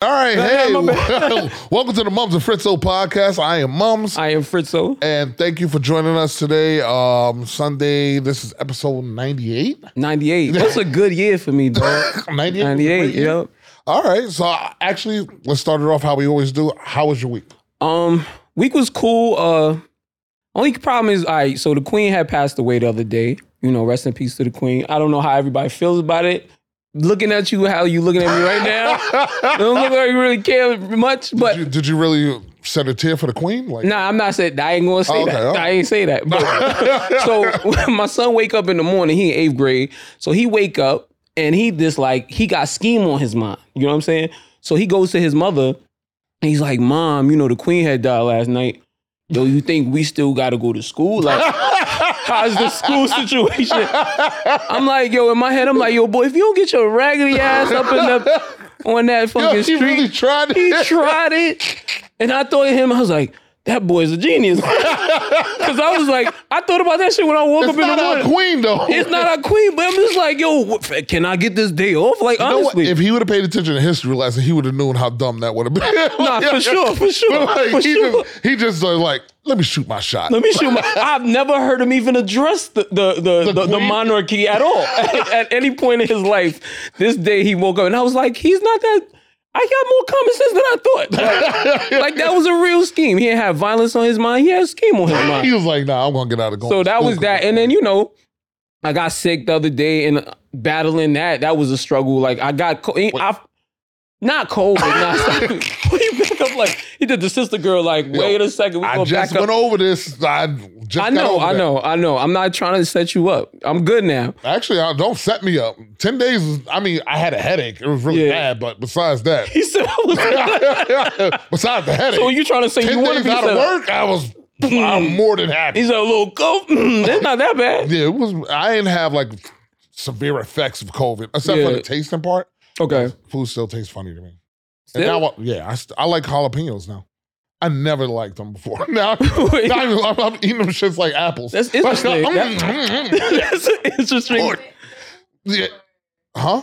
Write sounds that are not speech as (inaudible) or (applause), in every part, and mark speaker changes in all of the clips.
Speaker 1: right, hey, (laughs) welcome to the Mums and Fritzo podcast. I am Mums,
Speaker 2: I am Fritzo.
Speaker 1: and thank you for joining us today. Um, Sunday, this is episode (laughs) 98.
Speaker 2: 98. That's a good year for me, (laughs) dog.
Speaker 1: 98?
Speaker 2: 98, yep.
Speaker 1: All right, so uh, actually, let's start it off how we always do. How was your week?
Speaker 2: Um, week was cool. Uh only problem is all right, so the queen had passed away the other day. You know, rest in peace to the queen. I don't know how everybody feels about it. Looking at you, how you looking at me right (laughs) now? it don't look like you really care much, but
Speaker 1: Did you, did you really shed a tear for the queen? Like,
Speaker 2: Nah, I'm not saying. I ain't gonna say
Speaker 1: Oh, okay,
Speaker 2: that.
Speaker 1: okay.
Speaker 2: I ain't say that. But-
Speaker 1: (laughs)
Speaker 2: so (laughs) my son wake up in the morning. He in eighth grade. So he wake up and he just like he got scheme on his mind. You know what I'm saying? So he goes to his mother and he's like, "Mom, you know the queen had died last night. Yo, you think we still got to go to school?
Speaker 1: (laughs)
Speaker 2: Like, how's the school situation?" I'm like, "Yo," in my head, I'm like, "Yo, boy, if you don't get your raggedy ass up in the on that
Speaker 1: (laughs)
Speaker 2: fucking
Speaker 1: he
Speaker 2: street."
Speaker 1: really tried (laughs)
Speaker 2: he
Speaker 1: it.
Speaker 2: tried it, and I thought of him. I was like, that boy's a genius. (laughs) Because I was like, I thought about that shit when I woke
Speaker 1: It's
Speaker 2: up in
Speaker 1: not
Speaker 2: the
Speaker 1: our
Speaker 2: morning.
Speaker 1: queen, though.
Speaker 2: It's not a queen, but I'm just like, yo, what- can I get this day off? Like,
Speaker 1: You know what?
Speaker 2: honestly,
Speaker 1: If he would have paid attention to history lesson, he would have known how dumb that would have been. (laughs)
Speaker 2: nah, for sure, for sure,
Speaker 1: Like,
Speaker 2: for
Speaker 1: he
Speaker 2: sure.
Speaker 1: just, he just uh, like, let me shoot my shot.
Speaker 2: Let me shoot my. I've never heard him even address the the the, the, the
Speaker 1: queen?
Speaker 2: monarchy at all (laughs) at, at any point in his life. This day he woke up and I was like, he's not that. I got more common sense than I
Speaker 1: (laughs)
Speaker 2: thought. Like, like, that was a real scheme. He didn't have violence on his mind. He had a scheme on his mind.
Speaker 1: he was like, nah, I'm gonna get out of going.
Speaker 2: So
Speaker 1: to
Speaker 2: that
Speaker 1: school.
Speaker 2: was that. And then, you know, I got sick the other day and uh, battling that, that was a struggle. Like I got co- eh, I not cold, but
Speaker 1: (laughs)
Speaker 2: not (laughs) he back up like he did the sister girl like, wait a second, we
Speaker 1: I
Speaker 2: go
Speaker 1: just
Speaker 2: back
Speaker 1: went
Speaker 2: up.
Speaker 1: over this. I just
Speaker 2: I
Speaker 1: got
Speaker 2: know,
Speaker 1: over
Speaker 2: I
Speaker 1: that.
Speaker 2: know, I know. I'm not trying to set you up. I'm good
Speaker 1: (laughs)
Speaker 2: now.
Speaker 1: Actually, I, don't set me up. Ten days. is- I mean, I had a headache. It was really
Speaker 2: Yeah.
Speaker 1: bad. But besides that, (laughs)
Speaker 2: He said I was
Speaker 1: besides the headache,
Speaker 2: (laughs) So you trying to say you
Speaker 1: ten
Speaker 2: want to
Speaker 1: days
Speaker 2: be
Speaker 1: out
Speaker 2: set
Speaker 1: of
Speaker 2: up? Hmm.
Speaker 1: work, I was. I'm more than happy.
Speaker 2: He said a little go. (laughs) Mm, that's not that bad.
Speaker 1: Yeah, it was. I didn't have like severe effects of COVID, except for
Speaker 2: Yeah.
Speaker 1: the tasting part.
Speaker 2: Okay.
Speaker 1: Food still tastes funny to me.
Speaker 2: Still? (laughs)
Speaker 1: And now, I, yeah, I, st- I like jalapenos now. I never liked them before. (laughs) Now, now
Speaker 2: Wait.
Speaker 1: I'm, I'm- I'm eating them shits like apples.
Speaker 2: That's
Speaker 1: Like,
Speaker 2: interesting.
Speaker 1: mm,
Speaker 2: That-
Speaker 1: mm, mm.
Speaker 2: That's an (laughs) interesting.
Speaker 1: Lord. Yeah. Huh?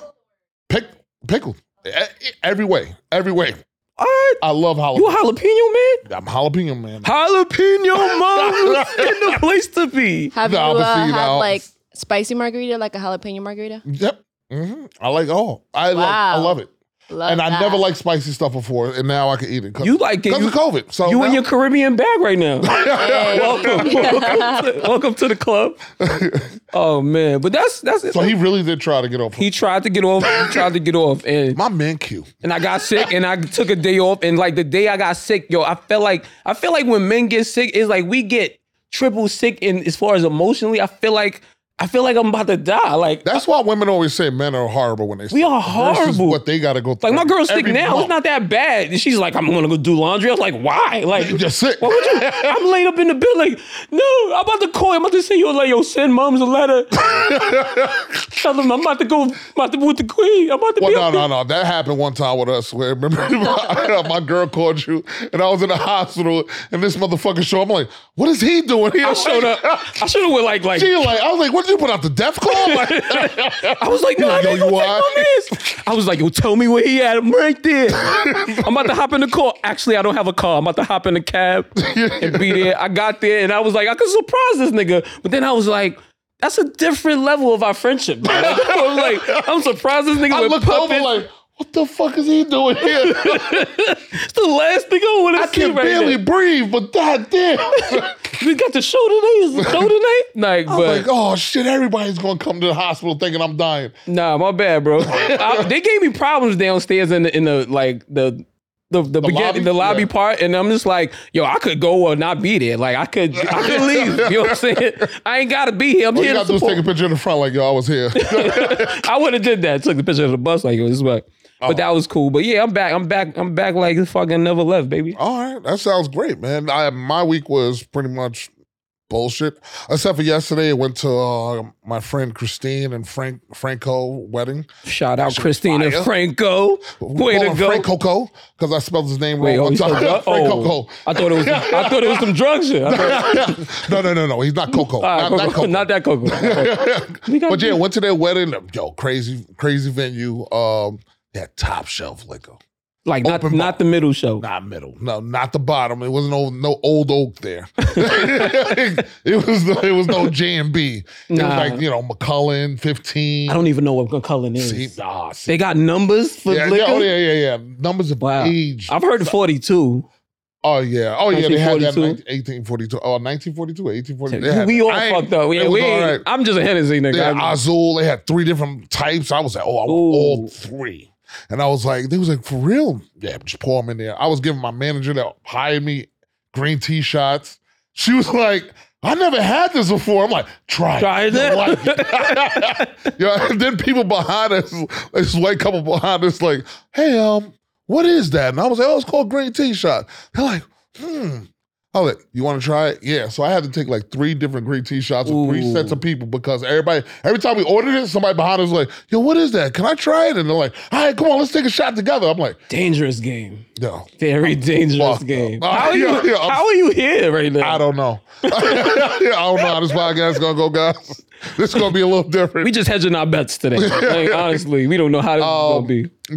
Speaker 1: Pick, pickled. E- e- Every way. Every way.
Speaker 2: All right.
Speaker 1: I love
Speaker 2: You a
Speaker 1: jalapeno.
Speaker 2: jalapeno man?
Speaker 1: I'm jalapeno, man.
Speaker 2: Jalapeno mom in the place to be.
Speaker 3: Have
Speaker 1: The
Speaker 3: you
Speaker 1: opposite,
Speaker 3: uh,
Speaker 1: you
Speaker 3: had
Speaker 1: know.
Speaker 3: like spicy margarita, like a jalapeno margarita?
Speaker 1: Yep. hmm I like all. I, love, I
Speaker 3: Wow.
Speaker 1: love it.
Speaker 3: Love
Speaker 1: and I
Speaker 3: that.
Speaker 1: never liked spicy stuff before, and now I can eat it. Cause,
Speaker 2: You like it.
Speaker 1: 'cause
Speaker 2: You,
Speaker 1: of COVID. So
Speaker 2: you in
Speaker 1: now-
Speaker 2: your Caribbean bag right now.
Speaker 1: (laughs)
Speaker 3: Hey.
Speaker 2: welcome, welcome, to, welcome to the club. Oh man, but that's that's it.
Speaker 1: So he really did try to get off.
Speaker 2: he tried to get off. He tried to get off, and
Speaker 1: My man Q.
Speaker 2: and I got sick, and I took a day off. And like the day I got sick, yo, I felt like I feel like when men get sick, it's like we get triple sick. And as far as emotionally, I feel like I feel like I'm about to die. Like
Speaker 1: That's why women always say men are horrible when they
Speaker 2: we are
Speaker 1: versus
Speaker 2: horrible.
Speaker 1: what they got to go through.
Speaker 2: Like my girl's sick
Speaker 1: every
Speaker 2: now.
Speaker 1: month.
Speaker 2: It's not that bad. And she's like, I'm gonna go do laundry. I was like, why? Like,
Speaker 1: You're just sick.
Speaker 2: why
Speaker 1: (laughs)
Speaker 2: would you? I'm laid up in the bed. Like, no, I'm about to call. I'm about to send you a letter. Yo, send mom's
Speaker 1: (laughs)
Speaker 2: a letter. Tell them I'm about to go. I'm about to with the queen. I'm about to
Speaker 1: Well,
Speaker 2: be.
Speaker 1: Oh, no,
Speaker 2: up
Speaker 1: no, no. That happened one time with us. Where (laughs) remember, my, my girl called you, and I was in the hospital, and this motherfucker showed up. I'm like, what is he doing? He
Speaker 2: there. I showed up. I should have went like like.
Speaker 1: She like, I was like, what did you put out the death call? Like,
Speaker 2: I was like, no, I
Speaker 1: Yo,
Speaker 2: didn't
Speaker 1: you
Speaker 2: take
Speaker 1: all
Speaker 2: my meds. I was like, yo, tell me where he at. I'm right there. I'm about to hop in the car. Actually, I don't have a car. I'm about to hop in
Speaker 1: (laughs)
Speaker 2: a cab and be there. I got there and I was like, I could surprise this nigga. But then I was like, that's a different level of our friendship. man. (laughs) I was like, I'm surprised this nigga
Speaker 1: I
Speaker 2: with
Speaker 1: looked
Speaker 2: puppets.
Speaker 1: over like, what the fuck is he doing
Speaker 2: (laughs)
Speaker 1: here?
Speaker 2: it's the last thing I want
Speaker 1: I
Speaker 2: to see
Speaker 1: can
Speaker 2: right
Speaker 1: barely
Speaker 2: now.
Speaker 1: breathe, but god damn.
Speaker 2: We got the show today. Is the show tonight?
Speaker 1: (laughs)
Speaker 2: Like,
Speaker 1: I'm
Speaker 2: but
Speaker 1: like, oh shit, everybody's gonna come to the hospital thinking I'm dying.
Speaker 2: Nah, my
Speaker 1: (laughs)
Speaker 2: bad, bro. I- they gave me problems downstairs in the in the like the the the, beginning
Speaker 1: lobby?
Speaker 2: the lobby
Speaker 1: Yeah.
Speaker 2: part, and I'm just like, yo, I could go or not be there. Like I could I
Speaker 1: (laughs)
Speaker 2: could leave. You know what I'm saying? I ain't gotta be here. I'm
Speaker 1: All Oh, you
Speaker 2: here
Speaker 1: gotta
Speaker 2: to
Speaker 1: do is take a
Speaker 2: support.
Speaker 1: picture in the front, like, yo, I was
Speaker 2: (laughs)
Speaker 1: here.
Speaker 2: I would have did that. Took the picture of the bus. Like yo, this is what.
Speaker 1: Oh.
Speaker 2: But that was cool. But yeah, I'm back. I'm back. I'm back. Like this fucking never left, baby.
Speaker 1: All right, that sounds great, man. I my week was pretty much bullshit, except for yesterday. I went to uh, my friend Christine and Frank Franco wedding.
Speaker 2: Shout out Christina
Speaker 1: fire.
Speaker 2: Franco. Way to go.
Speaker 1: Frank Coco, because I spelled his name
Speaker 2: Wait, oh,
Speaker 1: wrong.
Speaker 2: you
Speaker 1: one
Speaker 2: said
Speaker 1: time. (laughs)
Speaker 2: what?
Speaker 1: Frank
Speaker 2: Oh.
Speaker 1: Coco.
Speaker 2: I thought it was. I thought it was some drug shit. I
Speaker 1: (laughs)
Speaker 2: thought,
Speaker 1: no, no, no, no. He's
Speaker 2: (laughs)
Speaker 1: not Coco.
Speaker 2: Oh. all
Speaker 1: not,
Speaker 2: right,
Speaker 1: not
Speaker 2: Coco,
Speaker 1: Coco.
Speaker 2: (laughs) not that
Speaker 1: (laughs)
Speaker 2: Coco. We got
Speaker 1: but yeah, went to their wedding. Yo, crazy, crazy venue. Um, that top shelf liquor.
Speaker 2: Like not
Speaker 1: Open
Speaker 2: not the middle show.
Speaker 1: Not middle. No, not the bottom. It wasn't no, no old oak there. (laughs) it was no, it was no J and B. It
Speaker 2: Nah.
Speaker 1: was like you know McCullen fifteen.
Speaker 2: I don't even know what McCullen is.
Speaker 1: See, ah, see.
Speaker 2: They got numbers for
Speaker 1: yeah,
Speaker 2: liquor.
Speaker 1: yeah, oh yeah, yeah, yeah. Numbers of
Speaker 2: Wow.
Speaker 1: age.
Speaker 2: I've heard forty two.
Speaker 1: Oh yeah, oh yeah. They had that
Speaker 2: 1942.
Speaker 1: 1842. Oh, 1942, 1842. They had-
Speaker 2: We all
Speaker 1: I ain't-
Speaker 2: fucked up.
Speaker 1: it
Speaker 2: Yeah,
Speaker 1: was
Speaker 2: we
Speaker 1: all
Speaker 2: ain't-
Speaker 1: right.
Speaker 2: I'm just a Hennessy nigga.
Speaker 1: They had
Speaker 2: I'm-
Speaker 1: Azul. They had three different types. I was like, oh, I want all
Speaker 2: Ooh.
Speaker 1: three. And I was like, they was like, for real? Yeah, just pour them in there. I was giving my manager that hired me green tea shots. She was like, I never had this before. I'm like, try,
Speaker 2: Try it.
Speaker 1: You'll like
Speaker 2: (laughs)
Speaker 1: (laughs) it. you know, and then people behind us, this white couple behind us, like, hey, um, what is that? And I was like, oh, it's called green tea shot. They're like, hmm. I was like, you want to try it? Yeah. So I had to take like three different green tea shots with three
Speaker 2: Ooh.
Speaker 1: sets of people because everybody, every time we ordered it, somebody behind us was like, yo, what is that? Can I try it? And they're like, all right, come on, let's take a shot together. I'm like,
Speaker 2: dangerous game.
Speaker 1: no,
Speaker 2: Very dangerous
Speaker 1: fucked up.
Speaker 2: game.
Speaker 1: Uh,
Speaker 2: How are you?
Speaker 1: yeah, yeah, I'm-
Speaker 2: how are you here right
Speaker 1: I
Speaker 2: now?
Speaker 1: don't know. (laughs) yeah, I don't know how this podcast is going to go, guys. This is going to be a little different.
Speaker 2: We just hedging our
Speaker 1: (laughs)
Speaker 2: bets today. Like, honestly, we don't know how this is
Speaker 1: Um,
Speaker 2: gonna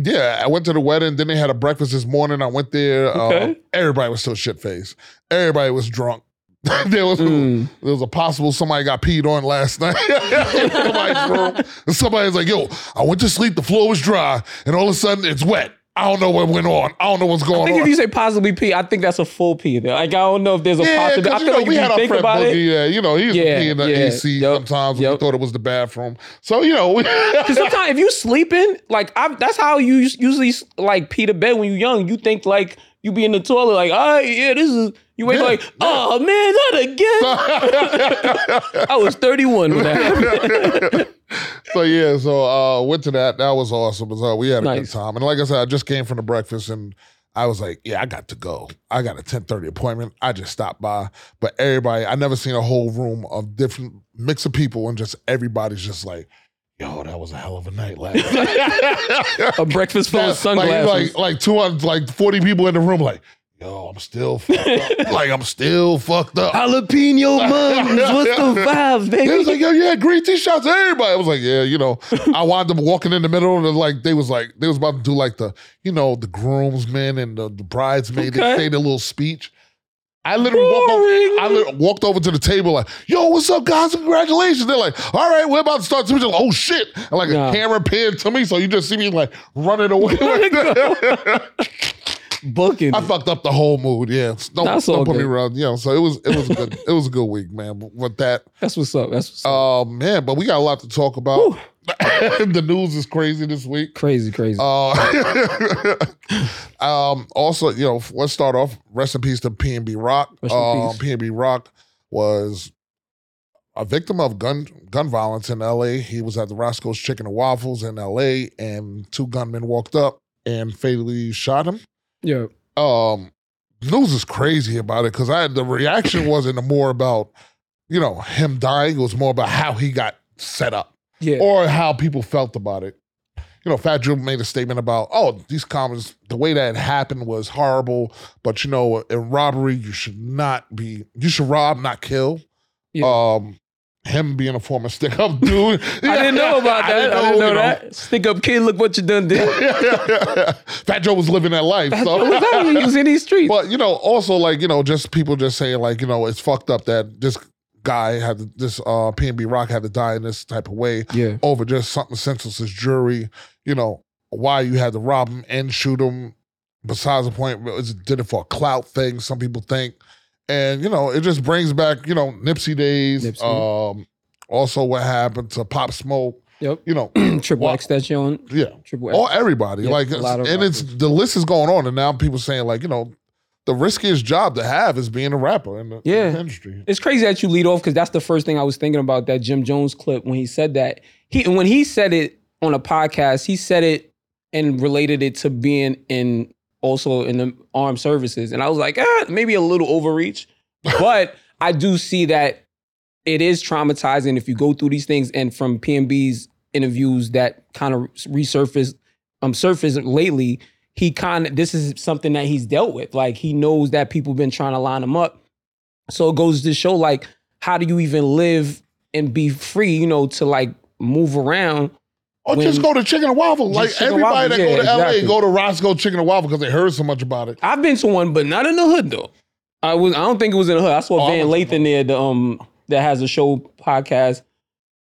Speaker 2: be.
Speaker 1: Yeah, I went to the wedding. Then they had a breakfast this morning. I went there. uh,
Speaker 2: Okay.
Speaker 1: everybody was still shit faced. Everybody was drunk. (laughs) there was
Speaker 2: Mm.
Speaker 1: there was a possible somebody got peed on last night. (laughs) In somebody's room. And somebody's like, "Yo, I went to sleep. The floor was dry, and all of a sudden it's wet. I don't know what went on. I don't know what's
Speaker 2: I
Speaker 1: going
Speaker 2: think
Speaker 1: on."
Speaker 2: if you say possibly P, I think that's a full P. There. Like I don't know if there's a
Speaker 1: yeah,
Speaker 2: possibility. I
Speaker 1: because
Speaker 2: feel
Speaker 1: you know
Speaker 2: like
Speaker 1: we
Speaker 2: if
Speaker 1: had
Speaker 2: you
Speaker 1: our
Speaker 2: think
Speaker 1: friend
Speaker 2: about it,
Speaker 1: Boogie. Yeah, you know he was
Speaker 2: Yeah,
Speaker 1: peeing in the
Speaker 2: yeah.
Speaker 1: AC
Speaker 2: Yup,
Speaker 1: sometimes. When we
Speaker 2: yup.
Speaker 1: thought it was the bathroom. So you
Speaker 2: (laughs)
Speaker 1: know, we, (laughs)
Speaker 2: Cause sometimes if you sleeping, like I'm, that's how you us- usually like pee to bed when you young. You think like you be in the toilet, like oh yeah, this is. You wake
Speaker 1: Yeah,
Speaker 2: like oh man, not again.
Speaker 1: (laughs)
Speaker 2: I was 31 when that happened.
Speaker 1: so yeah, so uh went to that. That was awesome. So we had a
Speaker 2: Nice.
Speaker 1: good time. And like I said, I just came from the breakfast and I was like, yeah, I got to go. I got a 10:30 appointment. I just stopped by. But everybody, I never seen a whole room of different mix of people and just everybody's just like, yo, that was a hell of a night
Speaker 2: (laughs)
Speaker 1: last night.
Speaker 2: A breakfast full of
Speaker 1: Like,
Speaker 2: sunglasses.
Speaker 1: like (laughs) like two hundred like 40 people in the room like, yo, I'm still fucked
Speaker 2: (laughs)
Speaker 1: up. like I'm still fucked up.
Speaker 2: Jalapeno mums, what's the vibes,
Speaker 1: They was
Speaker 2: (laughs) baby?
Speaker 1: like, yo, you had green tea shots to everybody. I was like, yeah, you know,
Speaker 2: (laughs)
Speaker 1: I wound up walking in the middle and like they was like, they was about to do like the, you know, the groomsmen and the, the bridesmaid They
Speaker 2: Okay.
Speaker 1: say their little speech. I literally walked over,
Speaker 2: Boring.
Speaker 1: I lit- walked over to the table like, yo, what's up, guys? Congratulations. They're like, all right, we're about to start speech. I'm Like, oh shit. And like
Speaker 2: Nah.
Speaker 1: a camera panned to me. So you just see me like running
Speaker 2: (laughs)
Speaker 1: away. like that. (laughs)
Speaker 2: Booking.
Speaker 1: I fucked up the whole mood. Yeah. Don't,
Speaker 2: That's
Speaker 1: don't
Speaker 2: all
Speaker 1: put me
Speaker 2: good.
Speaker 1: around. You know, so it was it was a good it was a good week, man. But with that.
Speaker 2: (laughs) That's what's up. That's what's up.
Speaker 1: Oh man, but we got a lot to talk about.
Speaker 2: Whew.
Speaker 1: (laughs) the news is crazy this week.
Speaker 2: crazy, crazy.
Speaker 1: Uh, (laughs) um, also, you know, let's start off. Rest in peace to PNB Rock.
Speaker 2: Rest in
Speaker 1: Um,
Speaker 2: peace.
Speaker 1: PNB Rock was a victim of gun gun violence in L.A. He was at the Roscoe's Chicken and Waffles in L.A. and two gunmen walked up and fatally shot him
Speaker 2: yeah.
Speaker 1: um news is crazy about it because I the reaction wasn't more about you know him dying. It was more about how he got set up
Speaker 2: Yeah.
Speaker 1: or how people felt about it. You know, Fat Drew made a statement about, oh, these comments, the way that it happened was horrible. But you know, in robbery, you should not be, you should rob, not kill.
Speaker 2: Yeah.
Speaker 1: Um, him being a former stick up (laughs) dude.
Speaker 2: (laughs) I didn't know
Speaker 1: (laughs)
Speaker 2: about
Speaker 1: I
Speaker 2: that. I didn't know,
Speaker 1: you
Speaker 2: that. Stick up kid, look what you done did.
Speaker 1: (laughs) Fat Joe was living that life. so
Speaker 2: What was that
Speaker 1: (laughs)
Speaker 2: when you was in these streets?
Speaker 1: But you know, also like you know, just people just saying like you know, it's fucked up that this guy had to, this uh PNB Rock had to die in this type of way
Speaker 2: yeah.
Speaker 1: over just something senseless. This jury, you know, why you had to rob him and shoot him. Besides the point, it was- did it for a clout thing. Some people think, and you know, it just brings back you know Nipsey days.
Speaker 2: Nipsey.
Speaker 1: Um, also what happened to Pop Smoke.
Speaker 2: Yep.
Speaker 1: You know, (clears throat)
Speaker 2: (clears throat) Triple
Speaker 1: Wow.
Speaker 2: X that you on.
Speaker 1: yeah.
Speaker 2: Triple X.
Speaker 1: Or everybody.
Speaker 2: Yeah,
Speaker 1: like,
Speaker 2: a lot of
Speaker 1: and it's
Speaker 2: rappers.
Speaker 1: the list is going on, and now people saying like, you know, the riskiest job to have is being a rapper in the, in the
Speaker 2: Yeah.
Speaker 1: industry.
Speaker 2: It's crazy that you lead off because that's the first thing I was thinking about that Jim Jones clip when he said that. He and when he said it on a podcast, he said it and related it to being in also in the armed services. And I was like, ah, maybe a little overreach. But I do see that it is traumatizing if you go through these things and from PMB's interviews that kind of resurfaced um surfaced lately, he kind of this is something that he's dealt with. Like he knows that people been trying to line him up. So it goes to show like how do you even live and be free, you know, to like move around
Speaker 1: Or just
Speaker 2: when-
Speaker 1: go to Chicken and Waffle. Like
Speaker 2: Chicken and
Speaker 1: everybody
Speaker 2: Waffle,
Speaker 1: that
Speaker 2: yeah,
Speaker 1: go to
Speaker 2: exactly.
Speaker 1: LA go to Roscoe Chicken and Waffle because they heard so much about it.
Speaker 2: I've been to one, but not in the hood though. I was. I don't think it was in the hood. I saw
Speaker 1: Oh, I
Speaker 2: Van
Speaker 1: went
Speaker 2: Lathan there. The um that has a show podcast.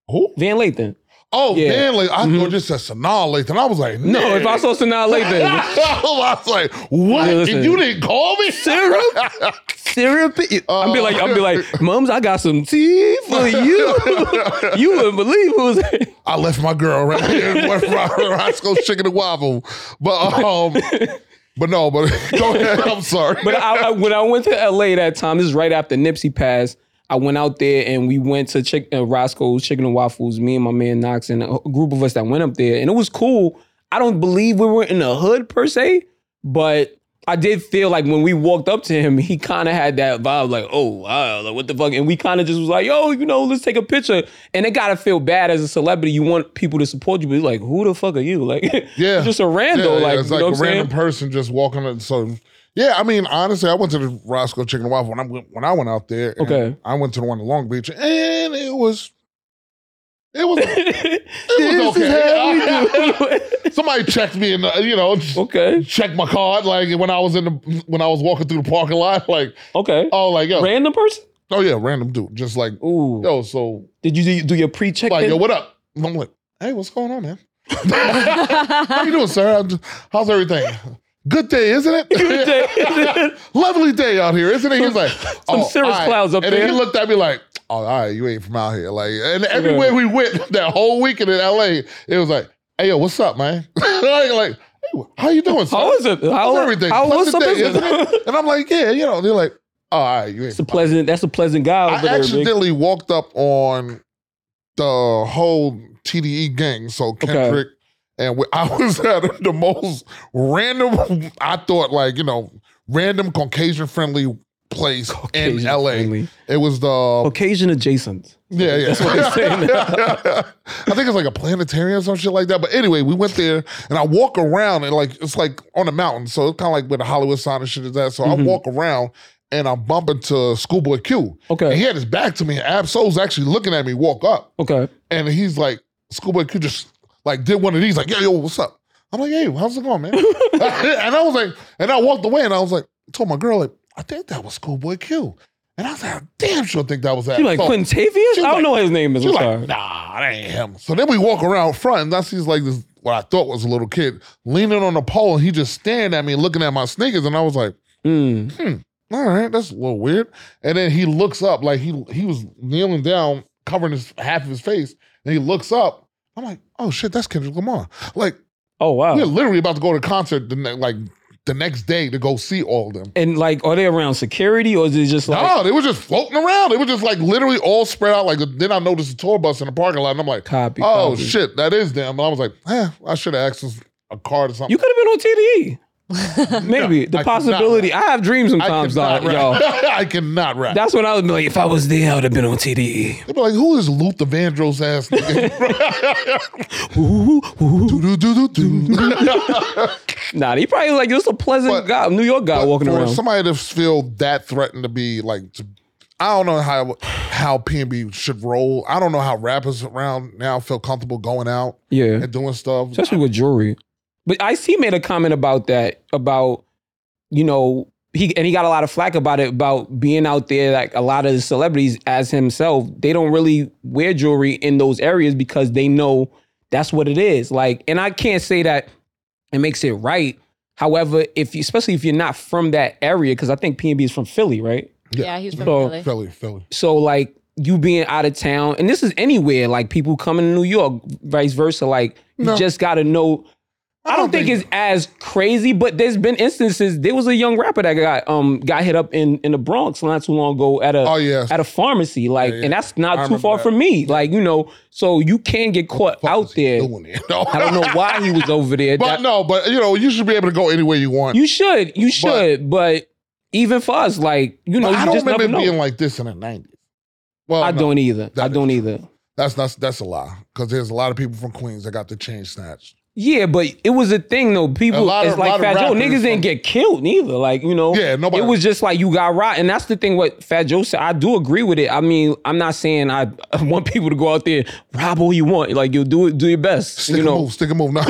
Speaker 1: Who?
Speaker 2: Van Lathan.
Speaker 1: Oh,
Speaker 2: Yeah. Mm-hmm.
Speaker 1: man, like, I thought this said Sanaa Lathan. I was like,
Speaker 2: No,
Speaker 1: nah.
Speaker 2: if I saw Sanaa
Speaker 1: (laughs)
Speaker 2: Lathan,
Speaker 1: I was like, what?
Speaker 2: Yeah,
Speaker 1: And
Speaker 2: listen.
Speaker 1: you didn't call me? (laughs)
Speaker 2: syrup, syrup. I'd be like, I'd be like,
Speaker 1: Oh.
Speaker 2: Mums, I got some tea for
Speaker 1: (laughs)
Speaker 2: you. you wouldn't believe who was.
Speaker 1: I left my girl right here in West Ro- (laughs) Roscoe's Chicken and Waffle. But
Speaker 2: (laughs)
Speaker 1: um, but no, but (laughs) go ahead. I'm sorry.
Speaker 2: But I, I, when I went to LA that time, this is right after Nipsey passed. I went out there and we went to Chick, uh, Roscoe's Chicken and Waffles. Me and my man Knox and a group of us that went up there, and it was cool. I don't believe we were in the hood per se, but I did feel like when we walked up to him, he kind of had that vibe, like, "Oh wow, like, what the fuck?" And we kind of just was like, "Yo, you know, let's take a picture." And it gotta feel bad as a celebrity. You want people to support you, but you're like, "Who the fuck are you?" (laughs) Like,
Speaker 1: Yeah.
Speaker 2: just a rando, like,
Speaker 1: it's
Speaker 2: you
Speaker 1: like
Speaker 2: know
Speaker 1: a
Speaker 2: what I'm
Speaker 1: random
Speaker 2: saying?
Speaker 1: person just walking. up. So yeah, I mean, honestly, I went to the Roscoe Chicken and Waffle when I went- when I went out there. and
Speaker 2: Okay.
Speaker 1: I went to the one in Long Beach, and it was it was was
Speaker 2: This
Speaker 1: okay.
Speaker 2: is (laughs) how we do.
Speaker 1: somebody checked me and you know
Speaker 2: Okay.
Speaker 1: checked my card like when I was in the when I was walking through the parking lot like
Speaker 2: Okay.
Speaker 1: oh like yo
Speaker 2: Random person?
Speaker 1: oh yeah random dude just like
Speaker 2: Ooh.
Speaker 1: yo so
Speaker 2: Did you do- do your pre check?
Speaker 1: like yo
Speaker 2: (laughs)
Speaker 1: what up and I'm like hey what's going on man how you doing sir I'm just- how's everything good day isn't it (laughs) lovely day out here, isn't it? He was like, oh,
Speaker 2: serious
Speaker 1: all right.
Speaker 2: clouds up
Speaker 1: and
Speaker 2: there.
Speaker 1: then he looked at me like, oh, all right, you ain't from out here. Like, and everywhere we went (laughs) that whole weekend in LA, it was like, hey, yo, what's up, man? (laughs) like, like, hey, how you doing, son?
Speaker 2: How is it? How
Speaker 1: How's everything?
Speaker 2: How,
Speaker 1: Pleasant
Speaker 2: what's up?
Speaker 1: day,
Speaker 2: is it?
Speaker 1: isn't it? And I'm like, yeah, you know, they're like, oh, all right, you ain't.
Speaker 2: (laughs) It's a pleasant. That's a pleasant guy over
Speaker 1: I
Speaker 2: there. Big.
Speaker 1: accidentally walked up on the whole TDE gang, so Kendrick. And we, (laughs) I was at the most random, I thought, like, you know, random Caucasian friendly place in
Speaker 2: Caucasian
Speaker 1: LA.
Speaker 2: friendly.
Speaker 1: It was the.
Speaker 2: Caucasian adjacent.
Speaker 1: Yeah, yeah.
Speaker 2: what they
Speaker 1: (laughs)
Speaker 2: say
Speaker 1: I think it's like a planetarium or some shit like that. But anyway, we went there and I walk around and like it's like on a mountain. So it's kind of like where the Hollywood sign and shit is at. So
Speaker 2: Mm-hmm.
Speaker 1: I walk around and I bump into Schoolboy Q.
Speaker 2: Okay.
Speaker 1: And he had his back to me. And Ab Soul's actually looking at me walk up.
Speaker 2: Okay.
Speaker 1: And he's like, Schoolboy Q just like did one of these, like, yo, yo, what's up? I'm like, hey, how's it going, man? (laughs) and I was like, and I walked away and I was like, told my girl, like, I think that was Schoolboy Q. And I was like, I damn sure think that was that.
Speaker 2: You like
Speaker 1: So-
Speaker 2: Quintavious? I
Speaker 1: was
Speaker 2: don't
Speaker 1: like-
Speaker 2: know what his name is.
Speaker 1: she
Speaker 2: I'm
Speaker 1: was
Speaker 2: sorry.
Speaker 1: like, nah, that ain't him. So then we walk around front, and I see like this, what I thought was a little kid leaning on a pole, and he just staring at me, looking at my sneakers, and I was like,
Speaker 2: Mm.
Speaker 1: all right, that's a little weird. And then he looks up, like he he was kneeling down, covering his half of his face, and he looks up. I'm like, oh shit, that's Kendrick Lamar. Like
Speaker 2: Oh wow.
Speaker 1: we're literally about to go to a concert, the ne- like the next day to go see all of them.
Speaker 2: And like, are they around security or is it just like
Speaker 1: No, they were just floating around. They were just like literally all spread out. Like then I noticed a tour bus in the parking lot, and I'm like,
Speaker 2: copy?
Speaker 1: Oh
Speaker 2: copy?
Speaker 1: shit, that is them. And I was like, eh, I should have asked for a card or something.
Speaker 2: You could have been on
Speaker 1: (laughs)
Speaker 2: TDE. Maybe
Speaker 1: I
Speaker 2: the
Speaker 1: could not
Speaker 2: possibility. I have dreams sometimes,
Speaker 1: (laughs)
Speaker 2: dog, y'all.
Speaker 1: rap. I cannot rap.
Speaker 2: That's when I would be like, if I was there, I would have been on TDE.
Speaker 1: They'd be like, who is Luther Vandross ass? nigga?
Speaker 2: Ooh, ooh.
Speaker 1: do, do, do, do.
Speaker 2: Nah, he probably like just a pleasant
Speaker 1: But-
Speaker 2: guy, New York guy walking
Speaker 1: For
Speaker 2: around.
Speaker 1: somebody to feel that threatened to be like, to, I don't know how how PNB should roll. I don't know how rappers around now feel comfortable going out
Speaker 2: yeah,
Speaker 1: and doing stuff.
Speaker 2: especially with jewelry. But I see made a comment about that about you know he and he got a lot of flack about it about being out there like a lot of the celebrities as himself they don't really wear jewelry in those areas because they know that's what it is like and I can't say that it makes it right. However, if you, especially if you're not from that area, because I think PNB is from Philly, right?
Speaker 1: Yeah.
Speaker 3: (laughs) yeah, he's from
Speaker 2: So-
Speaker 3: Philly.
Speaker 1: Philly, Philly.
Speaker 2: So like you being out of town, and this is anywhere, like people coming to New York, vice versa. Like
Speaker 1: No.
Speaker 2: you just gotta know. I don't think it's as crazy, but there's been instances. There was a young rapper that got um got hit up in in the Bronx not too long ago at a
Speaker 1: Oh yeah,
Speaker 2: at a pharmacy, like,
Speaker 1: Yeah, yeah.
Speaker 2: and that's
Speaker 1: I
Speaker 2: not too
Speaker 1: remember
Speaker 2: far
Speaker 1: that.
Speaker 2: from me. Like you know, so you can get caught
Speaker 1: Fuck
Speaker 2: out
Speaker 1: is he
Speaker 2: there.
Speaker 1: doing it? (laughs) No.
Speaker 2: I don't know why
Speaker 1: (laughs)
Speaker 2: he was over there.
Speaker 1: But
Speaker 2: That-
Speaker 1: no, but you know, you should be able to go anywhere you want.
Speaker 2: you should, you should, but. even for us, like you know,
Speaker 1: But I
Speaker 2: you
Speaker 1: don't
Speaker 2: just
Speaker 1: remember
Speaker 2: never
Speaker 1: it
Speaker 2: know.
Speaker 1: being like this in the nineties. Well,
Speaker 2: I
Speaker 1: no,
Speaker 2: don't either.
Speaker 1: That
Speaker 2: I
Speaker 1: is
Speaker 2: don't either.
Speaker 1: That's that's that's a lie because there's a lot of people from Queens that got the chain snatched.
Speaker 2: Yeah, but it was a thing though. People,
Speaker 1: lot
Speaker 2: it's
Speaker 1: of-
Speaker 2: like
Speaker 1: lot of
Speaker 2: Fat Joe
Speaker 1: rappers
Speaker 2: niggas
Speaker 1: from-
Speaker 2: didn't get killed neither. Like you know,
Speaker 1: Yeah, nobody-
Speaker 2: It was just like you got robbed, and that's the thing. What Fat Joe said, I do agree with it. I mean, I'm not saying I (laughs) want people to go out there rob all you want. Like you do it, do your best.
Speaker 1: Stick
Speaker 2: you
Speaker 1: a
Speaker 2: know, (laughs)
Speaker 1: move, stick a move. No. (laughs)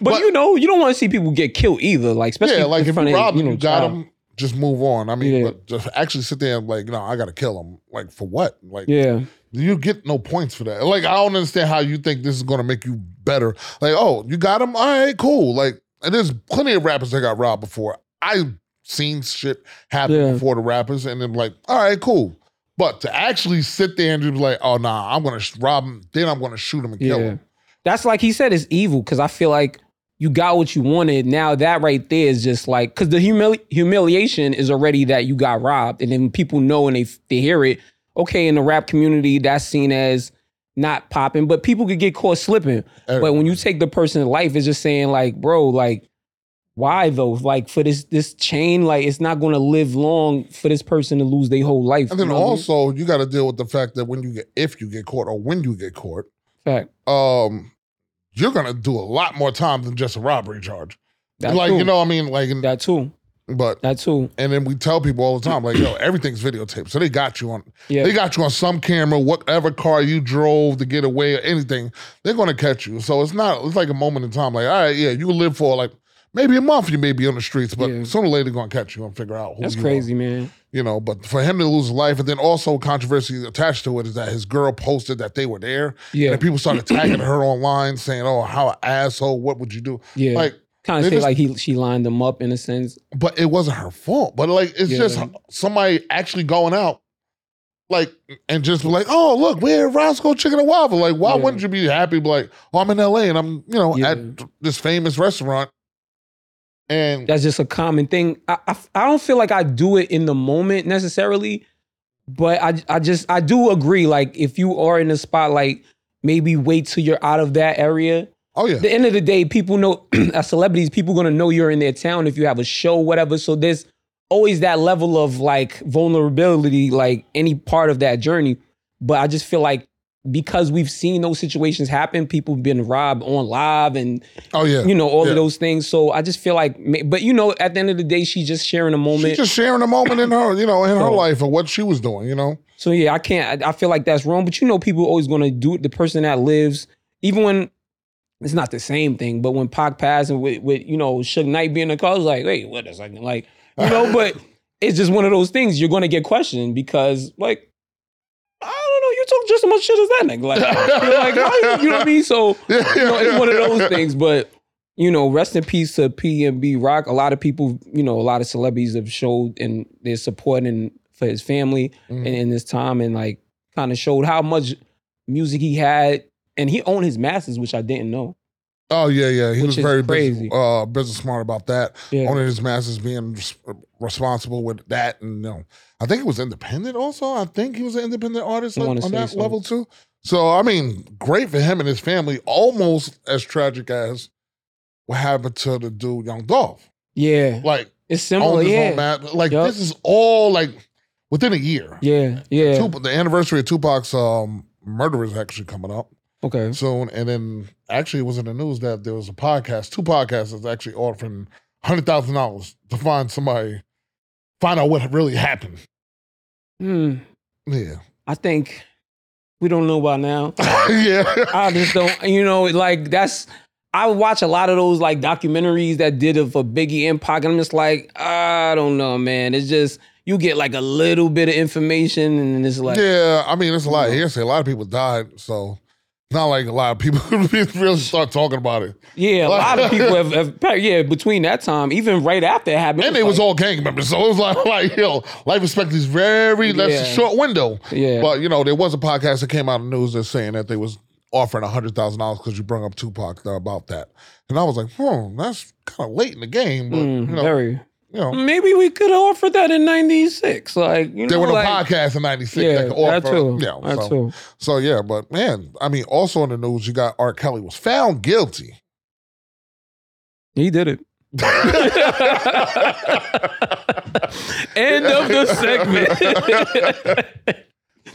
Speaker 2: but, you know, you don't want to see people get killed either. Like especially
Speaker 1: yeah, like
Speaker 2: in
Speaker 1: if
Speaker 2: front
Speaker 1: you
Speaker 2: of
Speaker 1: rob
Speaker 2: you
Speaker 1: him,
Speaker 2: know,
Speaker 1: you got
Speaker 2: child.
Speaker 1: him, just move on. I mean,
Speaker 2: Yeah.
Speaker 1: but just actually sit there and like, no, I gotta kill him. Like for what? Like
Speaker 2: Yeah,
Speaker 1: you get no points for that. Like I don't understand how you think this is gonna make you better. Like, oh, you got him? All right, cool. Like, and there's plenty of rappers that got robbed before. I've seen shit happen
Speaker 2: Yeah.
Speaker 1: before the rappers, and then like, all right, cool. But to actually sit there and just be like, oh nah, I'm gonna sh- rob him, then I'm gonna shoot him and kill
Speaker 2: yeah.
Speaker 1: him.
Speaker 2: That's like he said, it's evil because I feel like you got what you wanted. Now that right there is just like because the humili- humiliation is already that you got robbed, and then people know and they they hear it. Okay, in the rap community, that's seen as not popping, but people could get caught slipping. But when you take the person's life, it's just saying like, bro, like, why though? Like for this this chain, like it's not gonna live long for this person to lose their whole life.
Speaker 1: and then
Speaker 2: you know what I mean?
Speaker 1: also you gotta deal with the fact that when you get if you get caught or when you get caught,
Speaker 2: fact,
Speaker 1: um, you're gonna do a lot more time than just a robbery charge.
Speaker 2: that
Speaker 1: like
Speaker 2: too.
Speaker 1: you know, what I mean, like, and-
Speaker 2: that too,
Speaker 1: but
Speaker 2: that too,
Speaker 1: and then we tell people all the time, like, yo, everything's videotaped, so they got you on,
Speaker 2: yeah.
Speaker 1: they got you on some camera, whatever car you drove to get away or anything, they're gonna catch you. So it's not, it's like a moment in time, like, all right, yeah, you live for like maybe a month, you may be on the streets, but
Speaker 2: Yeah.
Speaker 1: sooner or later, they're gonna catch you and figure out who
Speaker 2: That's
Speaker 1: you are,
Speaker 2: crazy, man.
Speaker 1: you know. But for him to lose his life, and then also controversy attached to it is that his girl posted that they were there.
Speaker 2: Yeah,
Speaker 1: And people started tagging her online, saying, "Oh, how an asshole! What would you do?"
Speaker 2: yeah.
Speaker 1: Like,
Speaker 2: kind
Speaker 1: they
Speaker 2: of say
Speaker 1: just-
Speaker 2: like he she lined them up in a sense.
Speaker 1: but it wasn't her fault. But like, it's
Speaker 2: Yeah.
Speaker 1: just somebody actually going out, like, and just like, "Oh, look, we're at Roscoe Chicken and Waffle." Like, why
Speaker 2: Yeah.
Speaker 1: wouldn't you be happy? Be like, "Oh, I'm in L.A. and I'm, you know,
Speaker 2: Yeah.
Speaker 1: at this famous restaurant." And
Speaker 2: That's just a common thing. I, I I don't feel like I do it in the moment necessarily, but I I just I do agree. Like if you are in a spotlight, maybe wait till you're out of that area.
Speaker 1: oh yeah,
Speaker 2: At the end of the day, people know (clears throat) as celebrities, people gonna know you're in their town if you have a show, whatever. So there's always that level of like vulnerability, like any part of that journey. But I just feel like because we've seen those situations happen, people been robbed on live and
Speaker 1: oh yeah.
Speaker 2: you know all
Speaker 1: Yeah.
Speaker 2: of those things. So I just feel like, ma- but you know, at the end of the day, she's just sharing a moment. Oh.
Speaker 1: She's just sharing a moment in her, you know, in her
Speaker 2: So-
Speaker 1: life of what she was doing, you know.
Speaker 2: So yeah, I can't. I, I feel like that's wrong. But you know, people always gonna do it. The person that lives, even when it's not the same thing, but when Pac passed and with, with you know Suge Knight being in the car, I was like, wait, what is like, like you
Speaker 1: (laughs)
Speaker 2: know? But it's just one of those things you're gonna get questioned because like. I don't know. You talk just as much shit as that nigga. Like, you're like how you, you know what I mean? So
Speaker 1: (laughs)
Speaker 2: you know, it's one of those things. But you know, rest in peace to PNB Rock. A lot of people, you know, a lot of celebrities have showed and their support and for his family
Speaker 1: Mhm.
Speaker 2: in, in this time, and like kind of showed how much music he had, and he owned his masters, which I didn't know.
Speaker 1: Oh yeah, yeah. He
Speaker 2: Which
Speaker 1: was
Speaker 2: is
Speaker 1: very business,
Speaker 2: crazy.
Speaker 1: uh, business smart about that.
Speaker 2: Yeah.
Speaker 1: One of his masters being res- responsible with that, and you know, I think it was independent. Also, I think he was an independent artist
Speaker 2: I
Speaker 1: on,
Speaker 2: wanna
Speaker 1: on
Speaker 2: say
Speaker 1: that
Speaker 2: so.
Speaker 1: level too. So I mean, great for him and his family. Almost as tragic as what happened to the dude Young Dolph.
Speaker 2: Yeah,
Speaker 1: Like
Speaker 2: it's
Speaker 1: on
Speaker 2: similar.
Speaker 1: his
Speaker 2: Yeah.
Speaker 1: own mat. Like
Speaker 2: Yup.
Speaker 1: this is all like within a year.
Speaker 2: yeah, yeah,
Speaker 1: Tup- the anniversary of Tupac's um, murder is actually coming up
Speaker 2: Okay,
Speaker 1: soon. And then actually, it was in the news that there was a podcast, two podcasts that's actually offering hundred thousand dollars to find somebody, find out what really happened.
Speaker 2: hmm.
Speaker 1: Yeah,
Speaker 2: I think we don't know by now.
Speaker 1: (laughs) yeah,
Speaker 2: I just don't, you know, like that's. I watch a lot of those like documentaries that did it for Biggie and Pac, and I'm just like, I don't know, man. It's just you get like a little bit of information, and it's like,
Speaker 1: yeah. I mean, it's a lot of
Speaker 2: You know.
Speaker 1: hearsay. A lot of people died, so it's not like a lot of people (laughs) really start talking about it.
Speaker 2: Yeah, a
Speaker 1: (laughs)
Speaker 2: lot of people have, have pa- yeah, between that time, even right after it happened.
Speaker 1: And they was
Speaker 2: like-
Speaker 1: all gang members, so it was like, like you know, life expectancy is very that's a
Speaker 2: Yeah.
Speaker 1: short window.
Speaker 2: Yeah.
Speaker 1: But you know, there was a podcast that came out in the news that's saying that they was offering hundred thousand dollars because you brought up Tupac uh, about that, and I was like, hmm, that's kind of late in the game, but
Speaker 2: Mm,
Speaker 1: you know,
Speaker 2: very.
Speaker 1: you know,
Speaker 2: Maybe we could have offered that in '96, like you know,
Speaker 1: there were no
Speaker 2: like,
Speaker 1: podcasts in '96
Speaker 2: Yeah,
Speaker 1: that could offer,
Speaker 2: that too.
Speaker 1: yeah,
Speaker 2: that
Speaker 1: so,
Speaker 2: too.
Speaker 1: so yeah, but man, I mean, also in the news, you got R. Kelly was found guilty.
Speaker 2: He did it. End of the segment.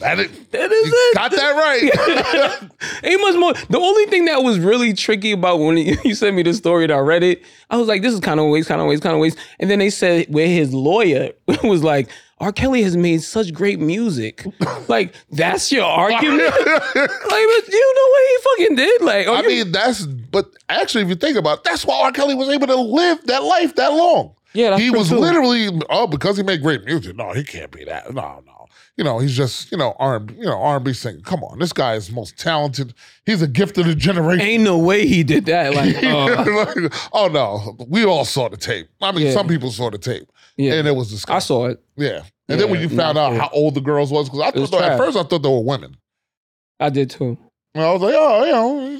Speaker 1: That is,
Speaker 2: That is
Speaker 1: you
Speaker 2: it.
Speaker 1: Got that right.
Speaker 2: Ain't much more. The only thing that was really tricky about when (laughs) you you sent me the story that I read it, I was like, this is kind of waste, kind of waste, kind of waste. And then they said where his lawyer (laughs) was like, R. Kelly has made such great music. like, that's
Speaker 1: (laughs)
Speaker 2: your argument? (laughs) like, but you know what he fucking did? Like,
Speaker 1: I
Speaker 2: are you-
Speaker 1: mean, that's but actually, if you think about, it, that's why R. Kelly was able to live that life that long.
Speaker 2: Yeah, that's
Speaker 1: he
Speaker 2: true,
Speaker 1: was
Speaker 2: too.
Speaker 1: literally oh because he made great music. No, he can't be that. No, no. You know, he's just you know R you know R and B singer. Come on, this guy is the most talented. He's a gift of the generation.
Speaker 2: ain't no way he did
Speaker 1: (laughs)
Speaker 2: that. Like, uh,
Speaker 1: Like, oh no, we all saw the tape. I mean,
Speaker 2: Yeah.
Speaker 1: some people saw the tape,
Speaker 2: Yeah.
Speaker 1: and it was
Speaker 2: I
Speaker 1: disgusting.
Speaker 2: saw it.
Speaker 1: yeah, and then when
Speaker 2: Yeah,
Speaker 1: you found
Speaker 2: no,
Speaker 1: out
Speaker 2: yeah.
Speaker 1: how old the girls was, because I
Speaker 2: was
Speaker 1: thought at
Speaker 2: trash.
Speaker 1: first I thought they were women.
Speaker 2: I did too.
Speaker 1: And I was like, oh, you know,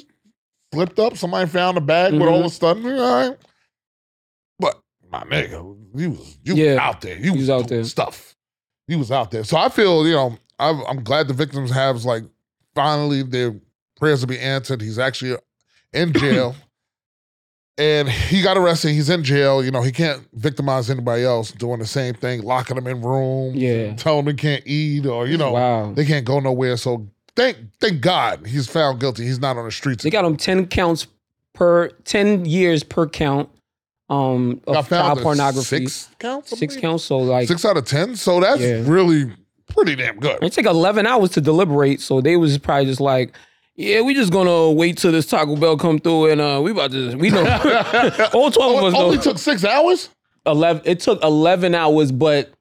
Speaker 1: flipped up. Somebody found a bag, but
Speaker 2: Mm-hmm.
Speaker 1: all of a sudden, all right. But my nigga, you was you was
Speaker 2: Yeah.
Speaker 1: out there. You
Speaker 2: He
Speaker 1: was,
Speaker 2: was out
Speaker 1: doing
Speaker 2: there.
Speaker 1: Stuff. You was out there. So I feel, you know, I'm, I'm glad the victims have like finally their prayers will be answered. He's actually
Speaker 2: (coughs)
Speaker 1: in jail. And he got arrested. He's in jail. You know, he can't victimize anybody else doing the same thing, locking them in rooms,
Speaker 2: Yeah.
Speaker 1: telling them they can't eat or, you know,
Speaker 2: wow.
Speaker 1: they can't go nowhere. So thank thank God he's found guilty. He's not on the streets.
Speaker 2: They got him ten counts per ten years per count um
Speaker 1: Got
Speaker 2: of child
Speaker 1: at
Speaker 2: pornography.
Speaker 1: Six counts. I
Speaker 2: Six
Speaker 1: believe?
Speaker 2: counts. So like
Speaker 1: Six out of ten. So that's
Speaker 2: Yeah.
Speaker 1: really pretty damn good.
Speaker 2: it took eleven hours to deliberate. So they was probably just like, yeah, we just gonna wait till this Taco Bell come through and uh we about to we
Speaker 1: (laughs)
Speaker 2: know all twelve of
Speaker 1: Oh,
Speaker 2: us
Speaker 1: it
Speaker 2: know
Speaker 1: only took six hours.
Speaker 2: eleven. It took eleven hours, but.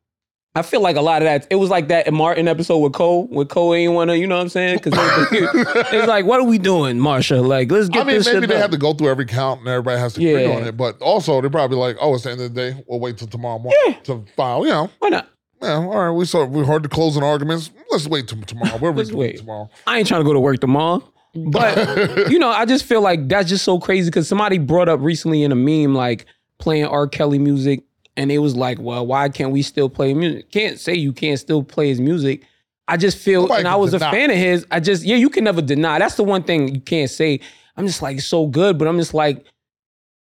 Speaker 2: I feel like a lot of that. It was like that Martin episode with Cole. With Cole ain't wanna, you know what I'm saying? Because (laughs) it's like, what are we doing, Marsha? Like, let's get
Speaker 1: I mean,
Speaker 2: this
Speaker 1: maybe
Speaker 2: shit
Speaker 1: they
Speaker 2: done.
Speaker 1: have to go through every count and everybody has to agree
Speaker 2: Yeah.
Speaker 1: on it. But also, they're probably like, oh, it's the end of the day. We'll wait till tomorrow morning to file. You know,
Speaker 2: Why not?
Speaker 1: yeah, all right. We saw we heard the closing arguments. Let's wait till tomorrow. We'll
Speaker 2: Let's
Speaker 1: redo it
Speaker 2: wait.
Speaker 1: tomorrow.
Speaker 2: I ain't trying to go to work
Speaker 1: (laughs)
Speaker 2: tomorrow. But you know, I just feel like that's just so crazy because somebody brought up recently in a meme like playing R. Kelly music, and it was like, well, why can't we still play music? Can't say you can't still play his music. I just feel,
Speaker 1: Nobody
Speaker 2: and I
Speaker 1: can
Speaker 2: was
Speaker 1: deny.
Speaker 2: a fan of his. I just, yeah, you can never deny. That's the one thing you can't say. I'm just like it's so good, but I'm just like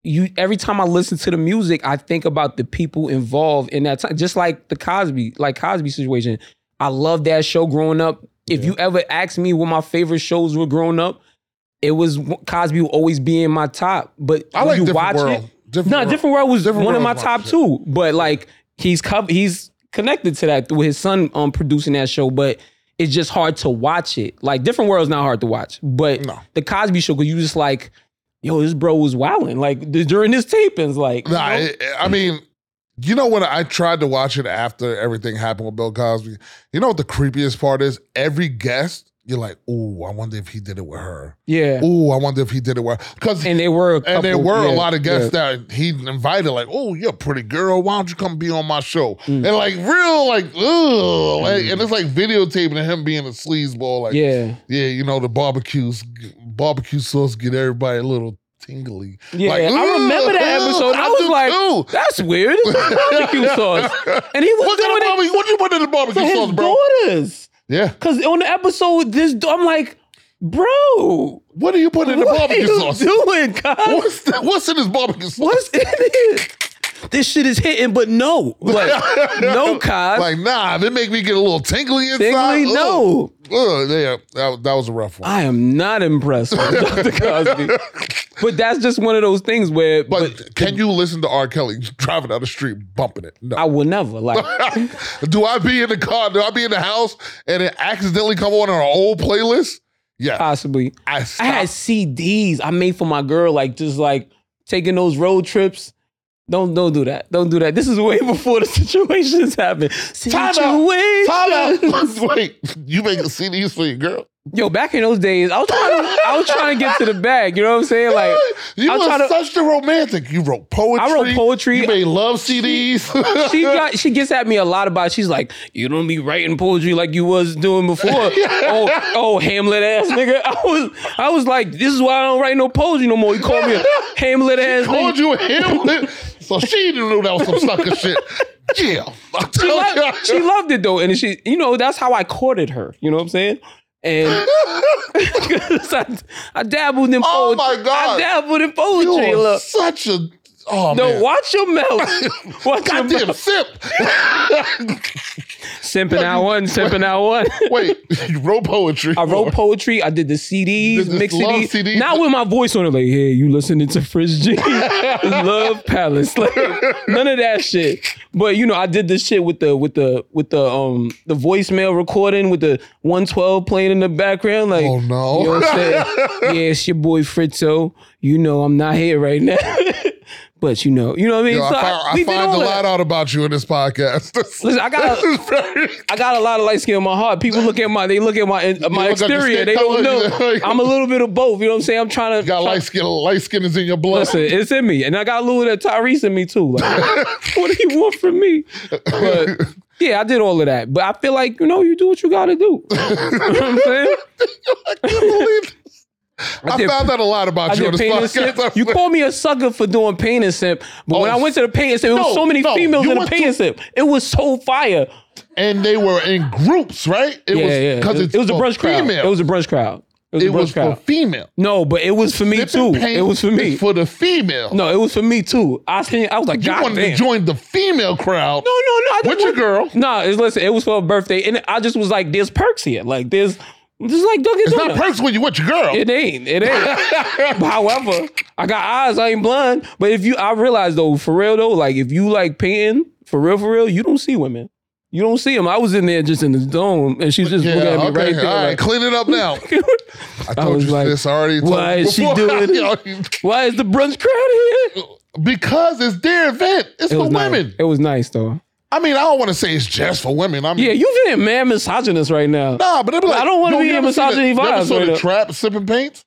Speaker 2: you. Every time I listen to the music, I think about the people involved in that time. Just like the Cosby, like Cosby situation. I loved that show growing up. If you ever asked me what my favorite shows were growing up, it was Cosby will always be in my top. But
Speaker 1: I
Speaker 2: when
Speaker 1: like
Speaker 2: you
Speaker 1: different
Speaker 2: watch
Speaker 1: world.
Speaker 2: it,
Speaker 1: Different
Speaker 2: no,
Speaker 1: world.
Speaker 2: different world was
Speaker 1: Different
Speaker 2: one of my
Speaker 1: World was my
Speaker 2: top
Speaker 1: shit.
Speaker 2: two. But like he's cov- he's connected to that through his son um producing that show. But it's just hard to watch it. Like different world's not hard to watch, but
Speaker 1: No.
Speaker 2: the Cosby Show because you just like, yo, this bro was wilding like d- during his tapings. Like,
Speaker 1: Nah,
Speaker 2: you know?
Speaker 1: it- I mean, you know when I tried to watch it after everything happened with Bill Cosby, you know what the creepiest part is? Every guest, you're like, ooh, I wonder if he did it with her.
Speaker 2: yeah.
Speaker 1: Ooh, I wonder if he did it with her. Because
Speaker 2: And they were a
Speaker 1: and there
Speaker 2: couple-
Speaker 1: were a
Speaker 2: yeah,
Speaker 1: lot of
Speaker 2: yeah.
Speaker 1: guests that he invited, like, "Oh, you're a pretty girl. Why don't you come be on my show?"
Speaker 2: Mm.
Speaker 1: And like, real, like, ugh, like, and it's like videotaping of him being a sleazeball, like,
Speaker 2: Yeah.
Speaker 1: yeah, you know, the barbecues, barbecue sauce get everybody a little tingly.
Speaker 2: Yeah,
Speaker 1: Like,
Speaker 2: I remember that
Speaker 1: ugh,
Speaker 2: episode. and I,
Speaker 1: I
Speaker 2: was
Speaker 1: do
Speaker 2: like,
Speaker 1: too.
Speaker 2: "That's weird." It's a
Speaker 1: (laughs)
Speaker 2: barbecue sauce, and he was
Speaker 1: What kind of
Speaker 2: doing it
Speaker 1: barbecue? What you put in the barbecue
Speaker 2: to his
Speaker 1: sauce, bro?
Speaker 2: daughters.
Speaker 1: Yeah.
Speaker 2: Because on the episode, this I'm like, bro,
Speaker 1: What do you put in the
Speaker 2: what are
Speaker 1: barbecue
Speaker 2: you
Speaker 1: sauce?
Speaker 2: doing, God?
Speaker 1: (laughs) What's, the, what's in this barbecue sauce?
Speaker 2: What's in it? This shit is hitting, but no, like,
Speaker 1: (laughs)
Speaker 2: no, Cos.
Speaker 1: Like, nah, they make me get a little tingly inside.
Speaker 2: Thankfully,
Speaker 1: Ugh.
Speaker 2: no.
Speaker 1: Ugh, Oh, yeah, that, that was a rough one.
Speaker 2: I am not
Speaker 1: (laughs)
Speaker 2: impressed with Dr. Cosby. But that's just one of those things where
Speaker 1: but,
Speaker 2: but,
Speaker 1: can you listen to R. Kelly (laughs) driving down the street bumping it? No. (laughs)
Speaker 2: I will never. Like
Speaker 1: do I be in the car? Do I be in the house and it accidentally come on our old playlist? Yeah.
Speaker 2: possibly.
Speaker 1: I,
Speaker 2: I (laughs) had CDs I made for my girl, like just like taking those road trips. Don't don't do that. Don't do that. This is way (laughs) before the situations happened.
Speaker 1: out.
Speaker 2: Situations.
Speaker 1: (laughs) Wait, you making CDs for your
Speaker 2: (laughs)
Speaker 1: girl?
Speaker 2: Yo, back in those days, I was trying to, I was trying to get to the bag. You know what I'm saying? Like
Speaker 1: you
Speaker 2: I'm
Speaker 1: were
Speaker 2: trying to-
Speaker 1: such the romantic. You wrote poetry.
Speaker 2: I wrote poetry.
Speaker 1: You made love CDs. (laughs)
Speaker 2: (laughs) she got she gets at me a lot about. it. She's like, you don't be writing poetry like you was doing before. oh, oh, Hamlet ass nigga. I was I was like, this is why I don't write no poetry no more. You call me a Hamlet ass
Speaker 1: Called
Speaker 2: nigga.
Speaker 1: you a Hamlet. so she didn't know that was some sucker
Speaker 2: (laughs)
Speaker 1: shit. Yeah. I
Speaker 2: She
Speaker 1: told
Speaker 2: lo-
Speaker 1: you.
Speaker 2: she loved it though, and she, you know, that's how I courted her. You know what I'm saying?
Speaker 1: (laughs)
Speaker 2: And 'cause I, I dabbled in
Speaker 1: Oh
Speaker 2: poetry.
Speaker 1: my God.
Speaker 2: I dabbled in
Speaker 1: You
Speaker 2: poetry.
Speaker 1: are
Speaker 2: Look,
Speaker 1: such a Oh
Speaker 2: No,
Speaker 1: man.
Speaker 2: watch your
Speaker 1: (laughs)
Speaker 2: mouth. Watch your
Speaker 1: Goddamn
Speaker 2: (laughs) mouth.
Speaker 1: simp.
Speaker 2: Simping out one, simping out one.
Speaker 1: Wait, (laughs) you wrote poetry.
Speaker 2: I wrote poetry. I did the CDs,
Speaker 1: Did this
Speaker 2: mixed
Speaker 1: love
Speaker 2: CDs.
Speaker 1: CD.
Speaker 2: Not with my voice on it. Like, hey, you listening to
Speaker 1: (laughs)
Speaker 2: Frizz G? love Palace. Like, none of that shit. But you know, I did this shit with the with the with the um the voicemail recording with the 112 playing in the background. Like,
Speaker 1: Oh, no.
Speaker 2: You know what
Speaker 1: (laughs)
Speaker 2: I'm saying? yeah, it's your boy Fritzo. You know, I'm not here right now. (laughs) but you know, you know what I mean.
Speaker 1: Yo, I,
Speaker 2: So I-
Speaker 1: found, I
Speaker 2: we did
Speaker 1: find
Speaker 2: all
Speaker 1: a
Speaker 2: that.
Speaker 1: lot out about you in this podcast. (laughs)
Speaker 2: Listen, I got-
Speaker 1: This is very-
Speaker 2: I got a lot of light skin in my heart. People look at my they look at my my
Speaker 1: look at the
Speaker 2: exterior.
Speaker 1: skin
Speaker 2: They
Speaker 1: color,
Speaker 2: don't know.
Speaker 1: (laughs) you know?
Speaker 2: I'm a little bit of both. You know what I'm saying? I'm trying to
Speaker 1: got
Speaker 2: try-
Speaker 1: light skin. Light skin is in your blood.
Speaker 2: Listen, it's in me, and I got a little bit of Tyrese in me too. Like, (laughs) what do you want from me? But yeah, I did all of that. But I feel like you know, you do what you got to do. (laughs) you know
Speaker 1: (laughs)
Speaker 2: what I'm saying?
Speaker 1: (laughs) I can't believe this. I,
Speaker 2: did-
Speaker 1: found out a lot about
Speaker 2: I
Speaker 1: you on this
Speaker 2: did paint and
Speaker 1: (laughs)
Speaker 2: simp.
Speaker 1: podcast.
Speaker 2: You called me a sucker for doing paint and simp, but when
Speaker 1: Oh,
Speaker 2: I went to the paint and simp, it
Speaker 1: no,
Speaker 2: was so many
Speaker 1: no,
Speaker 2: females
Speaker 1: you
Speaker 2: in the
Speaker 1: went
Speaker 2: paint
Speaker 1: to-
Speaker 2: and simp. It was so fire.
Speaker 1: and they were in groups, right? It
Speaker 2: Yeah, yeah.
Speaker 1: Because
Speaker 2: It, it was a brunch crowd.
Speaker 1: female.
Speaker 2: It was a brunch crowd. It was
Speaker 1: It
Speaker 2: a brunch
Speaker 1: was for
Speaker 2: crowd.
Speaker 1: female.
Speaker 2: No, but it was for me too.
Speaker 1: Sipping paint
Speaker 2: It was for me.
Speaker 1: is For the female.
Speaker 2: no, it was for me too. I seen. I was like,
Speaker 1: you
Speaker 2: God
Speaker 1: wanted
Speaker 2: damn.
Speaker 1: to join the female crowd.
Speaker 2: no, no, no. I just
Speaker 1: With your
Speaker 2: want-
Speaker 1: girl.
Speaker 2: No, it's, listen. It was for a birthday, and I just was like, "There's perks here. Like, there's, there's like Dunkin'
Speaker 1: it's not
Speaker 2: Donuts.
Speaker 1: perks when you with your girl.
Speaker 2: It ain't. It
Speaker 1: (laughs)
Speaker 2: ain't. But However, I got eyes. I ain't blind. But if you, I realize though, for real though, like if you like painting, for real, for real, you don't see women. You don't see them. I was in there just in the zone, and she's just
Speaker 1: yeah,
Speaker 2: looking at me
Speaker 1: okay.
Speaker 2: right there.
Speaker 1: All right,
Speaker 2: like,
Speaker 1: clean it up
Speaker 2: (laughs)
Speaker 1: now. I told
Speaker 2: was
Speaker 1: you
Speaker 2: like,
Speaker 1: this already. told
Speaker 2: why
Speaker 1: you
Speaker 2: is she
Speaker 1: before. (laughs)
Speaker 2: doing
Speaker 1: Yo,
Speaker 2: Why is the brunch crowd here?
Speaker 1: because it's their event. It's
Speaker 2: It
Speaker 1: for
Speaker 2: was nice.
Speaker 1: women.
Speaker 2: It was nice though.
Speaker 1: I mean, I don't want to say it's just for women. I mean,
Speaker 2: Yeah, you being mad misogynist right
Speaker 1: (laughs)
Speaker 2: now.
Speaker 1: nah, but they be like,
Speaker 2: I don't wanna
Speaker 1: yo,
Speaker 2: be
Speaker 1: you
Speaker 2: in
Speaker 1: ever seen
Speaker 2: misogyny
Speaker 1: the- you ever
Speaker 2: vibes
Speaker 1: saw
Speaker 2: right
Speaker 1: the
Speaker 2: now.
Speaker 1: trap sipping paint.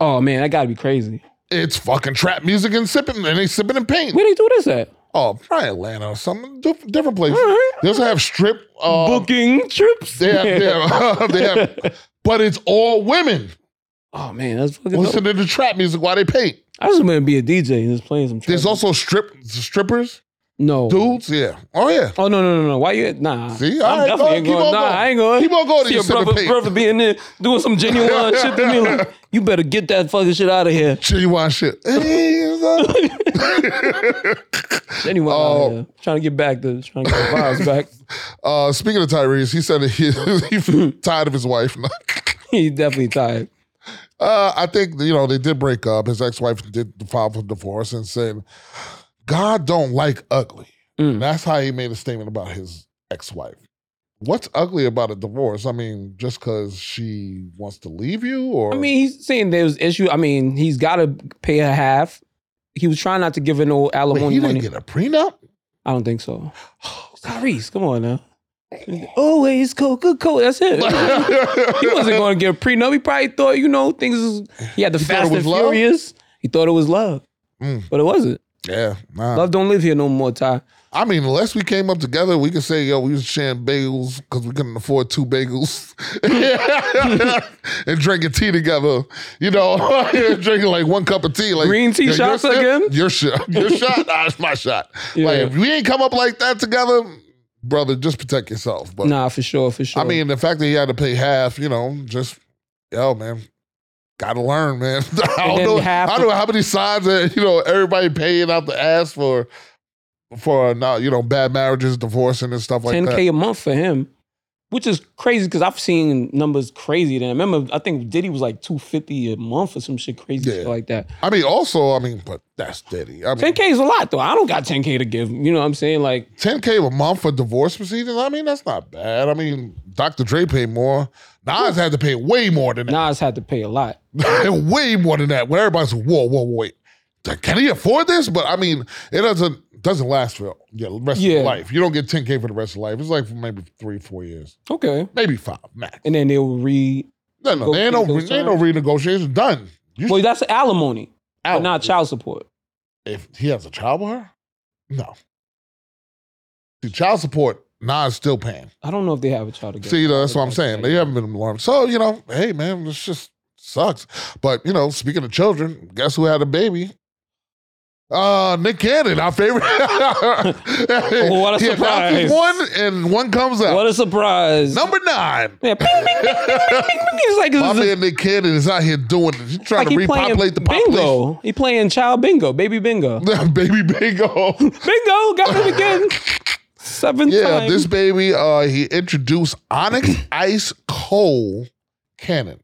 Speaker 2: Oh man, that gotta be crazy.
Speaker 1: It's fucking trap music and sipping, and they sipping and paint.
Speaker 2: Where they do this at?
Speaker 1: Oh, probably Atlanta or something, diff- different places.
Speaker 2: right.
Speaker 1: They also have strip. Uh,
Speaker 2: Booking trips.
Speaker 1: They have, (laughs) they
Speaker 2: (laughs)
Speaker 1: have, they have, but it's all women
Speaker 2: Oh man, that's fucking. dope.
Speaker 1: listening to trap music while they paint.
Speaker 2: I just want to be a DJ and just playing some. Trap.
Speaker 1: There's also strip strippers,
Speaker 2: no
Speaker 1: dudes. Yeah. Oh yeah.
Speaker 2: Oh no no no no! Why you nah?
Speaker 1: See? All right, go ahead.
Speaker 2: ain't
Speaker 1: Keep
Speaker 2: going.
Speaker 1: on
Speaker 2: Nah,
Speaker 1: going.
Speaker 2: I ain't going.
Speaker 1: Keep on going to
Speaker 2: See
Speaker 1: your
Speaker 2: your brother,
Speaker 1: sympathy.
Speaker 2: brother being there doing some genuine
Speaker 1: (laughs)
Speaker 2: shit to me. Like, you better get that fucking shit out of here.
Speaker 1: Genuine shit. (laughs) Hey, what's up?
Speaker 2: Genuine.
Speaker 1: Oh.
Speaker 2: out here. Trying to get back to trying to get the vibes back. (laughs)
Speaker 1: uh, speaking of Tyrese, he said that he, (laughs) he's tired of his wife. (laughs)
Speaker 2: He definitely tired.
Speaker 1: Uh, I think you know they did break up. His ex-wife did file for divorce and said, "God don't like ugly."
Speaker 2: Mm.
Speaker 1: That's how he made a statement about his ex-wife. What's ugly about a divorce? I mean, just because she wants to leave you, or
Speaker 2: I mean, he's saying there's issue. I mean, he's got to pay her half. He was trying not to give her no
Speaker 1: Wait,
Speaker 2: alimony
Speaker 1: he didn't Oh,
Speaker 2: money.
Speaker 1: get a prenup.
Speaker 2: I don't think so. Tyrese, come on now. (laughs) Always Coca Cola. That's
Speaker 1: (laughs)
Speaker 2: it. he wasn't going to get a prenup. He probably thought, you know, things. Was, he had the
Speaker 1: thought it
Speaker 2: Fast and
Speaker 1: was love?
Speaker 2: Furious. He thought it was love,
Speaker 1: Mm.
Speaker 2: but it wasn't.
Speaker 1: yeah, nah.
Speaker 2: Love don't live here no more, Ty.
Speaker 1: I mean, unless we came up together, we could say, yo, we was sharing bagels because we couldn't afford two bagels (laughs) and drinking tea together. You know, (laughs) drinking like one cup of tea. Like
Speaker 2: Green tea
Speaker 1: yo, your
Speaker 2: shots
Speaker 1: sip,
Speaker 2: again?
Speaker 1: Your shot. Your
Speaker 2: (laughs)
Speaker 1: shot. Nah, it's my shot.
Speaker 2: Yeah.
Speaker 1: Like, if we ain't come up like that together, brother, just protect yourself. But
Speaker 2: Nah, for sure, for sure.
Speaker 1: I mean, the fact that he had to pay half, you know, just, yo, man. Gotta learn, man. (laughs) I don't
Speaker 2: then
Speaker 1: know.
Speaker 2: half
Speaker 1: I don't know how many signs that you know everybody paying out the ass for, for uh, not you know bad marriages, divorcing and stuff like
Speaker 2: ten
Speaker 1: that.
Speaker 2: k a month for him, which is crazy because I've seen numbers crazy. Then I remember, I think Diddy was like two fifty a month or some shit crazy
Speaker 1: Yeah.
Speaker 2: shit like that.
Speaker 1: I mean, also, I mean, but that's Diddy. I mean,
Speaker 2: Ten k is a lot though. I don't got ten k to give. You know what I'm saying? Like,
Speaker 1: ten k a month for divorce proceedings. I mean, that's not bad. I mean, Dr. Dre paid more. Nas had to pay way more than that.
Speaker 2: Nas had to pay a lot.
Speaker 1: (laughs) way more than that. When everybody's like, whoa, whoa, whoa, wait, can he afford this? But I mean, it doesn't doesn't last for your the rest of
Speaker 2: Yeah.
Speaker 1: your life. You don't get 10k for the rest of your life. It's like for maybe three, four years,
Speaker 2: Okay,
Speaker 1: maybe five max.
Speaker 2: and then they'll re.
Speaker 1: No, no,
Speaker 2: Go
Speaker 1: there ain't no,
Speaker 2: through
Speaker 1: re-
Speaker 2: those
Speaker 1: there ain't no renegotiation. Done. You
Speaker 2: Well, that's alimony, but
Speaker 1: out.
Speaker 2: not child support.
Speaker 1: if he has a child with her, no. See, child support, Nas still paying.
Speaker 2: I don't know if they have a child together.
Speaker 1: See, that's what I'm saying. They haven't been alarmed. So, you know, hey, man, this just sucks. But, you know, speaking of children, guess who had a baby? Uh, Nick Cannon, our favorite.
Speaker 2: (laughs) what a
Speaker 1: (laughs) He announces
Speaker 2: surprise.
Speaker 1: One and one comes out.
Speaker 2: What a surprise.
Speaker 1: Number
Speaker 2: (laughs)
Speaker 1: nine.
Speaker 2: Yeah, ping, ping, ping, ping, ping, ping, ping. It's like,
Speaker 1: My
Speaker 2: it's
Speaker 1: man Nick Cannon is out here doing it. He's trying
Speaker 2: like
Speaker 1: to
Speaker 2: he playing
Speaker 1: repopulate the population.
Speaker 2: bingo. He playing child bingo, baby
Speaker 1: (laughs)
Speaker 2: bingo.
Speaker 1: Baby
Speaker 2: (laughs)
Speaker 1: bingo.
Speaker 2: Bingo, got him again. Seventh
Speaker 1: Yeah,
Speaker 2: time.
Speaker 1: this baby, uh, he introduced Onyx Ice Cold Cannon.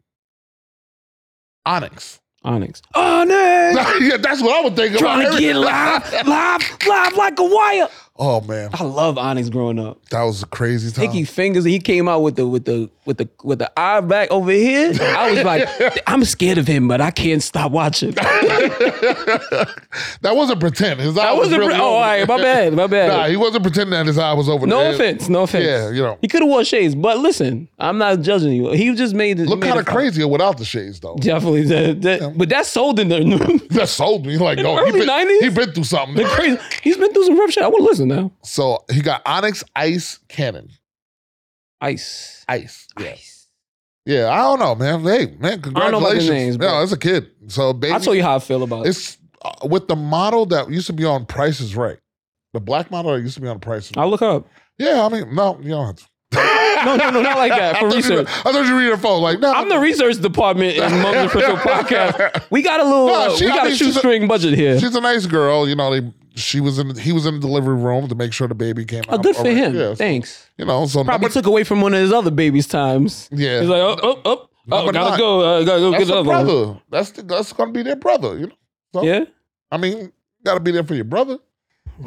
Speaker 1: Onyx.
Speaker 2: Onyx. Onyx!
Speaker 1: (laughs) yeah, that's what I would think
Speaker 2: Trying
Speaker 1: about.
Speaker 2: to get live, live, live like a wire.
Speaker 1: (laughs) Oh man,
Speaker 2: I love Onyx growing up.
Speaker 1: that was a crazy time.
Speaker 2: Icky fingers, and he came out with the with the with the with the eye back over here. I was
Speaker 1: (laughs)
Speaker 2: like, I'm scared of him, but I can't stop
Speaker 1: (laughs)
Speaker 2: watching.
Speaker 1: that wasn't pretend. His eye
Speaker 2: I
Speaker 1: was
Speaker 2: (laughs) wasn't.
Speaker 1: really
Speaker 2: pre- oh,
Speaker 1: open.
Speaker 2: all right, my bad, my bad.
Speaker 1: Nah, he wasn't pretending that his eye was over.
Speaker 2: no
Speaker 1: there.
Speaker 2: offense, no offense.
Speaker 1: Yeah, you know.
Speaker 2: He could have wore shades, but listen, I'm not judging you. He just made it.
Speaker 1: Look
Speaker 2: made
Speaker 1: kind of
Speaker 2: it-
Speaker 1: crazier without the shades though.
Speaker 2: (laughs) Definitely, that- that- but that's sold in there. (laughs)
Speaker 1: That sold me. Like, yo,
Speaker 2: early
Speaker 1: he been,
Speaker 2: 90s?
Speaker 1: he been through something.
Speaker 2: Crazy. He's been through some rough shit. I want to listen now.
Speaker 1: So he got Onyx Ice Cannon.
Speaker 2: Ice.
Speaker 1: Ice. Yeah.
Speaker 2: Ice.
Speaker 1: Yeah, I don't know, man. Hey, man, congratulations.
Speaker 2: know about the names, bro.
Speaker 1: yeah, it's a kid. So baby,
Speaker 2: I'll tell you how I feel about it.
Speaker 1: it's uh, with the model that used to be on Price is Right. The black model that used to be on Price is Right.
Speaker 2: I'll look up.
Speaker 1: Yeah, I mean, no, you don't have to.
Speaker 2: No, no, no, not like that.
Speaker 1: (laughs)
Speaker 2: For
Speaker 1: I thought you were-
Speaker 2: research.
Speaker 1: I thought you were reading the phone. Like, no,
Speaker 2: I'm the research department in
Speaker 1: (laughs)
Speaker 2: Mums and Official Podcast. We got a little,
Speaker 1: Nah,
Speaker 2: uh,
Speaker 1: she-
Speaker 2: we
Speaker 1: I
Speaker 2: got
Speaker 1: mean,
Speaker 2: a
Speaker 1: she's a-
Speaker 2: shoestring budget
Speaker 1: (laughs)
Speaker 2: here.
Speaker 1: she's a nice girl. You know, they, she was in. He was in the delivery room to make sure the baby came
Speaker 2: Oh,
Speaker 1: out.
Speaker 2: good for
Speaker 1: alright.
Speaker 2: him.
Speaker 1: Yeah, so,
Speaker 2: Thanks.
Speaker 1: you know, so
Speaker 2: Probably
Speaker 1: number,
Speaker 2: took away from one of his other babies' times.
Speaker 1: Yeah.
Speaker 2: He's like, oh, oh, oh,
Speaker 1: Number
Speaker 2: oh gotta
Speaker 1: nine.
Speaker 2: go, uh, gotta go
Speaker 1: that's
Speaker 2: get
Speaker 1: the
Speaker 2: another one.
Speaker 1: brother. That's the, that's gonna be their brother. You know, bro.
Speaker 2: Yeah.
Speaker 1: I mean, gotta be there for your brother.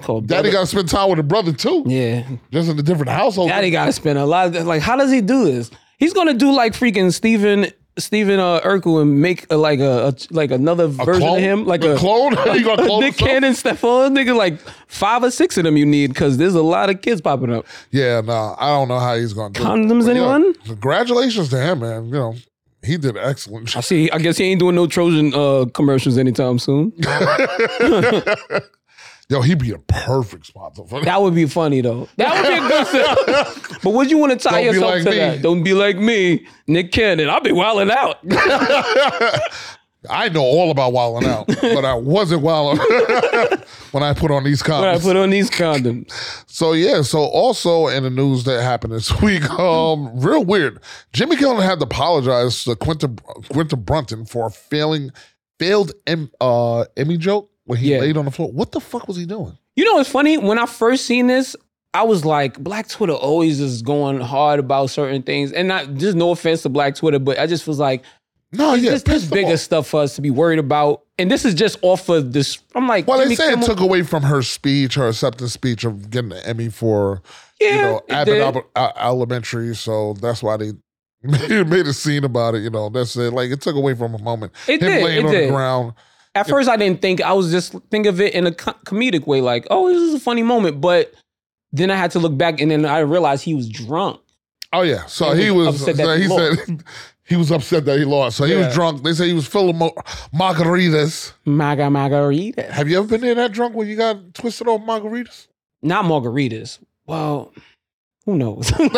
Speaker 2: Called
Speaker 1: Daddy
Speaker 2: brother.
Speaker 1: gotta spend time with the brother too,
Speaker 2: yeah.
Speaker 1: just in a different household.
Speaker 2: Daddy got to spend a lot. Of, like, how does he do this? He's gonna do like freaking Steven Steven uh, Urkel and make uh, like a, a like another version
Speaker 1: clone?
Speaker 2: of him, like
Speaker 1: A
Speaker 2: (laughs) a,
Speaker 1: clone? (laughs) You gonna clone
Speaker 2: Nick
Speaker 1: himself?
Speaker 2: Cannon, Stephon, nigga, like five or six of them you need because there's a lot of kids popping up.
Speaker 1: Yeah, nah, I don't know how he's gonna do it.
Speaker 2: Condoms,
Speaker 1: But, yeah,
Speaker 2: anyone?
Speaker 1: congratulations to him, man. You know, he did excellent.
Speaker 2: I see. I guess he ain't doing no Trojan uh, commercials anytime soon.
Speaker 1: Yo, he'd be a perfect sponsor for that.
Speaker 2: That would be funny though. That would be
Speaker 1: (laughs)
Speaker 2: a good sell. But would you want to tie
Speaker 1: Don't be
Speaker 2: yourself
Speaker 1: like
Speaker 2: to
Speaker 1: me.
Speaker 2: that? Don't be like me, Nick Cannon. I'll be wilding out. (laughs)
Speaker 1: I know all about wilding
Speaker 2: (laughs)
Speaker 1: out, but I wasn't wilding (laughs) when I put on these
Speaker 2: When I
Speaker 1: comments.
Speaker 2: put on these condoms.
Speaker 1: so yeah, so also in the news that happened this (laughs) week, um, real weird. Jimmy Kimmel had to apologize to Quinta Quinta Brunton for a failing failed em, uh, Emmy joke when he
Speaker 2: Yeah.
Speaker 1: laid on the floor. What the fuck was he doing?
Speaker 2: You know what's funny? When I first seen this, I was like, Black Twitter always is going hard about certain things, and not just no offense to Black Twitter, but I just was like,
Speaker 1: No, yeah,
Speaker 2: this this
Speaker 1: pissed him
Speaker 2: bigger
Speaker 1: off.
Speaker 2: stuff for us to be worried about, and this is just off of this. I'm like,
Speaker 1: Well, they
Speaker 2: Jimmy
Speaker 1: say it
Speaker 2: Kimmel-
Speaker 1: took away from her speech, her acceptance speech of getting the Emmy for
Speaker 2: Yeah,
Speaker 1: you know,
Speaker 2: it
Speaker 1: Abbott
Speaker 2: did.
Speaker 1: Albert, uh, Elementary. So that's why they (laughs) made, made a scene about it. You know, that's it. Like it took away from a moment.
Speaker 2: It
Speaker 1: Him
Speaker 2: did,
Speaker 1: laying
Speaker 2: it
Speaker 1: on
Speaker 2: did.
Speaker 1: the ground.
Speaker 2: At first, I didn't think. I was just think of it in a co- comedic way, like, oh, this is a funny moment. But then I had to look back, and then I realized he was drunk.
Speaker 1: Oh yeah. So
Speaker 2: And
Speaker 1: he
Speaker 2: he
Speaker 1: was.
Speaker 2: upset that
Speaker 1: so
Speaker 2: he
Speaker 1: he said (laughs) he was upset that he lost. So he
Speaker 2: Yeah.
Speaker 1: was drunk. They say he was full of mo- margaritas.
Speaker 2: Maga margaritas,
Speaker 1: Have you ever been there that drunk when you got twisted on margaritas? (laughs)
Speaker 2: not margaritas. Well, who knows? (laughs) Every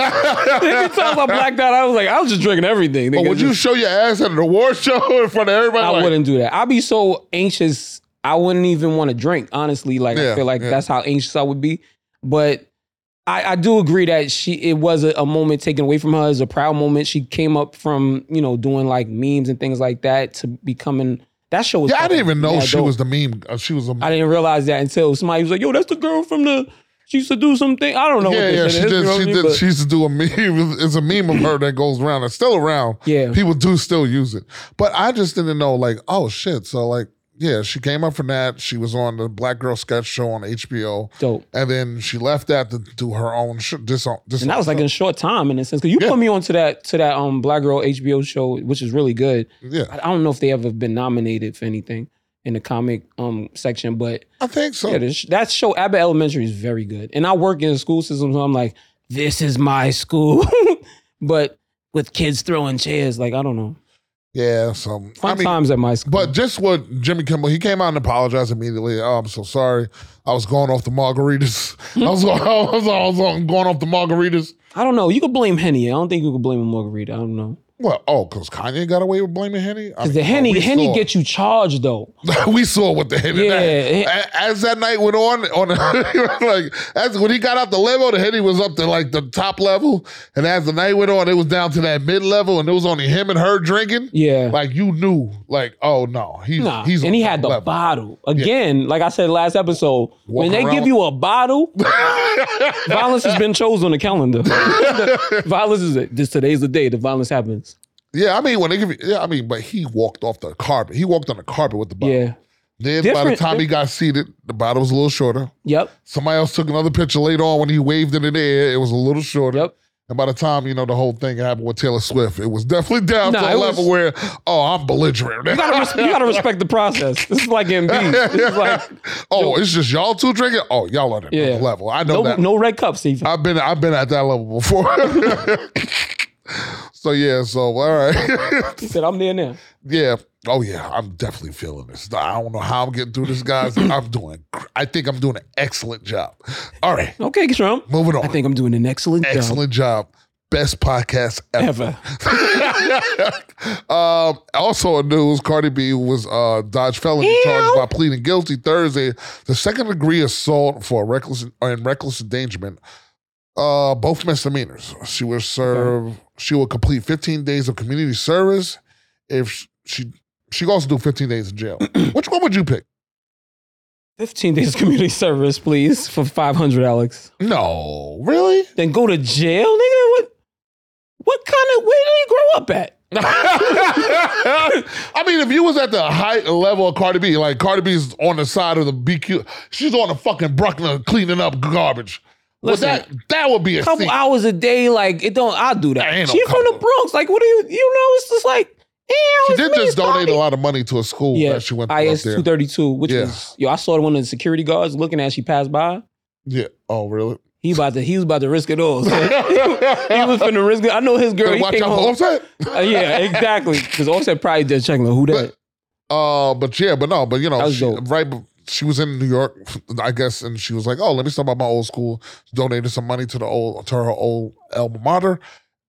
Speaker 2: time I blacked out, I was like, I was just drinking everything.
Speaker 1: But
Speaker 2: nigga.
Speaker 1: would you show your ass at an award show in front of everybody?
Speaker 2: I
Speaker 1: Like,
Speaker 2: wouldn't do that. I'd be so anxious. I wouldn't even want to drink. Honestly, like
Speaker 1: Yeah,
Speaker 2: I feel like
Speaker 1: yeah.
Speaker 2: that's how anxious I would be. But I, I do agree that she it was a, a moment taken away from her. It was a proud moment. She came up from you know doing like memes and things like that to becoming that show. Was
Speaker 1: Yeah, I didn't even know
Speaker 2: yeah,
Speaker 1: she
Speaker 2: dope.
Speaker 1: was the meme. uh, She was a
Speaker 2: I didn't realize that until somebody was like, "Yo, that's the girl from the." She used to do something. I don't
Speaker 1: (laughs)
Speaker 2: know.
Speaker 1: yeah,
Speaker 2: what
Speaker 1: yeah,
Speaker 2: this
Speaker 1: she
Speaker 2: shit is, you know
Speaker 1: did.
Speaker 2: what I
Speaker 1: She
Speaker 2: mean?
Speaker 1: did.
Speaker 2: But-
Speaker 1: She used to do a meme. (laughs) It's a meme of her that goes around. It's still around.
Speaker 2: Yeah.
Speaker 1: people do still use it. But I just didn't know. Like, oh shit. So like, yeah, she came up from that. She was on the Black Girl Sketch Show on HBO,
Speaker 2: Dope.
Speaker 1: and then she left that to do her own. Sh- this own. This
Speaker 2: And that was like in a short time in a sense. Cause you put me onto that to that um Black Girl HBO show, which is really good.
Speaker 1: yeah,
Speaker 2: I I don't know if they ever been nominated for anything in the comic um section, but
Speaker 1: I think so.
Speaker 2: yeah, this, that show Abbott Elementary is very good. And I work in the school system, so I'm like, this is my school, (laughs) but with kids throwing chairs, like I don't know,
Speaker 1: yeah, so
Speaker 2: fun
Speaker 1: I mean,
Speaker 2: times at my school.
Speaker 1: But just what Jimmy Kimmel, he came out and apologized immediately. Oh, I'm so sorry. I was going off the margaritas. (laughs) I was, going, I was, I was going off the margaritas.
Speaker 2: I don't know, you could blame Henny. I don't think you could blame a margarita. I don't know.
Speaker 1: Well, oh, because Kanye got away with blaming Henny. I
Speaker 2: Cause
Speaker 1: mean,
Speaker 2: the
Speaker 1: we
Speaker 2: henny, henny
Speaker 1: saw-
Speaker 2: get you charged though.
Speaker 1: (laughs) we saw what the Henny.
Speaker 2: Yeah, it-
Speaker 1: That, a- as that night went on, on (laughs) like as when he got out the level, the Henny was up to like the top level, and as the night went on, it was down to that mid level, and it was only him and her drinking.
Speaker 2: Yeah.
Speaker 1: Like you knew, like oh no, he's
Speaker 2: Nah,
Speaker 1: he's on
Speaker 2: and he
Speaker 1: top
Speaker 2: had the
Speaker 1: level.
Speaker 2: bottle again. Like I said last episode, when
Speaker 1: Walking
Speaker 2: they
Speaker 1: around-
Speaker 2: give you a (laughs) bottle, violence has been chosen on the (laughs) calendar. violence is it. This today's the day the violence happens.
Speaker 1: Yeah, I mean when they give you, yeah, I mean, but he walked off the carpet. He walked on the carpet with the bottle.
Speaker 2: Yeah.
Speaker 1: Then by the
Speaker 2: Different-
Speaker 1: time he got seated, the bottle was a little shorter.
Speaker 2: Yep.
Speaker 1: Somebody else took another picture later on when he waved in the air. It was a little shorter.
Speaker 2: Yep.
Speaker 1: And by the time you know the whole thing happened with Taylor Swift, it was definitely down
Speaker 2: Nah,
Speaker 1: to a
Speaker 2: it
Speaker 1: level
Speaker 2: was-
Speaker 1: where oh I'm belligerent.
Speaker 2: You gotta, res- you gotta respect the process. This is like getting beat. This (laughs) is like
Speaker 1: (laughs) oh, it's just y'all two drinking. Oh, y'all on another
Speaker 2: Yeah.
Speaker 1: level. I know
Speaker 2: no,
Speaker 1: that.
Speaker 2: no red cups even.
Speaker 1: I've been I've been at that level before. (laughs) so yeah. So all right. (laughs)
Speaker 2: He said, "I'm there now."
Speaker 1: Yeah. Oh yeah, I'm definitely feeling this. I don't know how I'm getting through this,
Speaker 2: (clears throat)
Speaker 1: guys. I'm doing. gr- I think I'm doing an excellent job. All right,
Speaker 2: Okay, Trump.
Speaker 1: moving on.
Speaker 2: I think I'm doing an excellent, job
Speaker 1: excellent job. Best podcast ever.
Speaker 2: ever.
Speaker 1: (laughs) um, also in news, Cardi B was uh, dodged felony charges by pleading guilty Thursday to second degree assault for reckless and reckless endangerment. Uh, both misdemeanors. She will serve. She will complete 15 days of community service. If sh- she she could also do 15 days in jail. Which one would you pick?
Speaker 2: Fifteen days community service, please, for five hundred, Alex.
Speaker 1: No, really?
Speaker 2: Then go to jail, nigga. What? What kind of? Where did he grow up
Speaker 1: (laughs)
Speaker 2: at?
Speaker 1: I mean, if you was at the high level of Cardi B, like Cardi B's on the side of the BQ, she's on the fucking Bruckner cleaning up garbage. Well,
Speaker 2: Listen.
Speaker 1: that that would be a
Speaker 2: couple
Speaker 1: scene.
Speaker 2: hours a day, like it don't. I do that.
Speaker 1: That ain't no
Speaker 2: she from the
Speaker 1: couple.
Speaker 2: Bronx, like what do you? You know, it's just like. Yeah,
Speaker 1: She did just donate a lot of money to a school
Speaker 2: Yeah,
Speaker 1: that she went to up
Speaker 2: IS
Speaker 1: there.
Speaker 2: two thirty two, which
Speaker 1: Yeah.
Speaker 2: was yo. I saw one of the security guards looking as she passed by.
Speaker 1: Yeah. Oh, really?
Speaker 2: He about to. He was about to risk it
Speaker 1: (laughs)
Speaker 2: all. So (laughs) he
Speaker 1: Better
Speaker 2: was finna risk it. I know his girl. He
Speaker 1: Watch
Speaker 2: came
Speaker 1: out
Speaker 2: home.
Speaker 1: for offset.
Speaker 2: Uh, yeah, exactly. Because Offset probably just checking like, who that.
Speaker 1: Uh, but yeah, but no, but you
Speaker 2: That
Speaker 1: know,
Speaker 2: was
Speaker 1: she,
Speaker 2: dope.
Speaker 1: right. bef- She was in New York, I guess, and she was like, "Oh, let me stop by my old school." Donated some money to the old to her old alma mater,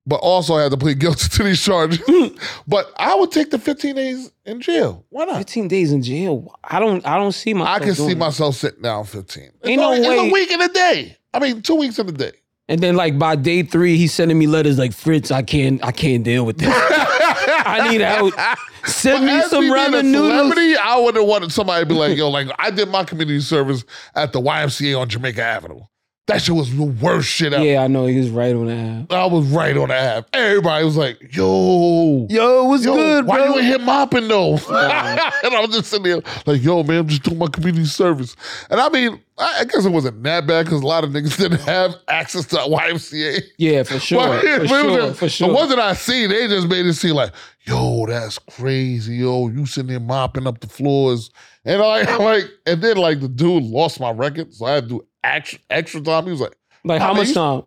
Speaker 1: but also had to plead guilty (laughs) to these charges.
Speaker 2: (clears throat)
Speaker 1: but I would take the 15 days in jail. Why not?
Speaker 2: Fifteen days in jail. I don't. I don't see myself.
Speaker 1: I can see
Speaker 2: doing that.
Speaker 1: myself sitting down 15. It's
Speaker 2: Ain't no
Speaker 1: only- It's
Speaker 2: way-
Speaker 1: a week in a day. I mean, two weeks in a day. (laughs)
Speaker 2: And then like by day three, he's sending me letters like Fritz, I can't, I can't deal
Speaker 1: (laughs)
Speaker 2: with this. (laughs) I need out. Send me
Speaker 1: As
Speaker 2: some
Speaker 1: me being a
Speaker 2: ramen noodles.
Speaker 1: celebrity, I would have wanted somebody to be like, yo, like I did my community service at the YMCA on Jamaica Avenue. That shit was the worst shit ever.
Speaker 2: Yeah, I know he was right on that.
Speaker 1: I was right on the app. Everybody was like, yo,
Speaker 2: Yo, what's
Speaker 1: yo, why you in here mopping though? (laughs) and I was just sitting there like, yo, man, I'm just doing my community service. And I mean, I, I guess it wasn't that bad because a lot of niggas (laughs) didn't have access to YMCA.
Speaker 2: yeah, for sure,
Speaker 1: But- but (laughs)
Speaker 2: for
Speaker 1: it
Speaker 2: sure,
Speaker 1: was-
Speaker 2: for sure.
Speaker 1: The ones that I see, they just made it seem like, yo, that's crazy, yo. You sitting there mopping up the floors. And I (laughs) like, and then like the dude lost my record, so I had to do extra, extra time. He was like,
Speaker 2: like
Speaker 1: I
Speaker 2: how
Speaker 1: mean,
Speaker 2: much
Speaker 1: you-
Speaker 2: time?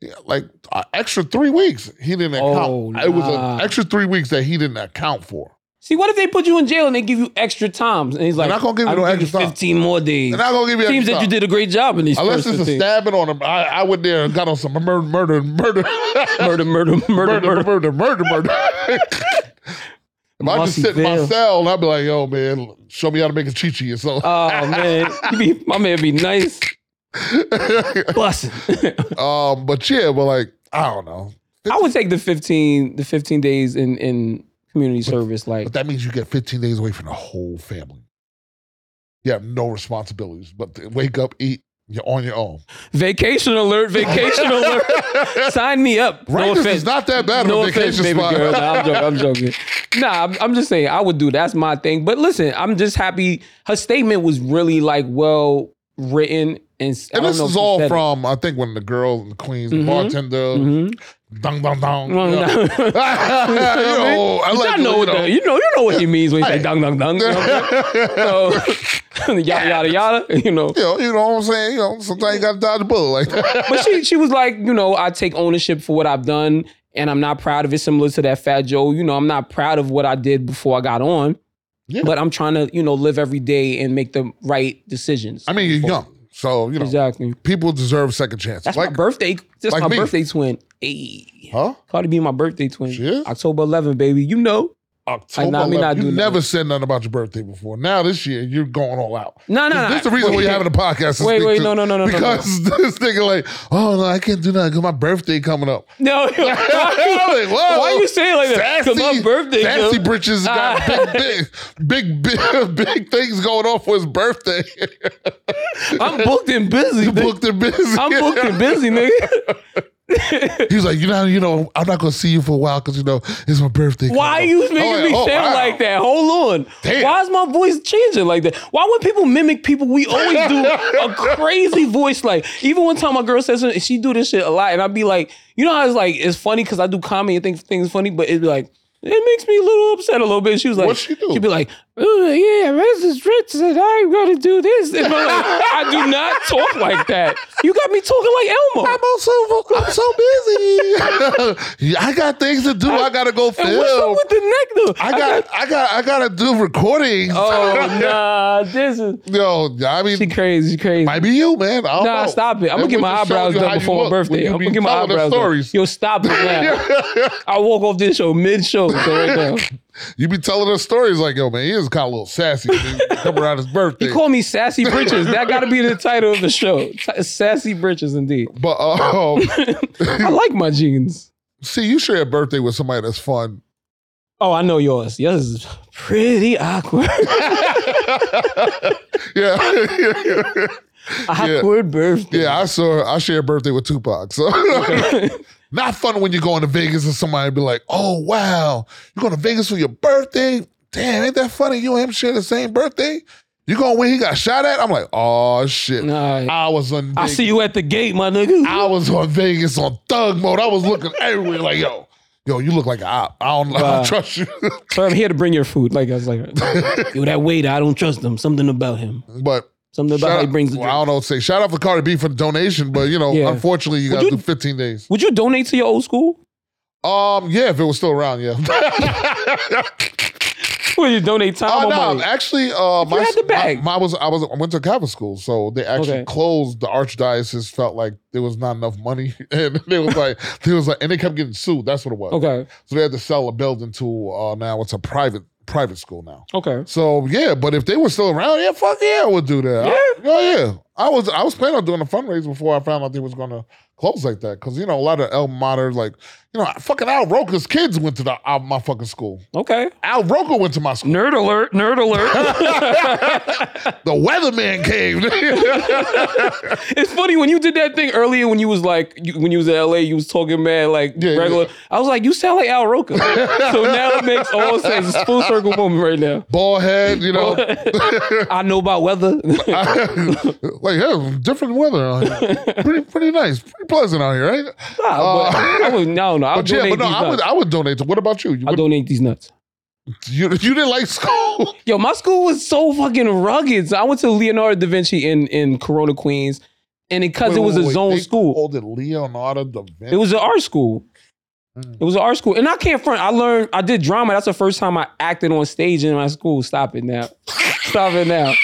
Speaker 1: yeah, like uh, extra three weeks. He didn't account.
Speaker 2: Oh,
Speaker 1: It was
Speaker 2: nah.
Speaker 1: an extra three weeks that he didn't account for.
Speaker 2: See, what if they put you in jail and they give you extra times? And he's like,
Speaker 1: not gonna give you
Speaker 2: "I'll
Speaker 1: no extra time."
Speaker 2: Fifteen more days.
Speaker 1: And I'm gonna give you
Speaker 2: Seems
Speaker 1: extra
Speaker 2: that you
Speaker 1: time.
Speaker 2: did a great job in these.
Speaker 1: Unless
Speaker 2: first
Speaker 1: it's a
Speaker 2: 15.
Speaker 1: stabbing on him, I, I went there and got on some murder, murder, murder, (laughs)
Speaker 2: murder, murder, murder,
Speaker 1: murder,
Speaker 2: murder.
Speaker 1: murder, murder, murder. If I just
Speaker 2: Mossy
Speaker 1: sit in my
Speaker 2: Vale.
Speaker 1: cell and I'd be like, yo, man, show me how to make a chi chi or something. (laughs)
Speaker 2: Oh man, You be- my man be nice, busting.
Speaker 1: (laughs) um, but yeah, but like, I don't know.
Speaker 2: (laughs) I would take the fifteen, the fifteen days in in community service. Like,
Speaker 1: But that means you get 15 days away from the whole family. You have no responsibilities, but to wake up, eat, you're on your own. (laughs)
Speaker 2: Vacation alert, vacation alert. Sign me up.
Speaker 1: Right?
Speaker 2: no
Speaker 1: this
Speaker 2: offense.
Speaker 1: is not that bad of
Speaker 2: no
Speaker 1: a vacation
Speaker 2: offense, baby
Speaker 1: spot.
Speaker 2: girl. Nah, I'm joking. I'm joking. Nah, I'm, I'm just saying I would do. That's my thing. But listen, I'm just happy. Her statement was really like well written, and s-
Speaker 1: (laughs)
Speaker 2: I
Speaker 1: and
Speaker 2: don't
Speaker 1: this
Speaker 2: know if
Speaker 1: is
Speaker 2: she
Speaker 1: all
Speaker 2: said it.
Speaker 1: from I think when the girl and the queens, the
Speaker 2: Mhm.
Speaker 1: bartender,
Speaker 2: Mhm.
Speaker 1: dong dong dong.
Speaker 2: Well,
Speaker 1: you know.
Speaker 2: no. (laughs)
Speaker 1: You (laughs) know, I
Speaker 2: But
Speaker 1: like
Speaker 2: y'all know
Speaker 1: you
Speaker 2: what
Speaker 1: know.
Speaker 2: the- you know you know what he means when he
Speaker 1: Hey.
Speaker 2: say dong dong dong. You know what
Speaker 1: (laughs)
Speaker 2: I'm saying? so (laughs) yada yada yada. You know,
Speaker 1: You know, you know what I'm saying? You know, sometimes you gotta dodge a bullet like that.
Speaker 2: but she she was like, you know, I take ownership for what I've done, and I'm not proud of it. Similar to that Fat Joe, you know, I'm not proud of what I did before I got on,
Speaker 1: Yeah.
Speaker 2: but I'm trying to, you know, live every day and make the right decisions.
Speaker 1: I mean, you're young. So you know,
Speaker 2: Exactly.
Speaker 1: people deserve second chances.
Speaker 2: That's
Speaker 1: like,
Speaker 2: my birthday. That's
Speaker 1: like
Speaker 2: my
Speaker 1: me.
Speaker 2: birthday twin. Hey.
Speaker 1: huh?
Speaker 2: Cardi B, my birthday twin.
Speaker 1: She is?
Speaker 2: October 11th, baby. You know.
Speaker 1: October.
Speaker 2: nah, me
Speaker 1: 11th.
Speaker 2: not
Speaker 1: you
Speaker 2: do that.
Speaker 1: never said nothing about your birthday before. Now this year, you're going all out.
Speaker 2: No, no, no.
Speaker 1: This is the reason
Speaker 2: Wait.
Speaker 1: we're having a podcast. to
Speaker 2: Wait,
Speaker 1: speak
Speaker 2: wait,
Speaker 1: to.
Speaker 2: no, no, no, no, no, no.
Speaker 1: Because (laughs) this nigga like, oh no, I can't do nothing because my birthday coming up. (laughs)
Speaker 2: No. (laughs) why,
Speaker 1: Like, whoa.
Speaker 2: why you saying like that? Because my birthday.
Speaker 1: Sassy
Speaker 2: yo.
Speaker 1: britches got
Speaker 2: Ah.
Speaker 1: big, big, big, big, big things going on for his birthday.
Speaker 2: I'm booked and busy. nigga.
Speaker 1: booked and busy.
Speaker 2: I'm booked
Speaker 1: (laughs)
Speaker 2: and busy, nigga.
Speaker 1: He's like, you know, you know, I'm not gonna see you for a while because you know it's my birthday. coming
Speaker 2: Why
Speaker 1: up."
Speaker 2: you
Speaker 1: I'm
Speaker 2: making
Speaker 1: like,
Speaker 2: me
Speaker 1: "Oh,
Speaker 2: sound
Speaker 1: wow."
Speaker 2: like that? Hold on.
Speaker 1: Damn.
Speaker 2: Why is my voice changing like that? Why when people mimic people, we
Speaker 1: (laughs)
Speaker 2: always do a crazy voice. Like even one time my girl said something, she do this shit a lot, and I'd be like, you know how it's like it's funny because I do comedy and think things funny, but it'd be like. It makes me a little upset a little bit. She was like,
Speaker 1: What she do?
Speaker 2: She'd be like, "Oh, yeah, Mrs. Richardson, I'm gonna do this." And I'm like, I do not talk like that. You got me talking like Elmo.
Speaker 1: I'm also I'm so busy. (laughs) Yeah, I got things to do. I gotta go
Speaker 2: And what's up
Speaker 1: film.
Speaker 2: with the neck though?
Speaker 1: I (laughs) got, I got, I gotta do recordings.
Speaker 2: (laughs) Oh nah, this is
Speaker 1: (laughs) Yo, I mean,
Speaker 2: she crazy, she crazy.
Speaker 1: might be you, man. I don't
Speaker 2: Nah,
Speaker 1: know.
Speaker 2: stop it. I'm gonna
Speaker 1: That
Speaker 2: get my
Speaker 1: would just show
Speaker 2: eyebrows
Speaker 1: you how
Speaker 2: done
Speaker 1: you
Speaker 2: before my
Speaker 1: look when
Speaker 2: birthday.
Speaker 1: you
Speaker 2: I'm
Speaker 1: be
Speaker 2: gonna get my
Speaker 1: telling the
Speaker 2: eyebrows done.
Speaker 1: stories.
Speaker 2: Yo, stop it
Speaker 1: (laughs)
Speaker 2: now. I walk off this show mid show. So right now.
Speaker 1: You be telling us stories like, yo, man, he is kind of a little sassy. dude. Come around his birthday.
Speaker 2: They call me Sassy Britches. That gotta be the title of the show. T- Sassy Britches, indeed.
Speaker 1: But uh, um, (laughs)
Speaker 2: I like my jeans.
Speaker 1: see, you share a birthday with somebody that's fun.
Speaker 2: Oh, I know yours. Yours is pretty awkward. (laughs)
Speaker 1: Yeah, (laughs)
Speaker 2: awkward birthday.
Speaker 1: yeah. I saw. I share a birthday with Tupac. So (laughs) not fun when you're going to Vegas and somebody be like, "Oh wow, you're going to Vegas for your birthday? Damn, ain't that funny? You and him share the same birthday? You going where he got shot at?" I'm like, "Oh shit,
Speaker 2: Nah.
Speaker 1: I was on.
Speaker 2: I
Speaker 1: Vegas.
Speaker 2: see you at the gate, my nigga.
Speaker 1: I was on Vegas on thug mode. I was looking everywhere like, yo, yo, you look like an op. I don't, I don't
Speaker 2: Wow.
Speaker 1: trust you. (laughs)
Speaker 2: So I'm here to bring your food. Like I was like, yo, that waiter, I don't trust him. Something about him.
Speaker 1: but
Speaker 2: Something about
Speaker 1: shout
Speaker 2: how he
Speaker 1: out-
Speaker 2: brings the
Speaker 1: well, I don't know. Say shout out for Cardi B for the donation, but you know,
Speaker 2: Yeah.
Speaker 1: unfortunately, you got to
Speaker 2: you-
Speaker 1: do 15 days.
Speaker 2: Would you donate to your old school?
Speaker 1: Um, yeah, if it was still around, yeah. (laughs)
Speaker 2: (laughs) Would you donate time
Speaker 1: Oh
Speaker 2: or
Speaker 1: no!
Speaker 2: money?
Speaker 1: Actually, uh, my,
Speaker 2: had the
Speaker 1: my-
Speaker 2: bag.
Speaker 1: my- I was I was I went to Catholic school, so they actually
Speaker 2: Okay.
Speaker 1: closed the archdiocese. Felt like there was not enough money, (laughs) and they was like they was like, and they kept getting sued. That's what it was.
Speaker 2: Okay.
Speaker 1: So they had to sell a building to uh, now it's a private private school now.
Speaker 2: Okay.
Speaker 1: So yeah, but if they were still around, yeah, fuck yeah, I would do that.
Speaker 2: Yeah?
Speaker 1: I, yeah, yeah. I was I was planning on doing a fundraiser before I found out they was gonna close like that because you know a lot of El Mater like you know fucking Al Roker's kids went to the uh, my fucking school.
Speaker 2: Okay.
Speaker 1: Al Roker went to my school.
Speaker 2: Nerd alert. Nerd alert.
Speaker 1: The weatherman came.
Speaker 2: (laughs)
Speaker 1: (laughs)
Speaker 2: it's funny when you did that thing earlier when you was like you, when you was in LA, you was talking mad like
Speaker 1: Yeah,
Speaker 2: regular. I was like, you sound like
Speaker 1: (laughs)
Speaker 2: Al Roker. so now it makes all sense. It's full circle moment right now.
Speaker 1: Ball head, you know, (laughs)
Speaker 2: (laughs) I know about weather.
Speaker 1: like yeah, different weather. Out here. Pretty pretty nice, pretty pleasant out here, right?
Speaker 2: Nah, but I would no no. I would
Speaker 1: But yeah,
Speaker 2: donate
Speaker 1: but no,
Speaker 2: these
Speaker 1: I would
Speaker 2: nuts.
Speaker 1: I would donate to. What about you? You,
Speaker 2: I
Speaker 1: would,
Speaker 2: donate these nuts.
Speaker 1: you, you didn't like school.
Speaker 2: Yo, my school was so fucking rugged. So I went to Leonardo da Vinci in in Corona Queens, and because
Speaker 1: Wait,
Speaker 2: it was
Speaker 1: wait,
Speaker 2: a
Speaker 1: wait.
Speaker 2: zone
Speaker 1: They
Speaker 2: school,
Speaker 1: Called it Leonardo da Vinci.
Speaker 2: it was an art school.
Speaker 1: Mm.
Speaker 2: It was an art school, and I can't front. I learned. I did drama. That's the first time I acted on stage in my school. Stop it now. Stop it now.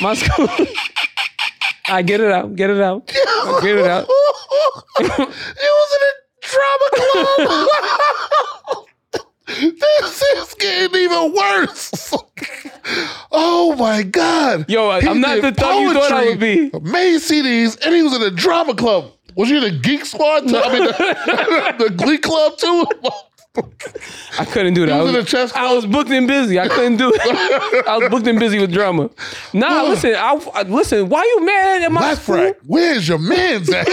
Speaker 2: My (laughs) school. I get it out. Get it out. Get
Speaker 1: (laughs)
Speaker 2: it out.
Speaker 1: it was in a drama
Speaker 2: (laughs)
Speaker 1: club. this is getting even worse. (laughs) oh my god!
Speaker 2: Yo, I-
Speaker 1: He
Speaker 2: I'm not
Speaker 1: did
Speaker 2: the thug you thought I would
Speaker 1: poetry,
Speaker 2: be.
Speaker 1: Made CDs, and he was in a drama club. Was you in the Geek Squad? too? (laughs) I mean, the, the Glee Club
Speaker 2: (laughs)
Speaker 1: too.
Speaker 2: I couldn't do that. I
Speaker 1: was in
Speaker 2: was,
Speaker 1: the chess
Speaker 2: I was booked and busy. I
Speaker 1: (laughs)
Speaker 2: couldn't do it. I was booked and busy with drama. Nah, listen. I, I- listen. Why you mad at my
Speaker 1: Black
Speaker 2: school?
Speaker 1: Frack, where's your man's at? (laughs)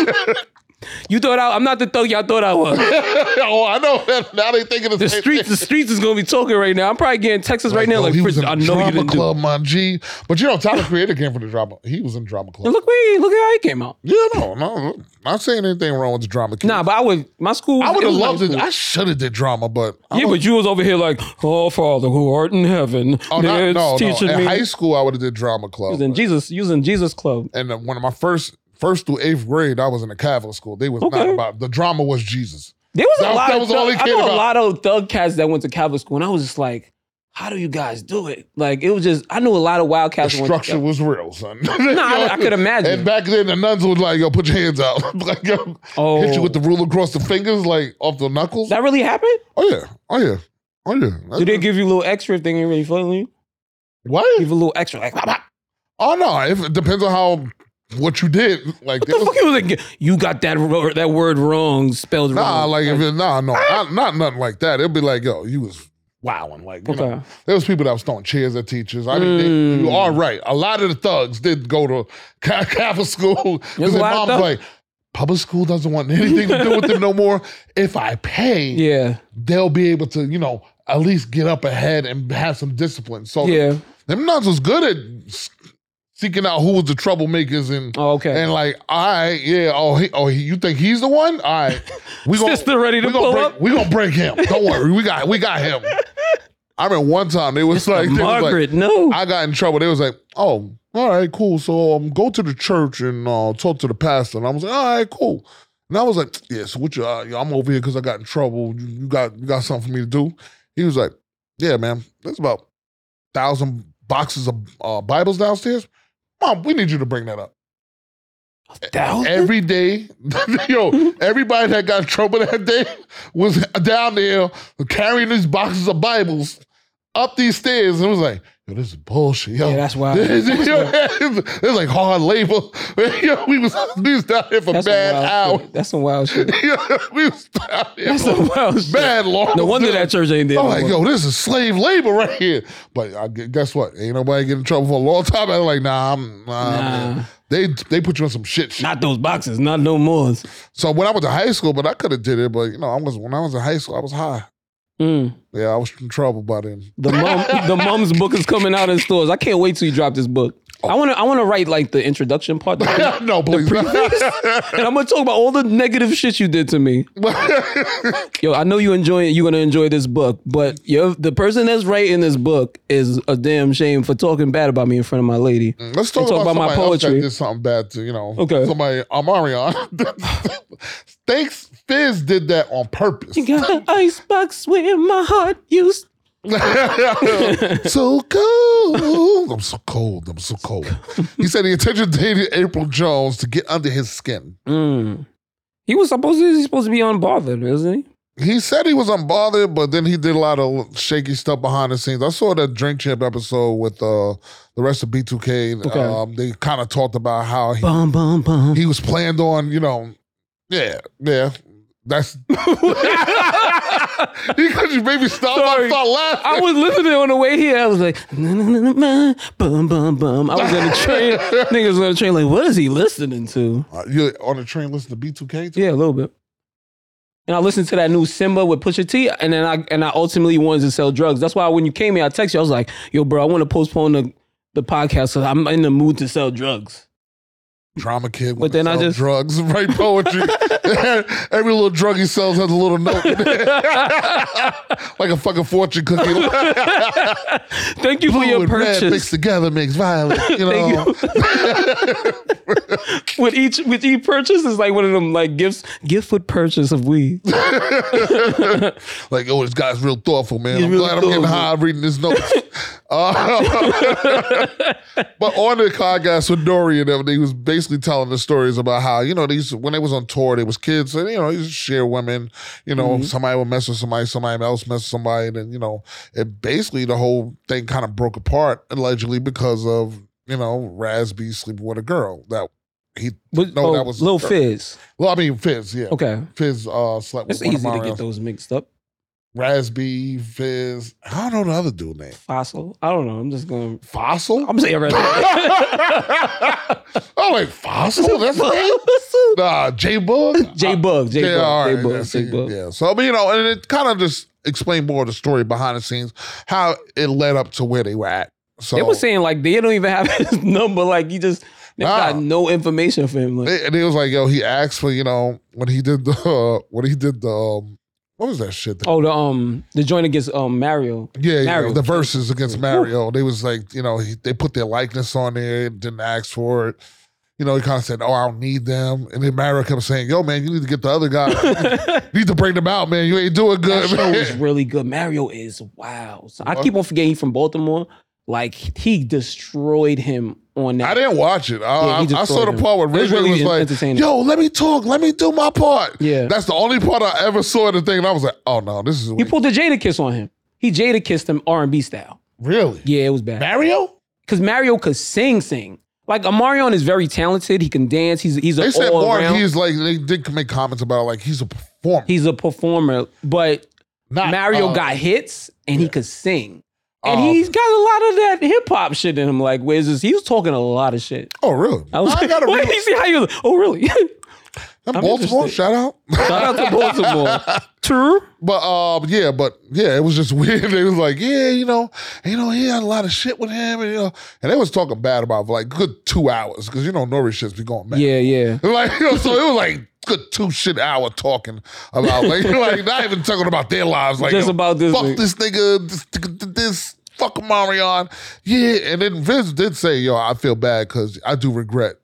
Speaker 2: You thought I, I'm not the thug y'all thought I was.
Speaker 1: oh, I know. (laughs) Now they thinking
Speaker 2: The streets, the streets is gonna be talking right now. I'm probably getting texts right now.
Speaker 1: Yo,
Speaker 2: Like,
Speaker 1: he
Speaker 2: Fritz,
Speaker 1: was in
Speaker 2: I
Speaker 1: a
Speaker 2: know you
Speaker 1: drama
Speaker 2: didn't
Speaker 1: club, my G. But you know, Tyler Creator came from the drama. He was in drama
Speaker 2: do.
Speaker 1: club.
Speaker 2: it. Look, we look at how he came out.
Speaker 1: Yeah, no, no, not saying anything wrong with the drama. Kid.
Speaker 2: Nah, but I would. My school.
Speaker 1: I would have
Speaker 2: was
Speaker 1: loved
Speaker 2: nice
Speaker 1: it.
Speaker 2: school.
Speaker 1: I should have did drama, but I
Speaker 2: yeah,
Speaker 1: was,
Speaker 2: but you was over here like, oh Father who art in heaven,
Speaker 1: oh, not,
Speaker 2: it's
Speaker 1: no,
Speaker 2: teaching
Speaker 1: no. In
Speaker 2: me. (laughs)
Speaker 1: high school, I would have did drama club.
Speaker 2: using Jesus, using Jesus Club.
Speaker 1: and then one of my first, first through eighth grade, I was in a Catholic school. They was not
Speaker 2: Okay.
Speaker 1: about the drama was Jesus.
Speaker 2: There was
Speaker 1: That
Speaker 2: a
Speaker 1: was-
Speaker 2: lot
Speaker 1: that
Speaker 2: of
Speaker 1: was
Speaker 2: thug,
Speaker 1: all he
Speaker 2: I
Speaker 1: cared
Speaker 2: know a
Speaker 1: about.
Speaker 2: lot of thug cats that went to Catholic school, and I was just like, how do you guys do it? Like it was just I knew a lot of
Speaker 1: The
Speaker 2: wildcats. were-
Speaker 1: structure was real, son. no,
Speaker 2: I-
Speaker 1: (laughs)
Speaker 2: I could imagine.
Speaker 1: And back then, the nuns would like, yo, put your hands out, (laughs) like, yo,
Speaker 2: Oh.
Speaker 1: hit you with the ruler across the fingers, like off the knuckles.
Speaker 2: that really happened?
Speaker 1: oh yeah, oh yeah, oh yeah. That's-
Speaker 2: Did they give you a little extra if they ain't really feeling you?
Speaker 1: what?
Speaker 2: Give a little extra like.
Speaker 1: Oh no, if, it depends on how what you did. Like
Speaker 2: What
Speaker 1: there
Speaker 2: the
Speaker 1: was-
Speaker 2: fuck you like? You got that ro- that word wrong, spelled
Speaker 1: Nah,
Speaker 2: wrong. Ah!
Speaker 1: like if it, nah, no, not, not nothing like that. It'd be like, yo, you was wowing. Like, you know,
Speaker 2: Okay.
Speaker 1: there was people that was throwing chairs at teachers. I mean, they,
Speaker 2: Mm.
Speaker 1: you are right. A lot of the thugs did go to ca- (laughs) Catholic school
Speaker 2: There's
Speaker 1: because
Speaker 2: a
Speaker 1: their
Speaker 2: lot of
Speaker 1: mom's
Speaker 2: thugs.
Speaker 1: like, public school doesn't want anything to do with them
Speaker 2: (laughs)
Speaker 1: no more. If I pay,
Speaker 2: yeah,
Speaker 1: they'll be able to, you know, at least get up ahead and have some discipline. So
Speaker 2: yeah.
Speaker 1: them nuns was good at s- seeking out who was the troublemakers and
Speaker 2: Oh, okay.
Speaker 1: and like, all right, yeah, oh, he, oh, he, you think he's the one? All right,
Speaker 2: (laughs)
Speaker 1: we gonna
Speaker 2: Sister ready to
Speaker 1: we gonna
Speaker 2: pull
Speaker 1: break,
Speaker 2: up?
Speaker 1: We gonna break him. Don't worry, we got we got him. I remember one time they was like, they was like-
Speaker 2: Margaret, no.
Speaker 1: I got in trouble. They was like, oh, all right, cool. So um, go to the church and uh, talk to the pastor. And I was like, all right, cool. And I was like, yeah, so what you, uh, yo, I'm over here because I got in trouble. You, you got you got something for me to do? He was like, yeah, man, there's about thousand boxes of uh, Bibles downstairs. Mom, we need you to bring that up.
Speaker 2: Thousand?
Speaker 1: Every day, (laughs) yo, everybody that got in trouble that day was down there carrying these boxes of Bibles up these stairs. And it was like, yo, this is bullshit. (laughs) Yo.
Speaker 2: yeah, that's wild.
Speaker 1: This is- yo, it's it's like hard labor. (laughs) Yo, we was we was down here for
Speaker 2: That's
Speaker 1: bad
Speaker 2: some wild
Speaker 1: hours.
Speaker 2: shit. That's some wild
Speaker 1: (laughs)
Speaker 2: shit.
Speaker 1: Yo, we was down here
Speaker 2: That's
Speaker 1: for
Speaker 2: some wild
Speaker 1: (laughs)
Speaker 2: shit.
Speaker 1: bad long.
Speaker 2: No wonder that church ain't there.
Speaker 1: I'm
Speaker 2: no
Speaker 1: like,
Speaker 2: more.
Speaker 1: yo, this is slave labor right here. But I, gu- guess what? Ain't nobody getting in trouble for a long time. I'm like, nah, I'm, nah,
Speaker 2: Nah.
Speaker 1: man. They they put you in some shit. shit.
Speaker 2: Not those boxes, not no more.
Speaker 1: So when I went to high school, but I could have did it. But you know, I was when I was in high school, I was high.
Speaker 2: Mm.
Speaker 1: Yeah, I was in trouble by then.
Speaker 2: The mom, the mom's book is coming out in stores. I can't wait till you drop this book.
Speaker 1: Oh.
Speaker 2: I want to, I want to write like the introduction
Speaker 1: (laughs)
Speaker 2: part, (laughs) the pre-
Speaker 1: no, please.
Speaker 2: and I'm gonna talk about all the negative shit you did to me. Yo, I know you enjoy it. You're gonna enjoy this book, but yo, the person that's writing this book is a damn shame for talking bad about me in front of my lady.
Speaker 1: (laughs) Let's talk,
Speaker 2: And talk
Speaker 1: about,
Speaker 2: about my
Speaker 1: somebody else that
Speaker 2: poetry.
Speaker 1: did something bad to you know.
Speaker 2: Okay.
Speaker 1: Somebody
Speaker 2: (laughs)
Speaker 1: Amarion. Thanks, Fizz did that on purpose. (laughs)
Speaker 2: You got (laughs) an icebox where my heart used.
Speaker 1: (laughs) so cold. I'm so cold. I'm so cold.
Speaker 2: (laughs)
Speaker 1: He said he intimidated April Jones to get under his skin.
Speaker 2: Mm. He was supposed to. He's supposed to be unbothered, isn't he?
Speaker 1: He said he was unbothered, but then he did a lot of shaky stuff behind the scenes. I saw that Drink Champ episode with uh, the rest of B2K.
Speaker 2: Okay.
Speaker 1: Um, they kind of talked about how he,
Speaker 2: Bum bum bum.
Speaker 1: he was planned on, you know, yeah, yeah. That's (laughs) because you made me stop. I
Speaker 2: Sorry.
Speaker 1: start laughing.
Speaker 2: I was listening on the way here. I was like, na, na, na, na, na, bum bum bum. I was on the (laughs) train. Niggas on the train. Like, what is he listening to?
Speaker 1: Uh, you on the train listening to B2K?
Speaker 2: Yeah, a little bit. And I listened to that new Simba with Pusha T, and then I and I ultimately wanted to sell drugs. That's why when you came here, I texted you. I was like, "Yo, bro, I want to postpone the the podcast because I'm in the mood to sell drugs."
Speaker 1: Drama kid.
Speaker 2: But then I
Speaker 1: sell
Speaker 2: just-
Speaker 1: drugs, (laughs) write poetry. Every little drug he sells has a little note, in it. (laughs) like a fucking fortune cookie.
Speaker 2: Thank you for
Speaker 1: Blue
Speaker 2: your
Speaker 1: and red mixed
Speaker 2: purchase.
Speaker 1: together makes violet.
Speaker 2: (laughs)
Speaker 1: You
Speaker 2: Thank
Speaker 1: know,
Speaker 2: With each with each purchase is like one of them like gifts gift with purchase of weed.
Speaker 1: like oh, this guy's real thoughtful, man.
Speaker 2: He's
Speaker 1: I'm
Speaker 2: really
Speaker 1: glad I'm getting
Speaker 2: thoughtful.
Speaker 1: high reading this
Speaker 2: (laughs)
Speaker 1: note. Uh, (laughs) but on the podcast with Dory and them, they was basically telling the stories about how you know these when they was on tour, they was kids, and you know, they used to share women. You know,
Speaker 2: Mm-hmm.
Speaker 1: somebody would mess with somebody, somebody else mess with somebody, and then, you know, it basically the whole thing kind of broke apart allegedly because of you know Rasby sleeping with a girl that he
Speaker 2: But,
Speaker 1: No,
Speaker 2: oh,
Speaker 1: that was-
Speaker 2: Lil Fizz.
Speaker 1: Well, I mean Fizz, yeah.
Speaker 2: Okay,
Speaker 1: Fizz uh slept with
Speaker 2: it's
Speaker 1: one
Speaker 2: easy
Speaker 1: of
Speaker 2: to
Speaker 1: Mario's.
Speaker 2: get those mixed up.
Speaker 1: Rasby, Fizz. I don't know the other dude name.
Speaker 2: Fossil. I don't know. I'm just gonna.
Speaker 1: Fossil?
Speaker 2: I'm saying (laughs) red.
Speaker 1: I'm like, (laughs) Fossil? That's the name? Nah, J Bug?
Speaker 2: (laughs) J Bug. J
Speaker 1: Yeah, all
Speaker 2: Bug.
Speaker 1: right.
Speaker 2: J
Speaker 1: yeah,
Speaker 2: Bug.
Speaker 1: see,
Speaker 2: J Bug.
Speaker 1: yeah. So, I mean, you know, and it kind of just explained more of the story behind the scenes, how it led up to where they were at. So,
Speaker 2: They were saying like they don't even have (laughs) his number. Like he just they
Speaker 1: Nah.
Speaker 2: got no information for him. Like,
Speaker 1: They- and it was like, yo, he asked for, you know, when he did the, (laughs) uh, when he did the, um, what was that shit?
Speaker 2: oh, the um the joint against um Mario. (laughs)
Speaker 1: Yeah, yeah,
Speaker 2: Mario.
Speaker 1: the verses against Mario. They was like, you know, he, they put their likeness on there, didn't ask for it. you know, he kind of said, "Oh, I don't need them." And then Mara kept saying, "Yo, man, you need to get the other
Speaker 2: (laughs)
Speaker 1: guy. you need to bring them out, man. You ain't doing
Speaker 2: That
Speaker 1: good."
Speaker 2: show
Speaker 1: man."
Speaker 2: was really good. Mario is wow. So I
Speaker 1: What?
Speaker 2: keep on forgetting he's from Baltimore. Like he destroyed him on that.
Speaker 1: I didn't watch it.
Speaker 2: Yeah,
Speaker 1: I,
Speaker 2: he
Speaker 1: I, I
Speaker 2: just
Speaker 1: saw
Speaker 2: throw
Speaker 1: the
Speaker 2: it in.
Speaker 1: part where
Speaker 2: It was
Speaker 1: Ridgeway
Speaker 2: really
Speaker 1: was like,
Speaker 2: entertaining.
Speaker 1: "Yo, let me talk. Let me do my part."
Speaker 2: Yeah.
Speaker 1: that's the only part I ever saw in the thing, and I was like, "Oh no, this is
Speaker 2: he
Speaker 1: weak.
Speaker 2: pulled the Jada kiss on him. He Jada kissed him R and B style.
Speaker 1: really
Speaker 2: Yeah, it was bad.
Speaker 1: Mario."
Speaker 2: because Mario could sing, sing. Like Amarion is very talented. He can dance. He's he's
Speaker 1: They
Speaker 2: a
Speaker 1: said
Speaker 2: all
Speaker 1: more.
Speaker 2: around. He's,
Speaker 1: He's like they did make comments about like he's a performer.
Speaker 2: a performer, but
Speaker 1: Not,
Speaker 2: Mario
Speaker 1: uh,
Speaker 2: got hits and he could sing, and
Speaker 1: Oh.
Speaker 2: he's got a lot of that hip hop shit in him. Like, where's this? He was talking a lot of shit.
Speaker 1: Oh really?
Speaker 2: I was like, (laughs)
Speaker 1: gotta
Speaker 2: wait,
Speaker 1: read
Speaker 2: you see how you? Oh, really? (laughs)
Speaker 1: that
Speaker 2: I'm
Speaker 1: Baltimore
Speaker 2: interested.
Speaker 1: shout out. (laughs)
Speaker 2: Shout out to Baltimore. (laughs) True.
Speaker 1: But um, yeah, but yeah, it was just (laughs) weird. They was like, yeah, you know, you know, he had a lot of shit with him, and you know, and they was talking bad about it for like good two hours because you know Norris shit's be going mad.
Speaker 2: Yeah, yeah.
Speaker 1: (laughs) Like you know, so it was like good two shit hour talking about like (laughs) like not even talking about their lives, like
Speaker 2: Just
Speaker 1: yo,
Speaker 2: about this
Speaker 1: Fuck
Speaker 2: nigga.
Speaker 1: this nigga, this, nigga, this fuck Marion. Yeah, and then Vince did say, yo, I feel bad because I do regret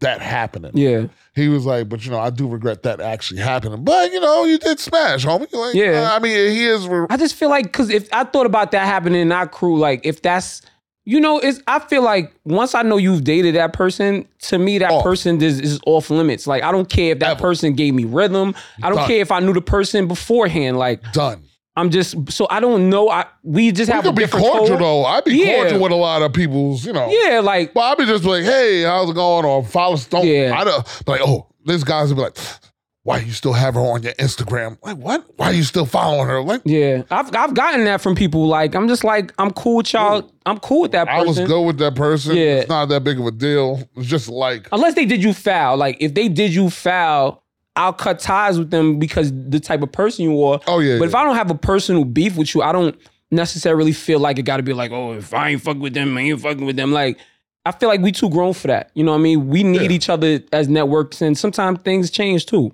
Speaker 1: that happening.
Speaker 2: Yeah,
Speaker 1: He was like, but you know, I do regret that actually happening. But you know, you did smash, homie. Like,
Speaker 2: Yeah.
Speaker 1: I mean, he is. re-
Speaker 2: I just feel like because if I thought about that happening in our crew, like if that's you know, it's I feel like once I know you've dated that person, to me that
Speaker 1: Off.
Speaker 2: person is, is off limits. Like I don't care if that
Speaker 1: Ever.
Speaker 2: person gave me rhythm. I don't
Speaker 1: Done.
Speaker 2: care if I knew the person beforehand. Like
Speaker 1: done.
Speaker 2: I'm just so I don't know. I we just
Speaker 1: You
Speaker 2: have a
Speaker 1: could be
Speaker 2: different
Speaker 1: cordial
Speaker 2: code.
Speaker 1: though. I'd be
Speaker 2: Yeah.
Speaker 1: cordial with a lot of people's, you know.
Speaker 2: Yeah, like
Speaker 1: But I'd be just like, hey, how's it going? Or follow Stone.
Speaker 2: Yeah.
Speaker 1: I'd uh, be like, oh, this guy's be like, why you still have her on your Instagram? Like, what? Why you still following her? Like,
Speaker 2: yeah. I've I've gotten that from people. Like I'm just like I'm cool with y'all. I'm cool with that
Speaker 1: I
Speaker 2: person.
Speaker 1: was good with that person.
Speaker 2: Yeah.
Speaker 1: It's not that big of a deal. It's just like,
Speaker 2: unless they did you foul. Like if they did you foul, I'll cut ties with them because the type of person you are.
Speaker 1: Oh, yeah,
Speaker 2: But if
Speaker 1: yeah.
Speaker 2: I don't have a personal beef with you, I don't necessarily feel like it got to be like, oh, if I ain't fucking with them, I ain't fucking with them. Like I feel like we too grown for that. You know what I mean? We need
Speaker 1: Yeah.
Speaker 2: each other as networks, and sometimes things change too.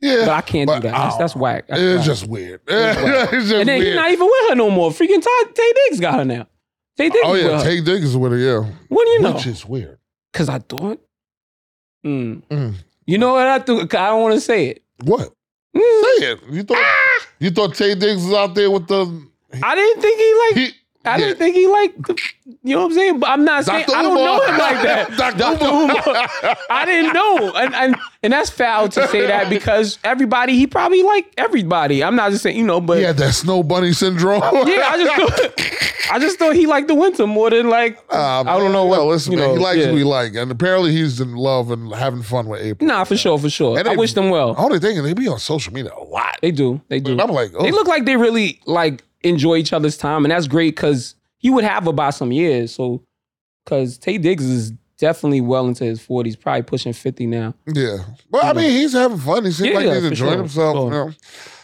Speaker 1: yeah.
Speaker 2: But I can't
Speaker 1: But
Speaker 2: do that.
Speaker 1: I
Speaker 2: That's,
Speaker 1: don't
Speaker 2: that's
Speaker 1: know.
Speaker 2: whack. That's
Speaker 1: it's
Speaker 2: whack.
Speaker 1: just weird. (laughs) it's just
Speaker 2: and then
Speaker 1: weird.
Speaker 2: he's not even with her no more. Freaking Todd Tay Diggs got her now. Tay Diggs.
Speaker 1: oh,
Speaker 2: with
Speaker 1: yeah.
Speaker 2: her.
Speaker 1: Tay Diggs is with her, yeah.
Speaker 2: what do you know?
Speaker 1: Which is weird.
Speaker 2: Because I thought. Mm.
Speaker 1: Mm.
Speaker 2: You know what I do? 'Cause I don't want to say it.
Speaker 1: What?
Speaker 2: Mm.
Speaker 1: Say it. You thought,
Speaker 2: Ah!
Speaker 1: you thought Tay Diggs was out there with the.
Speaker 2: I didn't think he like.
Speaker 1: He,
Speaker 2: I
Speaker 1: yeah.
Speaker 2: didn't think he like. You know what I'm saying? But I'm not saying
Speaker 1: Dr.
Speaker 2: I don't
Speaker 1: Umar.
Speaker 2: know him
Speaker 1: (laughs)
Speaker 2: like that.
Speaker 1: Dr.
Speaker 2: Dr. Umar. I didn't know, and, and and that's foul to say that because everybody he probably like everybody. I'm not just saying you know,
Speaker 1: (laughs)
Speaker 2: but
Speaker 1: He
Speaker 2: yeah,
Speaker 1: had that snow bunny
Speaker 2: (laughs)
Speaker 1: syndrome. (laughs)
Speaker 2: I just thought, I just thought he liked the winter more than like
Speaker 1: Um,
Speaker 2: I don't know what-
Speaker 1: Well, listen,
Speaker 2: you
Speaker 1: man, he
Speaker 2: know,
Speaker 1: likes
Speaker 2: yeah.
Speaker 1: who he like, and apparently he's in love and having fun with April.
Speaker 2: nah for sure for sure.
Speaker 1: And
Speaker 2: I
Speaker 1: they- Oh.
Speaker 2: wish them well.
Speaker 1: Only thing is they be on social media a lot.
Speaker 2: They do, they do.
Speaker 1: And I'm like, oh,
Speaker 2: They look like they really like enjoy each other's time, and that's great because you would have about some years. So, because Tay Diggs is definitely well into his forties, probably pushing fifty now.
Speaker 1: oh, yeah. But I mean, he's having fun. He seems
Speaker 2: Yeah,
Speaker 1: like he's
Speaker 2: for
Speaker 1: enjoying
Speaker 2: sure,
Speaker 1: himself.
Speaker 2: sure.
Speaker 1: You know?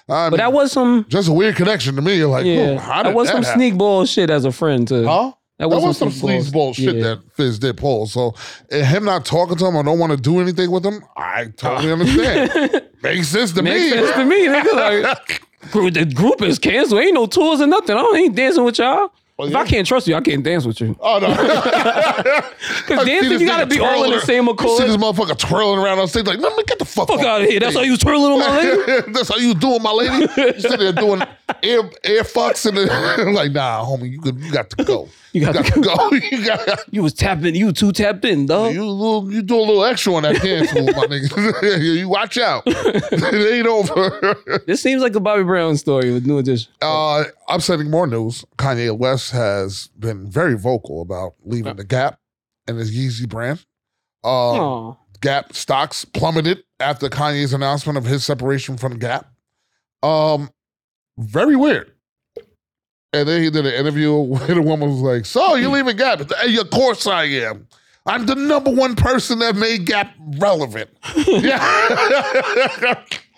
Speaker 1: I
Speaker 2: But
Speaker 1: mean,
Speaker 2: that was some,
Speaker 1: just a weird connection to me. You're like,
Speaker 2: yeah,
Speaker 1: oh, how did
Speaker 2: that was some
Speaker 1: happen?
Speaker 2: sneak ball shit as a friend too.
Speaker 1: Huh? That was, some
Speaker 2: sneak
Speaker 1: sleazeball shit
Speaker 2: Yeah.
Speaker 1: that Fizz did pull. So eh, him not talking to him or don't want to do anything with him, I totally
Speaker 2: (laughs)
Speaker 1: understand. Makes sense to
Speaker 2: Makes
Speaker 1: me.
Speaker 2: sense
Speaker 1: (laughs)
Speaker 2: to me. Nigga, like, group- the group is canceled. Ain't no tours or nothing. I don't- ain't dancing with y'all. If I
Speaker 1: Oh, yeah.
Speaker 2: can't trust you, I can't dance with you.
Speaker 1: Oh no! Because
Speaker 2: (laughs) dancing, you gotta be all in the same accord.
Speaker 1: See this motherfucker twirling around on stage like, "Man, get the fuck,
Speaker 2: Fuck out of here. That's how you was twirling
Speaker 1: (laughs)
Speaker 2: on my leg.
Speaker 1: That's how you doing, my lady. You sitting there
Speaker 2: (laughs)
Speaker 1: doing air air fucks and the, (laughs) like, nah, homie, you could, you got to go.
Speaker 2: You got to
Speaker 1: go. (laughs) you got
Speaker 2: You was tapping. You two tapped in, dog.
Speaker 1: you a little, you do a little extra on that dance move, my nigga. (laughs) you watch out. it ain't over.
Speaker 2: This seems like a Bobby Brown story with New Edition.
Speaker 1: Uh, upsetting more news. Kanye West has been very vocal about leaving the Gap and his Yeezy brand. Um,
Speaker 2: Aw.
Speaker 1: Gap stocks plummeted after Kanye's announcement of his separation from Gap. Um, very weird. And then he did an interview (laughs) where the woman was like, "So you leaving Gap? Hey, of course I am. I'm the number one person that made Gap relevant." (laughs) Yeah.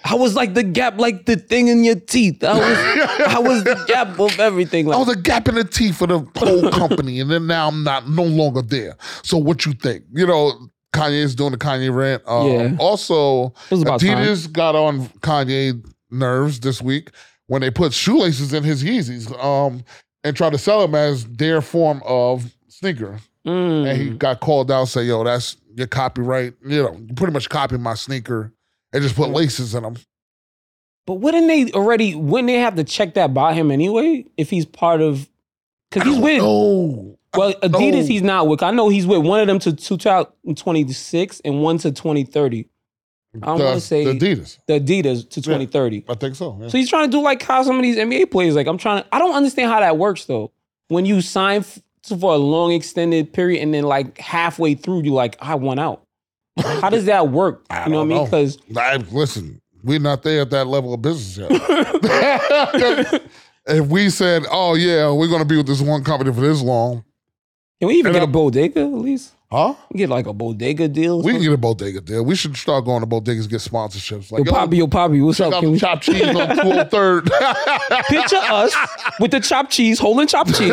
Speaker 2: I was like the gap, like the thing in your teeth.
Speaker 1: (laughs)
Speaker 2: I was, I was the gap of everything.
Speaker 1: I
Speaker 2: Like,
Speaker 1: was a gap in the teeth for the
Speaker 2: (laughs)
Speaker 1: whole company, and then now I'm not no longer there. So what you think? You know, Kanye's doing the Kanye rant. Um,
Speaker 2: Yeah.
Speaker 1: Also,
Speaker 2: was about
Speaker 1: Adidas got on Kanye nerves this week when they put shoelaces in his Yeezys um, and tried to sell them as their form of sneaker.
Speaker 2: mm.
Speaker 1: And he got called out, say, "Yo, that's your copyright, you know, you pretty much copy my sneaker and just put laces in them.
Speaker 2: But wouldn't they already? Wouldn't they have to check that by him anyway? If he's part of, because he's with
Speaker 1: No.
Speaker 2: well Adidas,
Speaker 1: know.
Speaker 2: he's not with. I know he's with one of them to 2026 and one to 2030. I don't want to say the,
Speaker 1: Adidas.
Speaker 2: Adidas to 2030.
Speaker 1: I think so. yeah.
Speaker 2: So he's trying to do like how some of these NBA players. Like I'm trying to. I don't understand how that works though. When you sign f- for a long extended period and then like halfway through you like I want out. How does that work?
Speaker 1: I
Speaker 2: You know what
Speaker 1: don't
Speaker 2: I mean?
Speaker 1: know. (laughs)
Speaker 2: (laughs) Because
Speaker 1: I, listen, we're not there at that level of business yet. (laughs) if we said, oh, yeah, we're going to be with this one company for this long,
Speaker 2: can we even
Speaker 1: And
Speaker 2: get a
Speaker 1: I-
Speaker 2: bodega at least?
Speaker 1: huh?
Speaker 2: Get like a bodega deal. or
Speaker 1: We can
Speaker 2: something?
Speaker 1: get a bodega deal. We should start going to bodegas and get sponsorships. Like,
Speaker 2: Yo, Poppy, yo, Poppy, what's
Speaker 1: check
Speaker 2: up?
Speaker 1: out
Speaker 2: Can
Speaker 1: the
Speaker 2: we
Speaker 1: chopped cheese on (laughs) 203rd.
Speaker 2: (laughs) picture us with the chopped cheese,
Speaker 1: (laughs)
Speaker 2: holding chopped cheese?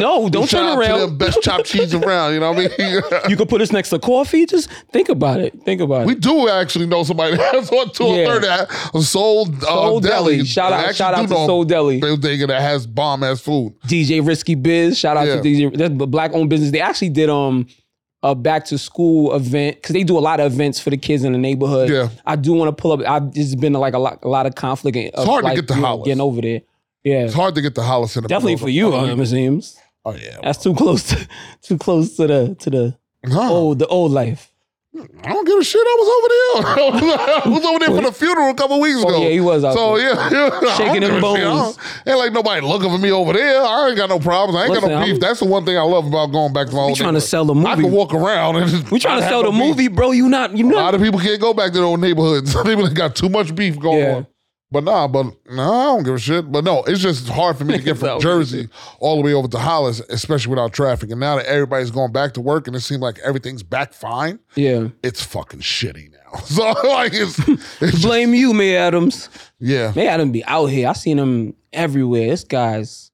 Speaker 2: No, don't
Speaker 1: Shout
Speaker 2: turn
Speaker 1: out To
Speaker 2: around.
Speaker 1: the best chopped cheese around. You know what I mean? (laughs)
Speaker 2: You could put us next to coffee. Just think about it. Think about
Speaker 1: we
Speaker 2: it.
Speaker 1: do actually know somebody (laughs) that's on 203rd at Soul, uh,
Speaker 2: Soul
Speaker 1: Deli.
Speaker 2: Deli. Shout
Speaker 1: I
Speaker 2: out,
Speaker 1: actually
Speaker 2: shout out
Speaker 1: do
Speaker 2: to
Speaker 1: know a
Speaker 2: Soul Deli.
Speaker 1: Bodega that has bomb ass food.
Speaker 2: DJ Risky Biz. Shout out
Speaker 1: Yeah.
Speaker 2: to DJ. That's a black owned business. They actually did um a back to school event because they do a lot of events for the kids in the neighborhood.
Speaker 1: Yeah.
Speaker 2: I do want to pull up. I've just been like a lot, a lot of conflict. It's
Speaker 1: hard to get to Hollis.
Speaker 2: Getting over there. Yeah,
Speaker 1: It's hard to get the Hollis in the
Speaker 2: definitely for you,
Speaker 1: Oh,
Speaker 2: um, it seems.
Speaker 1: oh yeah.
Speaker 2: That's too close to (laughs) too close to the to the
Speaker 1: Huh.
Speaker 2: old the old life.
Speaker 1: I don't give a shit. I was over there. (laughs) I was over there for the funeral a couple weeks ago.
Speaker 2: Oh yeah, he was out
Speaker 1: So
Speaker 2: there.
Speaker 1: yeah, (laughs) yeah.
Speaker 2: Shaking them
Speaker 1: I don't give a shit. I
Speaker 2: bones.
Speaker 1: don't- Ain't like nobody looking for me over there. I ain't got no problems. I ain't got
Speaker 2: Listen,
Speaker 1: no beef.
Speaker 2: I'm-
Speaker 1: That's the one thing I love about going back to my own.
Speaker 2: We trying to
Speaker 1: neighborhood.
Speaker 2: sell the
Speaker 1: I can
Speaker 2: movie.
Speaker 1: walk around and just, (laughs)
Speaker 2: We trying
Speaker 1: not
Speaker 2: to
Speaker 1: have
Speaker 2: sell
Speaker 1: no
Speaker 2: the
Speaker 1: beef.
Speaker 2: movie, bro. You not you
Speaker 1: A lot
Speaker 2: not.
Speaker 1: of people can't go back to their old neighborhoods. (laughs) They really got too much beef going
Speaker 2: Yeah.
Speaker 1: on. But nah, but nah, I don't give a shit. But no, it's just hard for me to
Speaker 2: (laughs)
Speaker 1: get
Speaker 2: That
Speaker 1: from
Speaker 2: was
Speaker 1: Jersey all the way over to Hollis, especially without traffic. And now that everybody's going back to work and it seems like everything's back fine,
Speaker 2: Yeah.
Speaker 1: it's fucking shitty now. (laughs) So like it's, it's just-
Speaker 2: Blame you, May Adams.
Speaker 1: yeah.
Speaker 2: May Adams be out here. I seen him everywhere. This guy's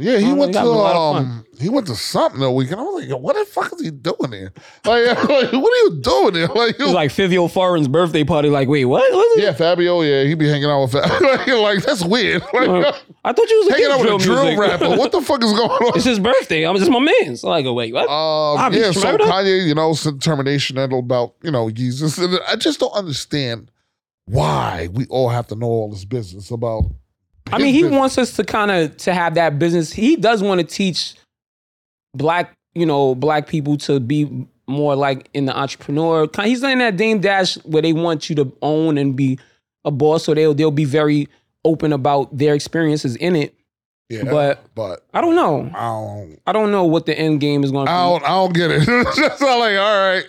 Speaker 1: Yeah, he
Speaker 2: Oh,
Speaker 1: went
Speaker 2: they
Speaker 1: to
Speaker 2: got a lot of fun.
Speaker 1: um, he went to something that weekend. I was like, yo, what the fuck is he doing there? Like, (laughs) like, what are you doing there? Like,
Speaker 2: it was like Fivio Foreign's birthday party. Like, wait, what? What is it?
Speaker 1: yeah, Fabio, yeah, he be hanging out with Fabio. (laughs) like, that's weird. (laughs) Like,
Speaker 2: Uh, I thought you was a
Speaker 1: hanging
Speaker 2: kid
Speaker 1: out with a drill
Speaker 2: music.
Speaker 1: rapper. What the fuck is going on?
Speaker 2: (laughs) it's his birthday. I'm just my man. So I go, wait, what?
Speaker 1: Um,
Speaker 2: Bobby
Speaker 1: yeah, so
Speaker 2: Shmurda?
Speaker 1: Kanye, you know, sent termination handle about you know Jesus, and I just don't understand why we all have to know all this business about.
Speaker 2: I
Speaker 1: his
Speaker 2: mean, he
Speaker 1: business.
Speaker 2: wants us to kind of to have that business. He does want to teach black, you know, black people to be more like in the entrepreneur. kind- He's in that Dame Dash where they want you to own and be a boss, so they'll they'll be very open about their experiences in it.
Speaker 1: yeah,
Speaker 2: But
Speaker 1: but
Speaker 2: I don't know.
Speaker 1: I don't.
Speaker 2: I don't know what the end game is going
Speaker 1: I
Speaker 2: to
Speaker 1: don't, I don't get it. (laughs) it's just not like, all right,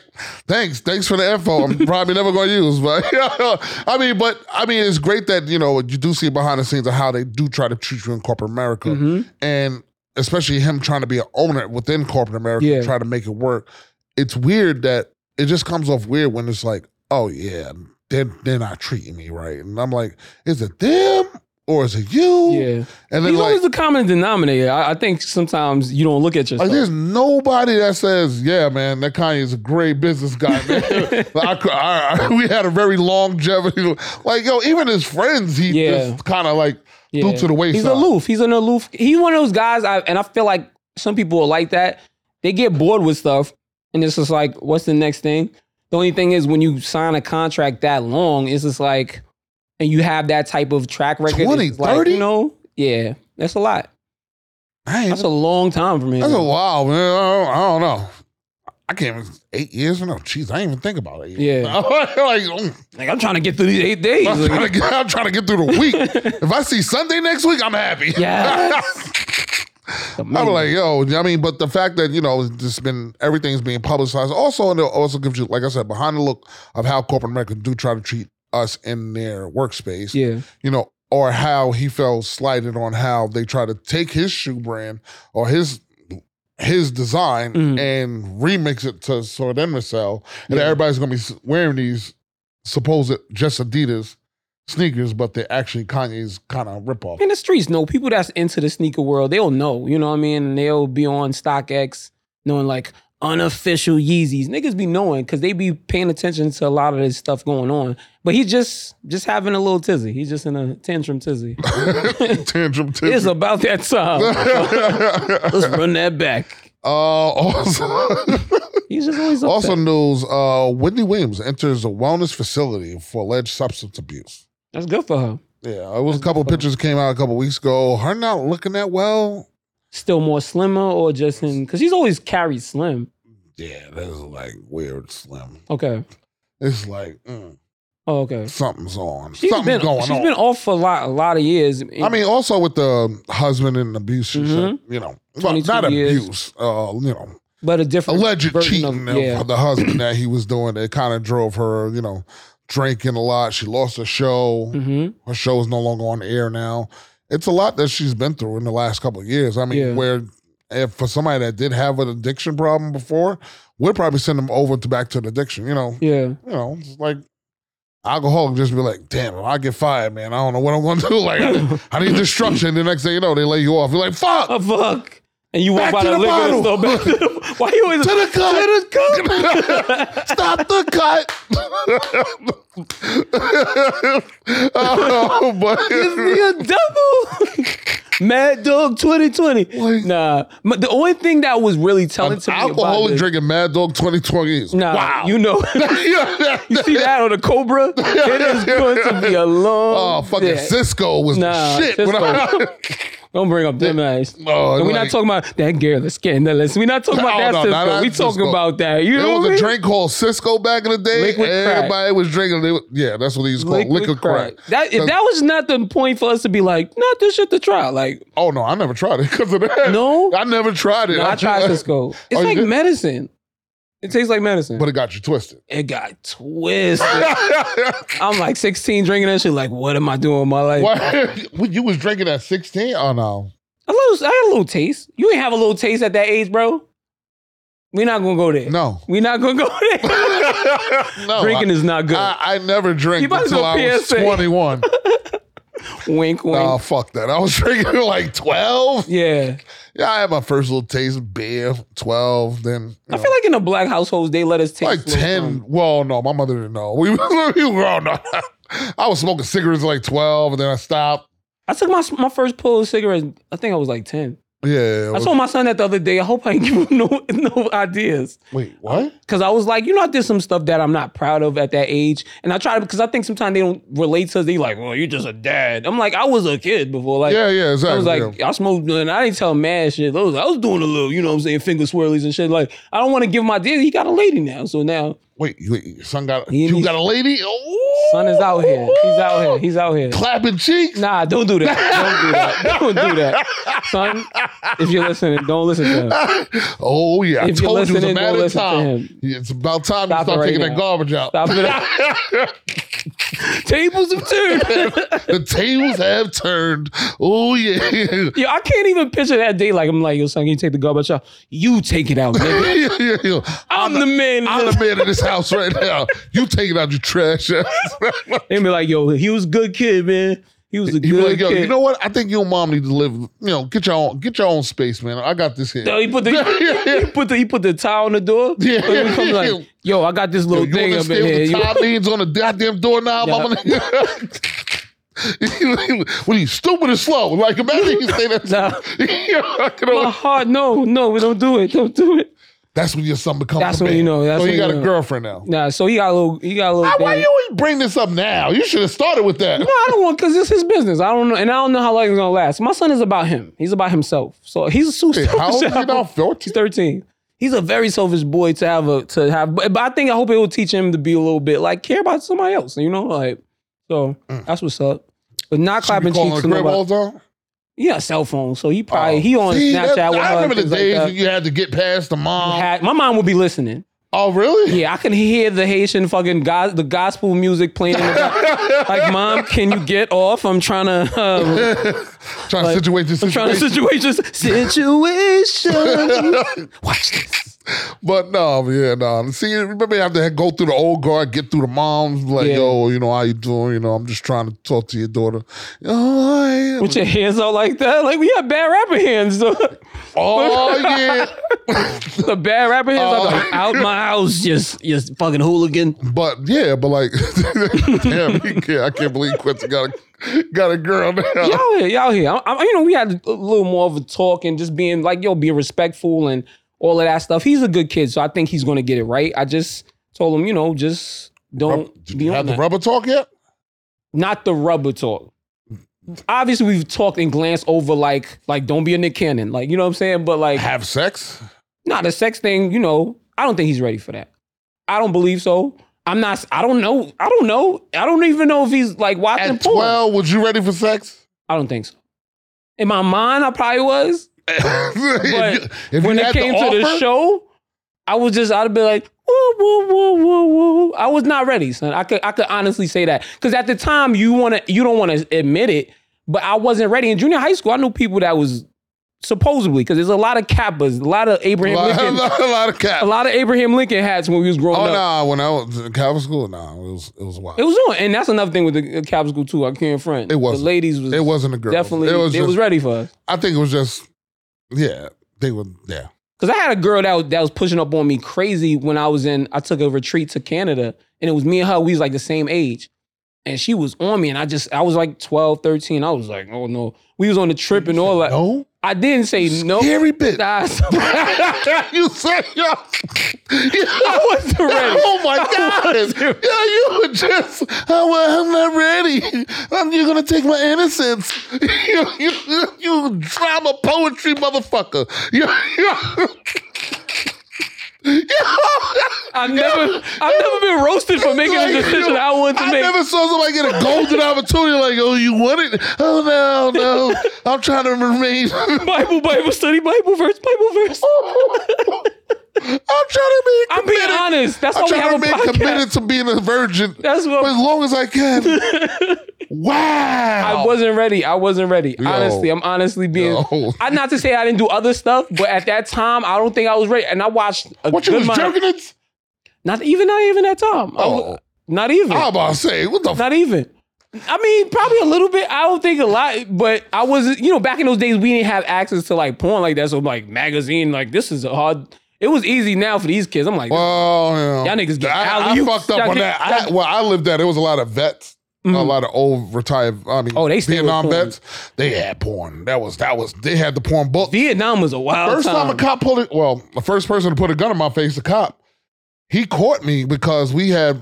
Speaker 1: thanks, thanks for the info.
Speaker 2: (laughs)
Speaker 1: I'm probably never going to use, but (laughs) I mean, but I mean, it's great that you know you do see behind the scenes of how they do try to treat you in corporate America,
Speaker 2: be. Mhm.
Speaker 1: and especially him trying to be an owner within corporate America,
Speaker 2: Yeah.
Speaker 1: try to make it work. It's weird that it just comes off weird when it's like, oh yeah, they're they're not treating me right, and I'm like, is it them or is it you?
Speaker 2: Yeah,
Speaker 1: And then
Speaker 2: he's
Speaker 1: like,
Speaker 2: always the common denominator. I, I think sometimes you don't look at yourself.
Speaker 1: Like,
Speaker 2: (laughs)
Speaker 1: (laughs) there's nobody that says, "Yeah, man, that Kanye's a great business guy."
Speaker 2: (laughs)
Speaker 1: Man. Like, I cou- I- I- we had a very longevity. Like, yo, even his friends, he
Speaker 2: Yeah.
Speaker 1: just kind of like
Speaker 2: Yeah.
Speaker 1: threw to the wayside.
Speaker 2: He's aloof. He's an aloof. He's one of those guys. I and I feel like some people are like that. They get bored with stuff, and it's just like, what's the next thing? The only thing is when you sign a contract that long, it's just like, and you have that type of track record.
Speaker 1: 20,
Speaker 2: it's like,
Speaker 1: 30?
Speaker 2: you know, yeah, that's a lot.
Speaker 1: Dang,
Speaker 2: That's
Speaker 1: that's,
Speaker 2: a long time for me.
Speaker 1: a while, man. I don't, I don't know. I can't even eight years from now. Jeez, I didn't even think about it.
Speaker 2: Yeah.
Speaker 1: (laughs) like mm,
Speaker 2: Like I'm trying to get through these eight days.
Speaker 1: I'm
Speaker 2: Like,
Speaker 1: trying, to get, I'm trying to get through the week.
Speaker 2: (laughs)
Speaker 1: if I see Sunday next week, I'm happy.
Speaker 2: Yes.
Speaker 1: (laughs) I'm
Speaker 2: man.
Speaker 1: like, yo, I mean, but the fact that you know, it's just been everything's being publicized. Also, and it also gives you, like I said, behind the look of how corporate America do try to treat us in their workspace.
Speaker 2: yeah,
Speaker 1: You know, or how he felt slighted on how they try to take his shoe brand or his his design
Speaker 2: Mhm.
Speaker 1: and remix it to sort of them to sell, and everybody's gonna be wearing these supposed just Adidas sneakers, but they're actually Kanye's kind of ripoff.
Speaker 2: in the streets, no people that's into the sneaker world, they'll know. You know what I mean? And they'll be on StockX, knowing like unofficial Yeezys. Niggas be knowing because they be paying attention to a lot of this stuff going on. But he's just just having a little tizzy. He's just in a
Speaker 1: (laughs)
Speaker 2: tantrum tizzy.
Speaker 1: Tantrum, tantrum. (laughs)
Speaker 2: it's about that time. Let's run that back.
Speaker 1: Uh, also, (laughs)
Speaker 2: He's just always upset.
Speaker 1: also news: uh, Wendy Williams enters a wellness facility for alleged substance abuse.
Speaker 2: That's good for her.
Speaker 1: Yeah, it was a couple pictures came out a couple weeks ago. Her not looking that well.
Speaker 2: Still more slimmer or just in because she's always carried slim.
Speaker 1: Yeah, that is like weird slim.
Speaker 2: Okay.
Speaker 1: It's like mm,
Speaker 2: Oh, okay.
Speaker 1: something's on.
Speaker 2: She's
Speaker 1: something's
Speaker 2: been
Speaker 1: going
Speaker 2: she's
Speaker 1: on.
Speaker 2: been off for a lot a lot of years.
Speaker 1: I mean, also with the husband and abuse, she said, you know, well,
Speaker 2: 22
Speaker 1: not
Speaker 2: Mm-hmm. years.
Speaker 1: abuse, uh, you know,
Speaker 2: but a different
Speaker 1: alleged
Speaker 2: version of-
Speaker 1: cheating of,
Speaker 2: yeah.
Speaker 1: the husband that he was doing. It kind of drove her, you know, drinking a lot. She lost her show.
Speaker 2: Mm-hmm.
Speaker 1: Her show is no longer on the air now. It's a lot that she's been through in the last couple of years. I mean,
Speaker 2: Yeah.
Speaker 1: where if for somebody that did have an addiction problem before, we'd probably send them over to back to the addiction. You know,
Speaker 2: Yeah.
Speaker 1: you know, it's like alcoholic just be like, damn, if I get fired, man, I don't know what I'm gonna do. Like, I, I
Speaker 2: (laughs)
Speaker 1: need destruction. The next thing you know, they lay you off. You're like, fuck,
Speaker 2: Oh fuck. And you walk
Speaker 1: Back
Speaker 2: by
Speaker 1: to
Speaker 2: the
Speaker 1: the
Speaker 2: liquor
Speaker 1: bottle.
Speaker 2: store (laughs) back to the, Why you always
Speaker 1: to the cut.
Speaker 2: to the cup? (laughs)
Speaker 1: Stop the cut. (laughs) oh, but
Speaker 2: This nigga double. (laughs) Mad Dog 2020.
Speaker 1: Like-
Speaker 2: nah. But the only thing that was really telling to me about
Speaker 1: alcoholic
Speaker 2: this-
Speaker 1: drinking Mad Dog 2020 is
Speaker 2: Nah,
Speaker 1: wow. (laughs)
Speaker 2: you know. (laughs) you see that on the Cobra? It is going to be a
Speaker 1: oh,
Speaker 2: long
Speaker 1: fucking
Speaker 2: day.
Speaker 1: Cisco was
Speaker 2: Nah,
Speaker 1: the shit. when I-
Speaker 2: Don't bring up them eyes.
Speaker 1: (laughs) Oh,
Speaker 2: and we're
Speaker 1: like-
Speaker 2: not talking about that girl, the scandalous. We're not talking
Speaker 1: No,
Speaker 2: about that
Speaker 1: no,
Speaker 2: Cisco.
Speaker 1: not that
Speaker 2: we
Speaker 1: Cisco.
Speaker 2: talking about that. You know
Speaker 1: There
Speaker 2: what I
Speaker 1: was a
Speaker 2: mean?
Speaker 1: drink called Cisco back in the day.
Speaker 2: Liquid crack.
Speaker 1: Everybody was drinking. They, were- yeah, that's what he was called. Liquor crack.
Speaker 2: That if
Speaker 1: Cause-
Speaker 2: that was not the point for us to be like, not this shit to try. Like,
Speaker 1: Oh no, I never tried it (laughs) because of that.
Speaker 2: (laughs) No?
Speaker 1: I never tried it.
Speaker 2: nah, I tried Cisco. It's
Speaker 1: Oh, you
Speaker 2: like
Speaker 1: did?
Speaker 2: medicine. It tastes like medicine.
Speaker 1: but it got you twisted. (laughs)
Speaker 2: it got (laughs) twisted. I'm like 16 drinking that shit. Like, what am I doing with my life?
Speaker 1: Why? When you was drinking at sixteen? Oh no,
Speaker 2: A little, I had a little taste. You ain't have a little taste at that age, bro. We're not gonna go there.
Speaker 1: no,
Speaker 2: We're not gonna go (laughs) there.
Speaker 1: (laughs) no.
Speaker 2: Drinking
Speaker 1: I,
Speaker 2: is not good.
Speaker 1: I, I never
Speaker 2: You
Speaker 1: drank
Speaker 2: might as
Speaker 1: until
Speaker 2: well
Speaker 1: I was
Speaker 2: PSA.
Speaker 1: twenty
Speaker 2: (laughs)
Speaker 1: one.
Speaker 2: wink, wink.
Speaker 1: oh fuck that! I was (laughs) drinking at like twelve.
Speaker 2: yeah.
Speaker 1: Yeah, I had my first little taste of beer. Twelve, then you
Speaker 2: I
Speaker 1: know,
Speaker 2: feel like in the black households they let us taste
Speaker 1: like
Speaker 2: little
Speaker 1: ten.
Speaker 2: something.
Speaker 1: Well, no, my mother didn't know. (laughs) We, we were all no. I was smoking cigarettes at like twelve, and then I stopped.
Speaker 2: I took my my first pull of cigarettes. I think I was like ten.
Speaker 1: Yeah. it
Speaker 2: I
Speaker 1: was-
Speaker 2: told my son that the other day. I hope I ain't give him (laughs) no no ideas.
Speaker 1: wait, what?
Speaker 2: Cause I was like, you know, I did some stuff that I'm not proud of at that age, and I try to because I think sometimes they don't relate to us. They like, well, you're just a dad. I'm like, I was a kid before. Like,
Speaker 1: yeah, yeah, exactly.
Speaker 2: I was
Speaker 1: yeah.
Speaker 2: like, I smoked and I didn't tell mad shit. I was, I was doing a little, you know what I'm saying, finger swirlies and shit. Like, I don't want to give my dad. He got a lady now. So now,
Speaker 1: Wait, wait, your son got
Speaker 2: He and
Speaker 1: you
Speaker 2: his-
Speaker 1: got a lady? Ooh.
Speaker 2: son is out here. He's out here. He's out here.
Speaker 1: clapping cheeks.
Speaker 2: Nah, don't do that. (laughs) Don't do that. Don't do that. Son, if you're listening, don't listen to him.
Speaker 1: (laughs) oh yeah, I
Speaker 2: If you're
Speaker 1: told you it's a
Speaker 2: listening, don't
Speaker 1: matter of
Speaker 2: listen to
Speaker 1: time.
Speaker 2: him.
Speaker 1: It's about time you
Speaker 2: Stop it
Speaker 1: start
Speaker 2: right
Speaker 1: taking
Speaker 2: now.
Speaker 1: that garbage out.
Speaker 2: Stop it.
Speaker 1: (laughs)
Speaker 2: Tables have turned. (laughs)
Speaker 1: the tables have turned. Oh yeah. (laughs)
Speaker 2: Yo, I can't even picture that day. Like, I'm like, yo, son, can you take the garbage out? You take it out, nigga.
Speaker 1: Yeah, yeah, yeah.
Speaker 2: I'm the man.
Speaker 1: (laughs) I'm the man in this house right now. You take it out, you trash ass. (laughs)
Speaker 2: They be like, yo, he was a good kid, man. He was a
Speaker 1: He be
Speaker 2: good
Speaker 1: like, yo,
Speaker 2: kid.
Speaker 1: you know what? I think your mom need to live. You know, get your own, get your own space, man. I got this here.
Speaker 2: No, he put
Speaker 1: (laughs)
Speaker 2: the he put the he put the tie on the door.
Speaker 1: Yeah.
Speaker 2: Like, he comes like, yo, I got this
Speaker 1: (laughs) Yo,
Speaker 2: little
Speaker 1: you
Speaker 2: thing up in
Speaker 1: understand
Speaker 2: here.
Speaker 1: what
Speaker 2: You-
Speaker 1: the top means on the goddamn doorknob?
Speaker 2: Yeah.
Speaker 1: (laughs) I'm gonna. when he's stupid and slow, like imagine he say that. (laughs)
Speaker 2: Nah.
Speaker 1: Yeah, I can
Speaker 2: (laughs) my
Speaker 1: only-
Speaker 2: heart, no, no, we don't do it, don't do it.
Speaker 1: that's when your son becomes.
Speaker 2: That's
Speaker 1: a
Speaker 2: when
Speaker 1: man.
Speaker 2: you know, that's
Speaker 1: so
Speaker 2: when
Speaker 1: you
Speaker 2: you
Speaker 1: got a
Speaker 2: know.
Speaker 1: girlfriend now.
Speaker 2: Nah, so he got a little, he got a little.
Speaker 1: Why- Why
Speaker 2: thing.
Speaker 1: you ain't bring this up now? You should have started with that.
Speaker 2: No, (laughs) I don't want because it's his business. I don't know, and I don't know how long it's gonna last. My son is about him. He's about himself. So he's
Speaker 1: Hey,
Speaker 2: a
Speaker 1: (laughs)
Speaker 2: selfish.
Speaker 1: how old is he now?
Speaker 2: He's
Speaker 1: Fourteen.
Speaker 2: thirteen. He's a very selfish boy to have a to have, but, but I think I hope it will teach him to be a little bit like care about somebody else. You know, like so
Speaker 1: Mm.
Speaker 2: that's what's up. But not
Speaker 1: You
Speaker 2: clapping
Speaker 1: calling
Speaker 2: cheeks
Speaker 1: her
Speaker 2: to
Speaker 1: crib
Speaker 2: nobody.
Speaker 1: all the time?
Speaker 2: He got a cell phone, so he probably
Speaker 1: Oh.
Speaker 2: he on
Speaker 1: See,
Speaker 2: Snapchat
Speaker 1: that-
Speaker 2: with her.
Speaker 1: I remember the
Speaker 2: and things
Speaker 1: days
Speaker 2: like
Speaker 1: when
Speaker 2: that.
Speaker 1: you had to get past the mom.
Speaker 2: Had- my mom would be listening.
Speaker 1: oh, really?
Speaker 2: Yeah, I can hear the Haitian fucking go- the gospel music playing. In
Speaker 1: (laughs)
Speaker 2: the back. like, mom, can you get off? I'm trying to uh,
Speaker 1: trying to situate this situation.
Speaker 2: trying to situation situation. Watch this.
Speaker 1: (laughs) But no, yeah, no. See, remember you have to go through the old guard, get through the moms, like,
Speaker 2: Yeah.
Speaker 1: yo, you know, how you doing? You know, I'm just trying to talk to your daughter. Oh, yeah.
Speaker 2: With your hands out like that, like we have bad rapper hands. though. (laughs)
Speaker 1: Oh, yeah.
Speaker 2: the bad rapper hands
Speaker 1: Oh.
Speaker 2: are like, out my house, just just fucking hooligan.
Speaker 1: But yeah, but like, (laughs) damn, he can't, I can't believe Quincy got a got a girl now.
Speaker 2: y'all here, y'all here. I'm, I'm- you know, we had a little more of a talk and just being like, yo, be respectful and all of that stuff. He's a good kid, so I think he's gonna get it right. I just told him, you know, just don't
Speaker 1: Rub- did
Speaker 2: be
Speaker 1: you
Speaker 2: on
Speaker 1: have the
Speaker 2: that.
Speaker 1: rubber talk yet?
Speaker 2: not the rubber talk. Obviously, we've talked and glanced over like like don't be a Nick Cannon, like you know what I'm saying. But like,
Speaker 1: Have sex?
Speaker 2: not the sex thing. You know, I don't think he's ready for that. I don't believe so. I'm not. I don't know. I don't know. I don't even know if he's like watching
Speaker 1: At
Speaker 2: porn.
Speaker 1: twelve, was you ready for
Speaker 2: (laughs)
Speaker 1: sex?
Speaker 2: I don't think so. In my mind, I probably was.
Speaker 1: if you- if
Speaker 2: when
Speaker 1: you
Speaker 2: it
Speaker 1: had the
Speaker 2: came to the
Speaker 1: offer,
Speaker 2: show, I was just I'd be like, woo, woo, woo, woo, woo. I was not ready, son. I could I could honestly say that because at the time you wanna you don't want to admit it, but I wasn't ready. In junior high school, I knew people that was supposedly because there's a lot of Kappas, a lot of
Speaker 1: a
Speaker 2: Abraham
Speaker 1: lot, (laughs) a
Speaker 2: Lincoln,
Speaker 1: lot- a lot of
Speaker 2: a
Speaker 1: cats.
Speaker 2: lot of Abraham Lincoln hats when we was growing
Speaker 1: Oh
Speaker 2: up.
Speaker 1: nah, when I was in Calvin school, nah, it was it was wild.
Speaker 2: It was on, and that's another thing with the Kappa school too. I can't front.
Speaker 1: It wasn't.
Speaker 2: The ladies was
Speaker 1: It wasn't a girl.
Speaker 2: definitely
Speaker 1: It was.
Speaker 2: they
Speaker 1: just-
Speaker 2: was ready for us.
Speaker 1: I think it was just. Yeah, they were. Yeah.
Speaker 2: Cause I had a girl that was, that was pushing up on me crazy when I was in. I took a retreat to Canada, and it was me and her. We was like the same age, and she was on me, and I just I was like 12, 13. I was like, oh no, we was on the trip and all that.
Speaker 1: No.
Speaker 2: I didn't say no.
Speaker 1: Scary bitch.
Speaker 2: Nah, so- (laughs) I
Speaker 1: you said (laughs) yo.
Speaker 2: wasn't ready.
Speaker 1: Oh
Speaker 2: (laughs)
Speaker 1: my god! Yeah, you were just. Oh, well, I'm not ready. Um, you're gonna take my innocence. (laughs) you, you, you drama poetry, motherfucker. You, (laughs) you,
Speaker 2: I've never I've never been roasted for making a
Speaker 1: Like,
Speaker 2: decision I wanted to
Speaker 1: I
Speaker 2: make.
Speaker 1: never saw somebody get a golden opportunity like, oh, you want it? Oh, no, no. I'm trying to remain. (laughs)
Speaker 2: Bible Bible study Bible verse Bible verse.
Speaker 1: Oh, I'm trying to be
Speaker 2: I'm
Speaker 1: committed.
Speaker 2: being honest. That's
Speaker 1: I'm
Speaker 2: why we
Speaker 1: trying to
Speaker 2: have a
Speaker 1: remain
Speaker 2: podcast.
Speaker 1: committed to being a virgin
Speaker 2: That's
Speaker 1: for
Speaker 2: what
Speaker 1: as long as I
Speaker 2: (laughs)
Speaker 1: can. wow.
Speaker 2: I wasn't ready. I wasn't ready.
Speaker 1: Yo.
Speaker 2: Honestly, I'm honestly being.
Speaker 1: Yo.
Speaker 2: I not to say I didn't do other stuff, but at that time, I don't think I was ready. And I watched a
Speaker 1: What you
Speaker 2: good
Speaker 1: was
Speaker 2: amount-
Speaker 1: jerking it?
Speaker 2: Not even, not even that time. I was-
Speaker 1: Oh.
Speaker 2: not even,
Speaker 1: I'm about to say, what the f?
Speaker 2: not even. I mean, probably a little bit. I don't think a lot, but I was, you know, back in those days, we didn't have access to like porn like that. So like magazine, like this is a hard. It was easy now for these kids. I'm like,
Speaker 1: Well, you know,
Speaker 2: Y'all niggas get
Speaker 1: I, I
Speaker 2: alley-oops.
Speaker 1: fucked up
Speaker 2: Y'all
Speaker 1: on
Speaker 2: get-
Speaker 1: that. I, well, I lived that. It was a lot of vets, a lot of old retired. I mean,
Speaker 2: Oh, they stay with
Speaker 1: Vietnam
Speaker 2: porn.
Speaker 1: vets. They had porn. That was that was. They had the porn book.
Speaker 2: Vietnam was a wild
Speaker 1: first time.
Speaker 2: time.
Speaker 1: a cop pulled it, well, the first person to put a gun in my face, the cop, he caught me because we had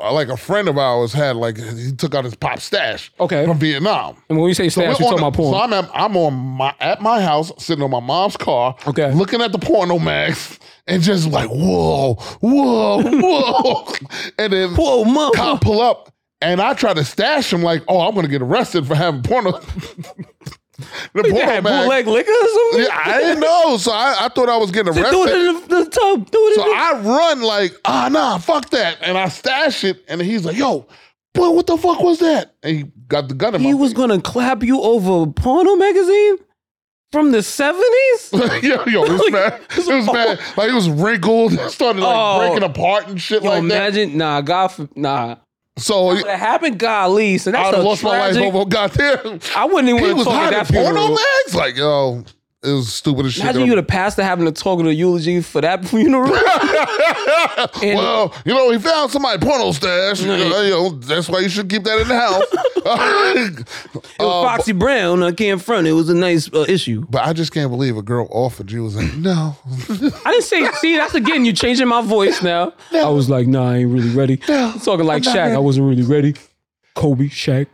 Speaker 1: uh, like a friend of ours had like he took out his pop stash
Speaker 2: Okay.
Speaker 1: from Vietnam.
Speaker 2: and when we say
Speaker 1: We're
Speaker 2: stash, we
Speaker 1: on
Speaker 2: talking
Speaker 1: the-
Speaker 2: about porn.
Speaker 1: So I'm at, I'm on my at my house sitting on my mom's car,
Speaker 2: Okay.
Speaker 1: looking at the porno mags and just like whoa, whoa, whoa, (laughs) and then
Speaker 2: Whoa, mom.
Speaker 1: cop pull up and I try to stash him like oh I'm gonna get arrested for having porno. (laughs) the
Speaker 2: They
Speaker 1: porno
Speaker 2: had
Speaker 1: mag.
Speaker 2: bootleg liquor or something?
Speaker 1: Yeah, I
Speaker 2: (laughs)
Speaker 1: didn't know. So I, I thought I was getting
Speaker 2: Do it
Speaker 1: arrested.
Speaker 2: in the, the tub. Do it
Speaker 1: So
Speaker 2: in the
Speaker 1: I run like, ah, nah, fuck that. And I stash it. And he's like, yo, boy, what the fuck was that? And he got the gun in
Speaker 2: He
Speaker 1: my
Speaker 2: was gonna clap you over a porno magazine from the seventies.
Speaker 1: (laughs) yo, yo, it was
Speaker 2: Like, (laughs)
Speaker 1: bad. It was bad. Like, it was wrinkled. (laughs) It started like
Speaker 2: Oh.
Speaker 1: breaking apart and shit
Speaker 2: Yo,
Speaker 1: like that.
Speaker 2: imagine, nah, God, for, nah.
Speaker 1: So
Speaker 2: If That happened, golly. So
Speaker 1: I
Speaker 2: that's
Speaker 1: would
Speaker 2: a
Speaker 1: have lost
Speaker 2: tragic.
Speaker 1: my life over
Speaker 2: (laughs)
Speaker 1: goddamn.
Speaker 2: I wouldn't even
Speaker 1: He
Speaker 2: want to
Speaker 1: was
Speaker 2: talk at
Speaker 1: hot
Speaker 2: that
Speaker 1: at porno
Speaker 2: funeral.
Speaker 1: mags. Like, yo, it was stupid as shit.
Speaker 2: Imagine you the pastor having to talk at a eulogy for that (laughs) funeral.
Speaker 1: (laughs)
Speaker 2: And-
Speaker 1: well, you know, he found somebody porno stash. You know, you know, that's why you should keep that in the (laughs)
Speaker 2: (laughs)
Speaker 1: house.
Speaker 2: it was Foxy Brown. I came front. It was a nice uh, issue.
Speaker 1: but I just can't believe a girl offered you. Was like,
Speaker 2: (laughs)
Speaker 1: no,
Speaker 2: I didn't say. See, that's again. You changing my voice now. I was like, nah, I ain't really ready. I'm talking like
Speaker 1: I'm not
Speaker 2: Shaq.
Speaker 1: ready.
Speaker 2: I wasn't really ready. Kobe, Shaq,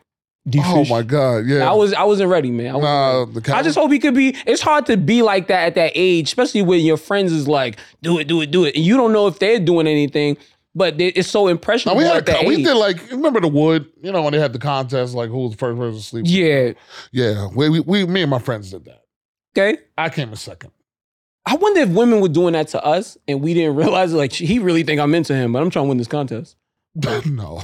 Speaker 2: D.
Speaker 1: oh my god, yeah.
Speaker 2: I was. I wasn't ready, man. I wasn't
Speaker 1: nah, the
Speaker 2: I just hope he could be. It's hard to be like that at that age, especially when your friends is like, "Do it, do it, do it," and you don't know if they're doing anything. But they, it's so
Speaker 1: Nah,
Speaker 2: impressionable
Speaker 1: we
Speaker 2: at
Speaker 1: had a,
Speaker 2: that
Speaker 1: co- we
Speaker 2: age.
Speaker 1: did like remember the wood, you know, when they had the contest, like who was the first person to sleep.
Speaker 2: yeah.
Speaker 1: Yeah, we, we, we me and my friends did that.
Speaker 2: Okay.
Speaker 1: I came in
Speaker 2: (laughs)
Speaker 1: second.
Speaker 2: I wonder if women were doing that to us and we didn't (laughs) realize. it. Like he really think I'm into him, but I'm trying to win this contest.
Speaker 1: (laughs) no,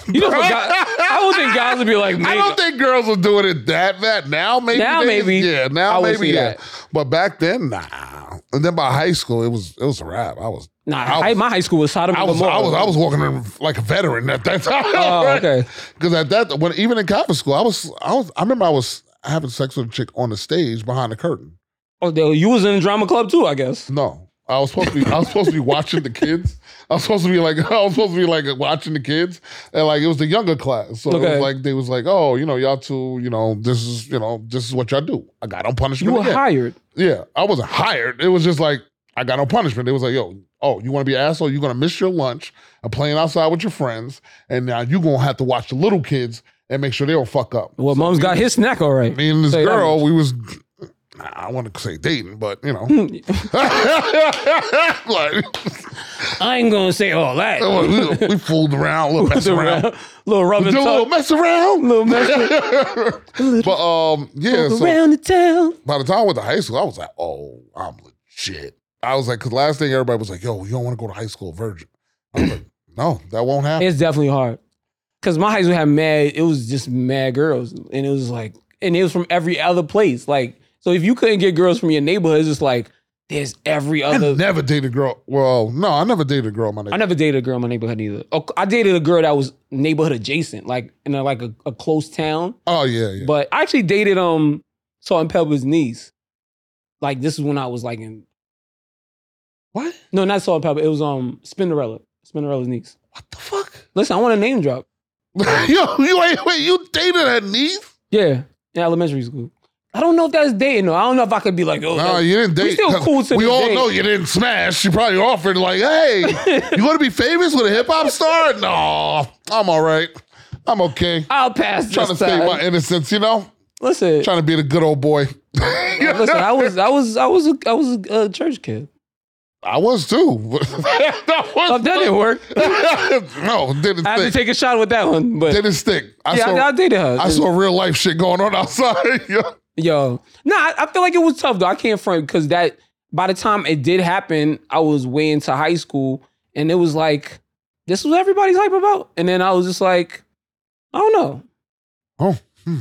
Speaker 2: You know, what guy, I don't think guys would be like,
Speaker 1: I
Speaker 2: man.
Speaker 1: don't think girls are doing it that that now. Maybe
Speaker 2: Now
Speaker 1: they-
Speaker 2: maybe.
Speaker 1: yeah. Now
Speaker 2: I would
Speaker 1: maybe
Speaker 2: see
Speaker 1: yeah.
Speaker 2: that.
Speaker 1: But back then, nah. And then by high school, it was it was a wrap. I was
Speaker 2: Nah,
Speaker 1: I
Speaker 2: I-
Speaker 1: was-
Speaker 2: my high school was Sodom
Speaker 1: I
Speaker 2: and
Speaker 1: was
Speaker 2: Gomorrah.
Speaker 1: I was I was walking in like a veteran at that (laughs) time.
Speaker 2: (laughs) Oh, okay.
Speaker 1: Because at that when even in Catholic school, I was I was I remember I was having sex with a chick on the stage behind the curtain.
Speaker 2: Oh, they- you was in the drama club too, I guess.
Speaker 1: No. I was supposed to be. I was supposed to be watching the kids. I was supposed to be like. (laughs) I was supposed to be like watching the kids, and like it was the younger class. So it
Speaker 2: Okay.
Speaker 1: was like they was like, oh, you know, y'all two, you know, this is, you know, this is what y'all do. I got on punishment.
Speaker 2: You were
Speaker 1: again.
Speaker 2: hired.
Speaker 1: Yeah, I wasn't hired. It was just like I got no punishment. They was like, yo, oh, you want to be an asshole? You're gonna miss your lunch and playing outside with your friends, and now you gonna have to watch the little kids and make sure they don't fuck up.
Speaker 2: Well, mom's got his snack all right.
Speaker 1: Me and this
Speaker 2: Say that
Speaker 1: girl, we was I want to say dating, but you know, (laughs) like
Speaker 2: I ain't gonna say all that. (laughs)
Speaker 1: we, we fooled around, a little mess around,
Speaker 2: Around. little rubber
Speaker 1: do a little
Speaker 2: tuck,
Speaker 1: mess around,
Speaker 2: little mess
Speaker 1: (laughs) but um, yeah. So
Speaker 2: around the town.
Speaker 1: by the time I went to high school, I was like, oh, I'm legit. I was like, because last thing everybody was like, yo, you don't want to go to high school virgin. I was like, no, that won't happen.
Speaker 2: It's definitely hard. Cause my high school had mad, it was just mad girls. And it was like, and it was from every other place. Like, so if you couldn't get girls from your neighborhood, it's just like, there's every
Speaker 1: I
Speaker 2: other.
Speaker 1: never dated a girl. Well, no, I never dated a girl. in My
Speaker 2: I
Speaker 1: name.
Speaker 2: never dated a girl in my neighborhood either. Oh, I dated a girl that was neighborhood adjacent, like in a, like a, a close town.
Speaker 1: Oh yeah, yeah.
Speaker 2: But I actually dated um Salt and Pepper's niece. Like this is when I was like in
Speaker 1: what?
Speaker 2: no, not Salt and Pepper. It was um Spinderella, Spinderella's niece.
Speaker 1: What the fuck?
Speaker 2: Listen, I want a name drop.
Speaker 1: (laughs) yo, you ain't wait. You dated that niece?
Speaker 2: Yeah, in elementary school. I don't know if that's dating though. I don't know if I could be like, oh,
Speaker 1: No,
Speaker 2: that-
Speaker 1: you didn't date.
Speaker 2: we still
Speaker 1: 'cause
Speaker 2: cool to
Speaker 1: We
Speaker 2: this
Speaker 1: all
Speaker 2: day.
Speaker 1: know you didn't smash. She probably offered like, "Hey, you want to be famous with a hip hop star?" (laughs) No, I'm all right. I'm okay.
Speaker 2: I'll pass.
Speaker 1: trying to
Speaker 2: Trying
Speaker 1: save my innocence, you know.
Speaker 2: listen,
Speaker 1: Trying to be the good old boy. (laughs)
Speaker 2: listen. I was, I was, I was, a, I was a, uh church kid.
Speaker 1: I was too. (laughs) that was
Speaker 2: Oh, that didn't (laughs) work.
Speaker 1: (laughs) no, it didn't
Speaker 2: I had to
Speaker 1: stick.
Speaker 2: take a shot with that one, but
Speaker 1: didn't stick. I
Speaker 2: yeah,
Speaker 1: saw.
Speaker 2: I, I
Speaker 1: I,
Speaker 2: dated her.
Speaker 1: saw real life shit going on (laughs) outside. yo.
Speaker 2: Yo, nah, I, I feel like it was tough though. I can't front because that by the time it did happen, I was way into high school, and it was like this was everybody's hype about, and then I was just like, I don't know.
Speaker 1: Oh,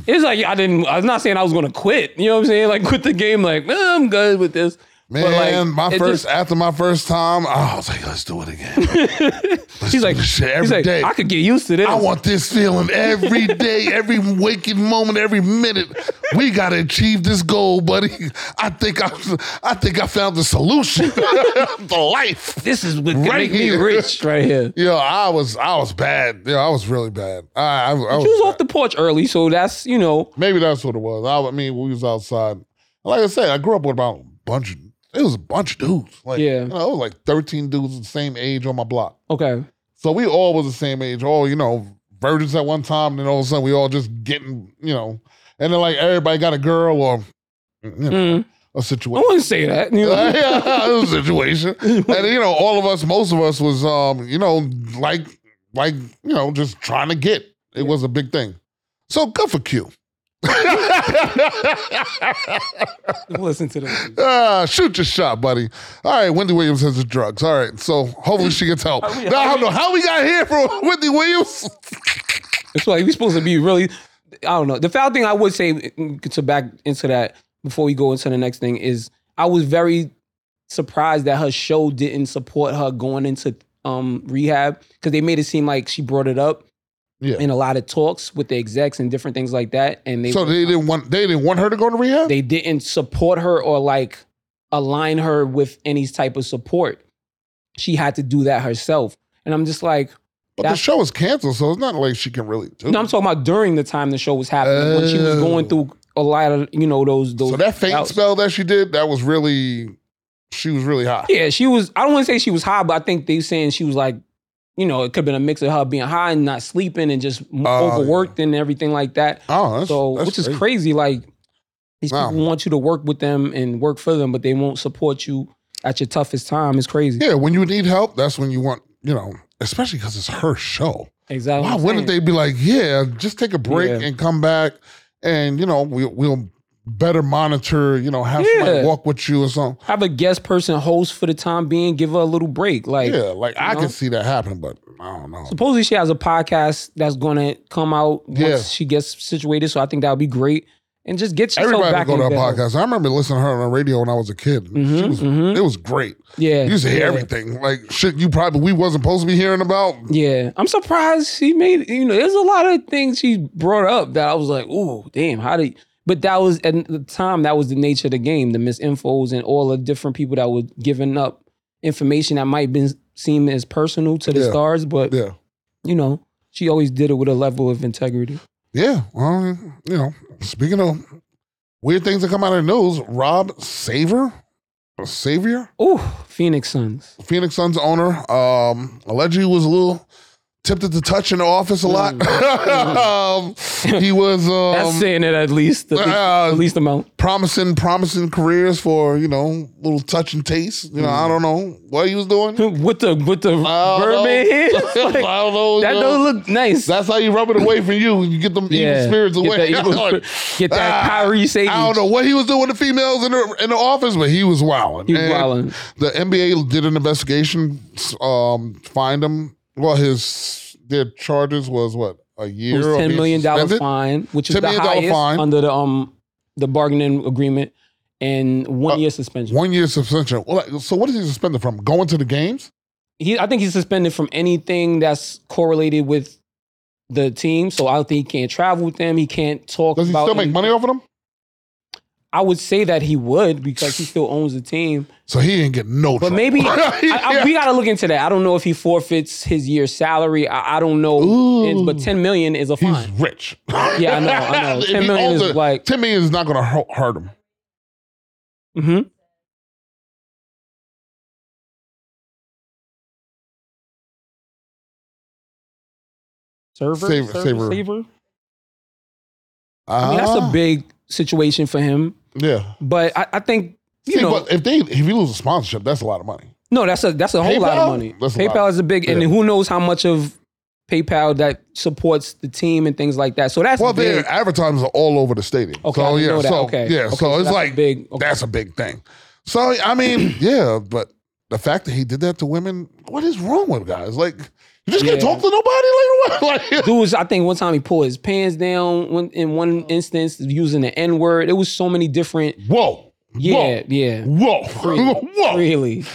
Speaker 2: It's like I didn't. I was not saying I was gonna quit. You know what I'm saying? Like quit the game. Like eh, I'm good with this. (laughs) But, like,
Speaker 1: man, my
Speaker 2: it
Speaker 1: first
Speaker 2: just-
Speaker 1: after my first time, I was like, let's do it
Speaker 2: (laughs)
Speaker 1: again. Let's
Speaker 2: She's
Speaker 1: do
Speaker 2: like,
Speaker 1: this shit
Speaker 2: He's
Speaker 1: every
Speaker 2: like,
Speaker 1: day.
Speaker 2: I could get used to this.
Speaker 1: I want this feeling
Speaker 2: (laughs)
Speaker 1: every day, every waking moment, every minute. We gotta achieve this goal, buddy. I think I, I think I found the solution (laughs) for life.
Speaker 2: this is what can
Speaker 1: Right
Speaker 2: make me
Speaker 1: here.
Speaker 2: rich
Speaker 1: (laughs)
Speaker 2: right here.
Speaker 1: Yo, I was I was bad. Yo, I was really bad. I, I, I was
Speaker 2: She was
Speaker 1: bad.
Speaker 2: off the porch early, so that's you know.
Speaker 1: Maybe that's what it was. I, I mean, we was outside. Like I said, I grew up with about a bunch of it was a bunch of dudes. Like
Speaker 2: Yeah.
Speaker 1: you know, it was like thirteen dudes the same age on my block.
Speaker 2: Okay,
Speaker 1: So we all was the same age, all, you know, virgins at one time, and then all of a sudden we all just getting, you know, and then like everybody got a girl or you know,
Speaker 2: Mm.
Speaker 1: a
Speaker 2: I
Speaker 1: situation.
Speaker 2: wouldn't say that. You know?
Speaker 1: (laughs) it was a situation. And you know, all of us, most of us was um, you know, like like, you know, just trying to get. It was a big thing. So good for Q. (laughs)
Speaker 2: Listen to this.
Speaker 1: Ah, shoot your shot, buddy. All right, Wendy Williams has the drugs. All right, so hopefully she gets help.
Speaker 2: How we-
Speaker 1: Now, I
Speaker 2: how
Speaker 1: don't know how we got here from Wendy Williams.
Speaker 2: It's like we're supposed to be really. I don't know. The foul thing I would say to back into that before we go into the next thing is I was very surprised that her show didn't support her going into um rehab because they made it seem like she brought it up
Speaker 1: Yeah.
Speaker 2: in a lot of talks with the execs and different things like that, and they
Speaker 1: so they didn't want they didn't want her to go to rehab.
Speaker 2: they didn't support her or like align her with any type of support. She had to do that herself, and I'm just like,
Speaker 1: but the
Speaker 2: that-
Speaker 1: show is canceled, so it's not like she can really do.
Speaker 2: No, I'm talking about during the time the show was happening when she was
Speaker 1: Oh.
Speaker 2: going through a lot of you know those those.
Speaker 1: so that faint
Speaker 2: bouts.
Speaker 1: spell that she did, that was really, she was really hot.
Speaker 2: Yeah, she was. I don't want to say she was high, but I think they saying she was like, you know, it could have been a mix of her being high and not sleeping and just m
Speaker 1: Oh,
Speaker 2: overworked and everything like that.
Speaker 1: Oh, that's,
Speaker 2: so
Speaker 1: that's
Speaker 2: which is crazy. Like these
Speaker 1: Wow.
Speaker 2: people want you to work with them and work for them, but they won't support you at your toughest time. It's crazy.
Speaker 1: Yeah, when you need help, that's when you want you know, especially because it's her show.
Speaker 2: Exactly.
Speaker 1: Why wouldn't they be like, yeah, just take a break
Speaker 2: Yeah.
Speaker 1: and come back, and you know, we, we'll better monitor. You know, have
Speaker 2: Yeah.
Speaker 1: somebody walk with you or something.
Speaker 2: have a guest person host for the time being? Give her a little break. Like
Speaker 1: yeah, like I
Speaker 2: know?
Speaker 1: can see that happen, but I don't know.
Speaker 2: supposedly she has a podcast that's gonna come out once
Speaker 1: Yeah.
Speaker 2: she gets situated. So I think that would be great. And just get yourself
Speaker 1: Everybody
Speaker 2: back
Speaker 1: go to
Speaker 2: in
Speaker 1: her
Speaker 2: the Mm-hmm.
Speaker 1: podcast. I remember listening to her on the radio when I was a kid. She was, It was great.
Speaker 2: Yeah,
Speaker 1: You used to hear
Speaker 2: yeah.
Speaker 1: everything. Like shit you probably we wasn't supposed to be hearing about.
Speaker 2: Yeah, I'm surprised she made. You know, there's a lot of things she brought up that I was like, "Ooh, damn, how did?" But that was at the time. That was the nature of the game. The misinfos and all the different people that were giving up information that might been seem as personal to the
Speaker 1: Yeah.
Speaker 2: stars, but
Speaker 1: Yeah.
Speaker 2: you know, she always did it with a level of integrity.
Speaker 1: Yeah. Well, you know, speaking of weird things that come out of the news, Rob Saver Savior,
Speaker 2: Ooh, Phoenix Suns.
Speaker 1: Phoenix Suns owner, um, allegedly was a little tempted to touch in the office a lot. um, (laughs) he was
Speaker 2: Mm. (laughs) That's
Speaker 1: um,
Speaker 2: saying it at least the
Speaker 1: uh,
Speaker 2: least amount. (laughs)
Speaker 1: promising, promising careers for you know little touch and taste. You know,
Speaker 2: Mm.
Speaker 1: I don't know what he was doing.
Speaker 2: With the with the
Speaker 1: I don't
Speaker 2: bourbon
Speaker 1: (laughs) know.
Speaker 2: hands,
Speaker 1: I
Speaker 2: like,
Speaker 1: don't know.
Speaker 2: that
Speaker 1: yo.
Speaker 2: don't look nice.
Speaker 1: That's how you rub it away from you. You get them Uh, evil spirits (laughs)
Speaker 2: Get
Speaker 1: away.
Speaker 2: that, evil
Speaker 1: Like,
Speaker 2: spirit- get that
Speaker 1: ah,
Speaker 2: Kyrie Sadie.
Speaker 1: I don't know what he was doing with the females in the in the office, but he was wilding.
Speaker 2: He was wilding.
Speaker 1: The NBA did an investigation, s- um, find him. Well, his their charges was what a year.
Speaker 2: It was
Speaker 1: of
Speaker 2: ten
Speaker 1: being
Speaker 2: million dollar
Speaker 1: suspended?
Speaker 2: fine, which is
Speaker 1: $10
Speaker 2: the
Speaker 1: million
Speaker 2: highest
Speaker 1: fine.
Speaker 2: under the um the bargaining agreement, and
Speaker 1: Uh,
Speaker 2: one year suspension.
Speaker 1: One year suspension. Well, like, so what is he suspended from? Going to the games?
Speaker 2: He, I think he's suspended from anything that's correlated with the team. So I don't think he can't travel with them. He can't talk
Speaker 1: Does he
Speaker 2: about.
Speaker 1: still make
Speaker 2: any-
Speaker 1: money off of them?
Speaker 2: I would say that he would because he still owns the team.
Speaker 1: So he didn't get no.
Speaker 2: But
Speaker 1: trouble. (laughs)
Speaker 2: maybe I, I,
Speaker 1: Yeah.
Speaker 2: we got to look into that. I don't know if he forfeits his year's salary. I, I don't know, And- but
Speaker 1: Ooh.
Speaker 2: ten million is a
Speaker 1: He's
Speaker 2: fine.
Speaker 1: rich.
Speaker 2: Yeah, I know, I
Speaker 1: (laughs)
Speaker 2: know.
Speaker 1: If
Speaker 2: 10
Speaker 1: he
Speaker 2: million
Speaker 1: owns
Speaker 2: is
Speaker 1: it,
Speaker 2: like-
Speaker 1: ten million is not going to hurt him.
Speaker 2: hmm Server,
Speaker 1: Saver-
Speaker 2: server,
Speaker 1: saver.
Speaker 2: saver? I mean, that's a
Speaker 1: Ah,
Speaker 2: big situation for him.
Speaker 1: yeah.
Speaker 2: But I, I think you
Speaker 1: See,
Speaker 2: know,
Speaker 1: but if they if you lose a sponsorship, that's a lot of money.
Speaker 2: no, that's a that's a whole lot
Speaker 1: PayPal?
Speaker 2: of money.
Speaker 1: That's a
Speaker 2: PayPal
Speaker 1: lot.
Speaker 2: is a big, and
Speaker 1: Yeah.
Speaker 2: who knows how much of PayPal that supports the team and things like that. So that's
Speaker 1: Well,
Speaker 2: big.
Speaker 1: their advertisements are all over the stadium.
Speaker 2: Okay, I
Speaker 1: so,
Speaker 2: didn't
Speaker 1: yeah,
Speaker 2: know that.
Speaker 1: So,
Speaker 2: Okay.
Speaker 1: yeah,
Speaker 2: Okay,
Speaker 1: so
Speaker 2: so
Speaker 1: it's
Speaker 2: that's a
Speaker 1: like
Speaker 2: big- okay.
Speaker 1: that's a big thing. So I mean, (clears throat) yeah, but the fact that he did that to women, what is wrong with guys? Like you just can't
Speaker 2: Yeah.
Speaker 1: talk to nobody later. on? (laughs) like
Speaker 2: dudes, I think one time he pulled his pants down when, in one instance using the N word. It was so many different.
Speaker 1: whoa,
Speaker 2: Yeah, yeah.
Speaker 1: whoa, (laughs)
Speaker 2: Really,
Speaker 1: whoa, whoa.
Speaker 2: really.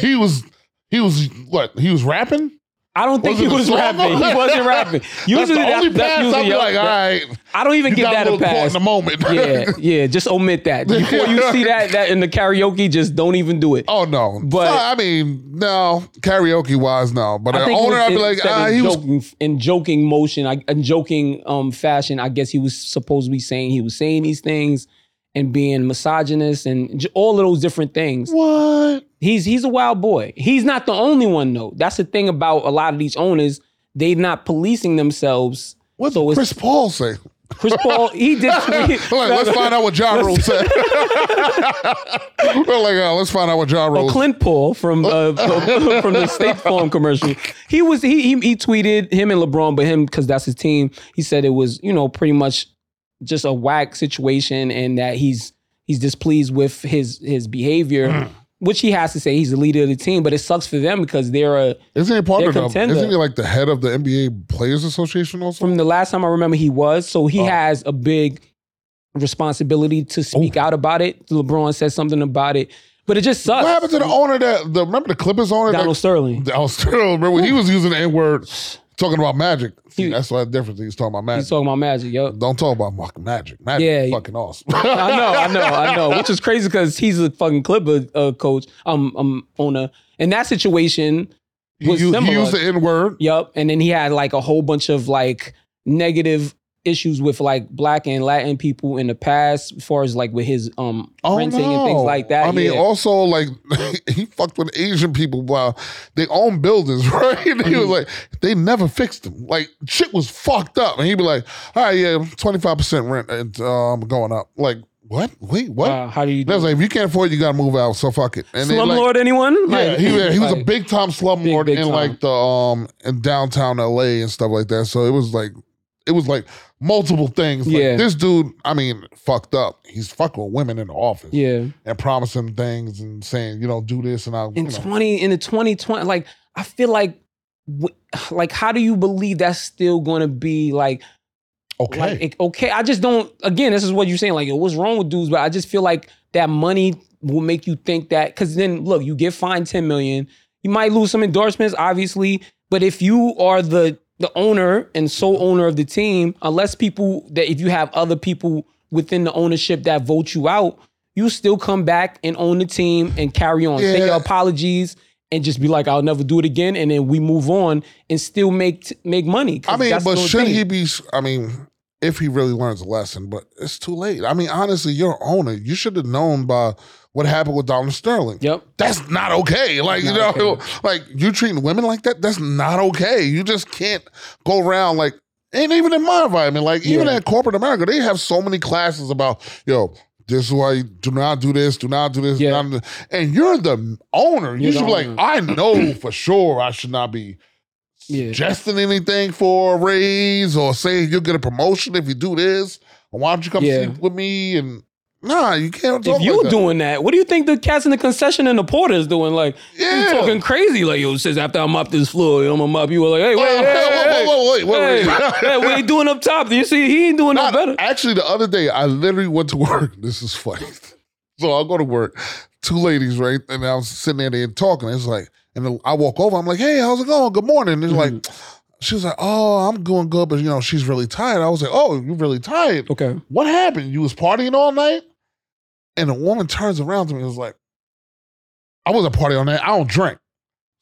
Speaker 1: He was he was what? He was rapping.
Speaker 2: I don't think
Speaker 1: Was it
Speaker 2: he
Speaker 1: a
Speaker 2: was
Speaker 1: song?
Speaker 2: rapping.
Speaker 1: (laughs)
Speaker 2: He wasn't rapping.
Speaker 1: That's
Speaker 2: Usually,
Speaker 1: the only
Speaker 2: that's, that's
Speaker 1: pass
Speaker 2: usually
Speaker 1: I'd be
Speaker 2: your-
Speaker 1: like, all right,
Speaker 2: I don't even
Speaker 1: you
Speaker 2: give
Speaker 1: got
Speaker 2: that
Speaker 1: a
Speaker 2: a
Speaker 1: little caught in
Speaker 2: pass.
Speaker 1: the moment. (laughs)
Speaker 2: yeah, yeah. Just omit that before you see that that in the karaoke. Just don't even do it.
Speaker 1: Oh no!
Speaker 2: But-
Speaker 1: No, I mean, no karaoke wise, no. But
Speaker 2: I
Speaker 1: an
Speaker 2: think it
Speaker 1: owner,
Speaker 2: was-
Speaker 1: I'd be
Speaker 2: it
Speaker 1: like,
Speaker 2: said
Speaker 1: ah,
Speaker 2: in
Speaker 1: he was
Speaker 2: joking, in joking motion, I, in joking um, fashion. I guess he was supposed to be saying he was saying these things and being misogynist and j- all of those different
Speaker 1: (laughs)
Speaker 2: things.
Speaker 1: what?
Speaker 2: He's he's a wild boy. He's not the only one though. That's the thing about a lot of these owners. They're not policing themselves.
Speaker 1: What
Speaker 2: So
Speaker 1: did
Speaker 2: it's-
Speaker 1: Chris Paul say?
Speaker 2: Chris Paul, he
Speaker 1: (laughs)
Speaker 2: did. tweet-
Speaker 1: We're like, let's find out what Ja Rule said.
Speaker 2: (laughs)
Speaker 1: (laughs) We're like, oh, let's find out what Ja Rule.
Speaker 2: Well, Clint Paul from uh, from the State Farm commercial. He was he he, he tweeted him and LeBron, but him because that's his team. He said it was you know pretty much just a whack situation, and that he's he's displeased with his his
Speaker 1: Mm.
Speaker 2: behavior, which he has to say he's the leader of the team. But it sucks for them because they're a.
Speaker 1: isn't he part
Speaker 2: They're
Speaker 1: of the?
Speaker 2: contender.
Speaker 1: Isn't he like the head of the NBA Players Association also?
Speaker 2: from the last time I remember he was. So
Speaker 1: Oh.
Speaker 2: he has a big responsibility to speak out about it. LeBron said something about it, but it just sucks.
Speaker 1: Oh. What happened to the owner that the remember the Clippers owner?
Speaker 2: Donald
Speaker 1: (laughs)
Speaker 2: Sterling?
Speaker 1: that, I was still remember when he was using the N word, talking about Magic. See,
Speaker 2: He-
Speaker 1: that's why the difference. He was talking about Magic.
Speaker 2: He's talking about Magic, yo.
Speaker 1: Don't talk about Mark- Magic. Magic
Speaker 2: Yeah,
Speaker 1: is
Speaker 2: he-
Speaker 1: fucking awesome. (laughs)
Speaker 2: I know, I know, I know. Which is crazy because he's a fucking Clipper uh, coach, um, um, owner. In that situation,
Speaker 1: You
Speaker 2: was
Speaker 1: you
Speaker 2: similar.
Speaker 1: used the N word.
Speaker 2: Yup. And then he had like a whole bunch of like negative issues with like black and Latin people in the past, as far as like with his um renting and things like that.
Speaker 1: Oh, I mean, oh,
Speaker 2: yeah.
Speaker 1: also like (laughs) he fucked with Asian people while they own buildings, (laughs) right? he
Speaker 2: Mm-hmm.
Speaker 1: was like, they never fixed them. Like shit was fucked up, and he'd be like, "All right, yeah, twenty five percent rent and um, going up." Like, what? Wait, what?
Speaker 2: Wow, Uh, how do you
Speaker 1: That's
Speaker 2: do?
Speaker 1: like if you can't afford, it, you gotta move out. So fuck it. And they, like-
Speaker 2: slumlord anyone?
Speaker 1: yeah,
Speaker 2: Like-
Speaker 1: he, was- he was a
Speaker 2: like,
Speaker 1: big time slumlord
Speaker 2: big
Speaker 1: in
Speaker 2: time.
Speaker 1: like the um in downtown LA and stuff like that. So it was like it was like multiple things. Like,
Speaker 2: Yeah.
Speaker 1: this dude, I mean, fucked up. He's fucking with women in the office
Speaker 2: Yeah.
Speaker 1: and promising things and saying, you know, do this and I'll, you
Speaker 2: in
Speaker 1: know.
Speaker 2: 20 in the 2020 like i feel like w- like how do you believe that's still going to be like
Speaker 1: okay.
Speaker 2: like it- okay i just don't again this is what you're saying like yo, what's wrong with dudes but i just feel like that money will make you think that because then look you get fined 10 million you might lose some endorsements obviously but if you are the the owner and sole owner of the team unless people that if you have other people within the ownership that vote you out you still come back and own the team and carry on say
Speaker 1: Yeah.
Speaker 2: your apologies and just be like i'll never do it again and then we move on and still make make money 'cause
Speaker 1: I mean,
Speaker 2: that's
Speaker 1: but
Speaker 2: the
Speaker 1: should
Speaker 2: thing.
Speaker 1: he be? I mean, if he really learns a lesson, but it's too late. I mean, honestly, you're on it. You should have known by what happened with Donald Sterling.
Speaker 2: Yep.
Speaker 1: That's not okay. Like, you
Speaker 2: Not
Speaker 1: know, (laughs)
Speaker 2: okay.
Speaker 1: like you treating women like that, that's not okay. You just can't go around like, and even in my environment, like even
Speaker 2: Yeah.
Speaker 1: at corporate America, they have so many classes about, yo, this is why you do not do this, do not do this. do
Speaker 2: Yeah.
Speaker 1: not do this. And you're the owner. You
Speaker 2: You're the
Speaker 1: should be like,
Speaker 2: owner.
Speaker 1: I
Speaker 2: (clears throat)
Speaker 1: know for sure I should not be
Speaker 2: Yeah.
Speaker 1: suggesting anything for a raise or saying you'll get a promotion if you do this. Or why don't you come
Speaker 2: Yeah.
Speaker 1: sleep with me? And nah, you can't talk
Speaker 2: If you
Speaker 1: like that.
Speaker 2: doing that, what do you think the cats in the concession and the porter is doing? Like, you
Speaker 1: Yeah.
Speaker 2: talking crazy. Like, yo, says after I mop this floor, I'm gonna mop you. Like, hey, wait,
Speaker 1: Oh, Whoa,
Speaker 2: hey,
Speaker 1: whoa,
Speaker 2: hey,
Speaker 1: whoa, whoa, wait, wait,
Speaker 2: hey,
Speaker 1: wait.
Speaker 2: (laughs) hey, what he doing up top? Do you see? He ain't doing no
Speaker 1: Nah,
Speaker 2: better.
Speaker 1: Actually, the other day, I literally went to (laughs) work. This is funny. So I go to work, two ladies, right? And I was sitting there, they talking. It's like, and I walk over, I'm like, hey, how's it going? Good morning. And it's like,
Speaker 2: Mm-hmm.
Speaker 1: she was like, oh, I'm going good, but you know, she's really tired. I was like, oh, you really tired?
Speaker 2: Okay.
Speaker 1: What happened? You was partying all night? And the woman turns around to me and was like, I wasn't partying all night. I don't drink.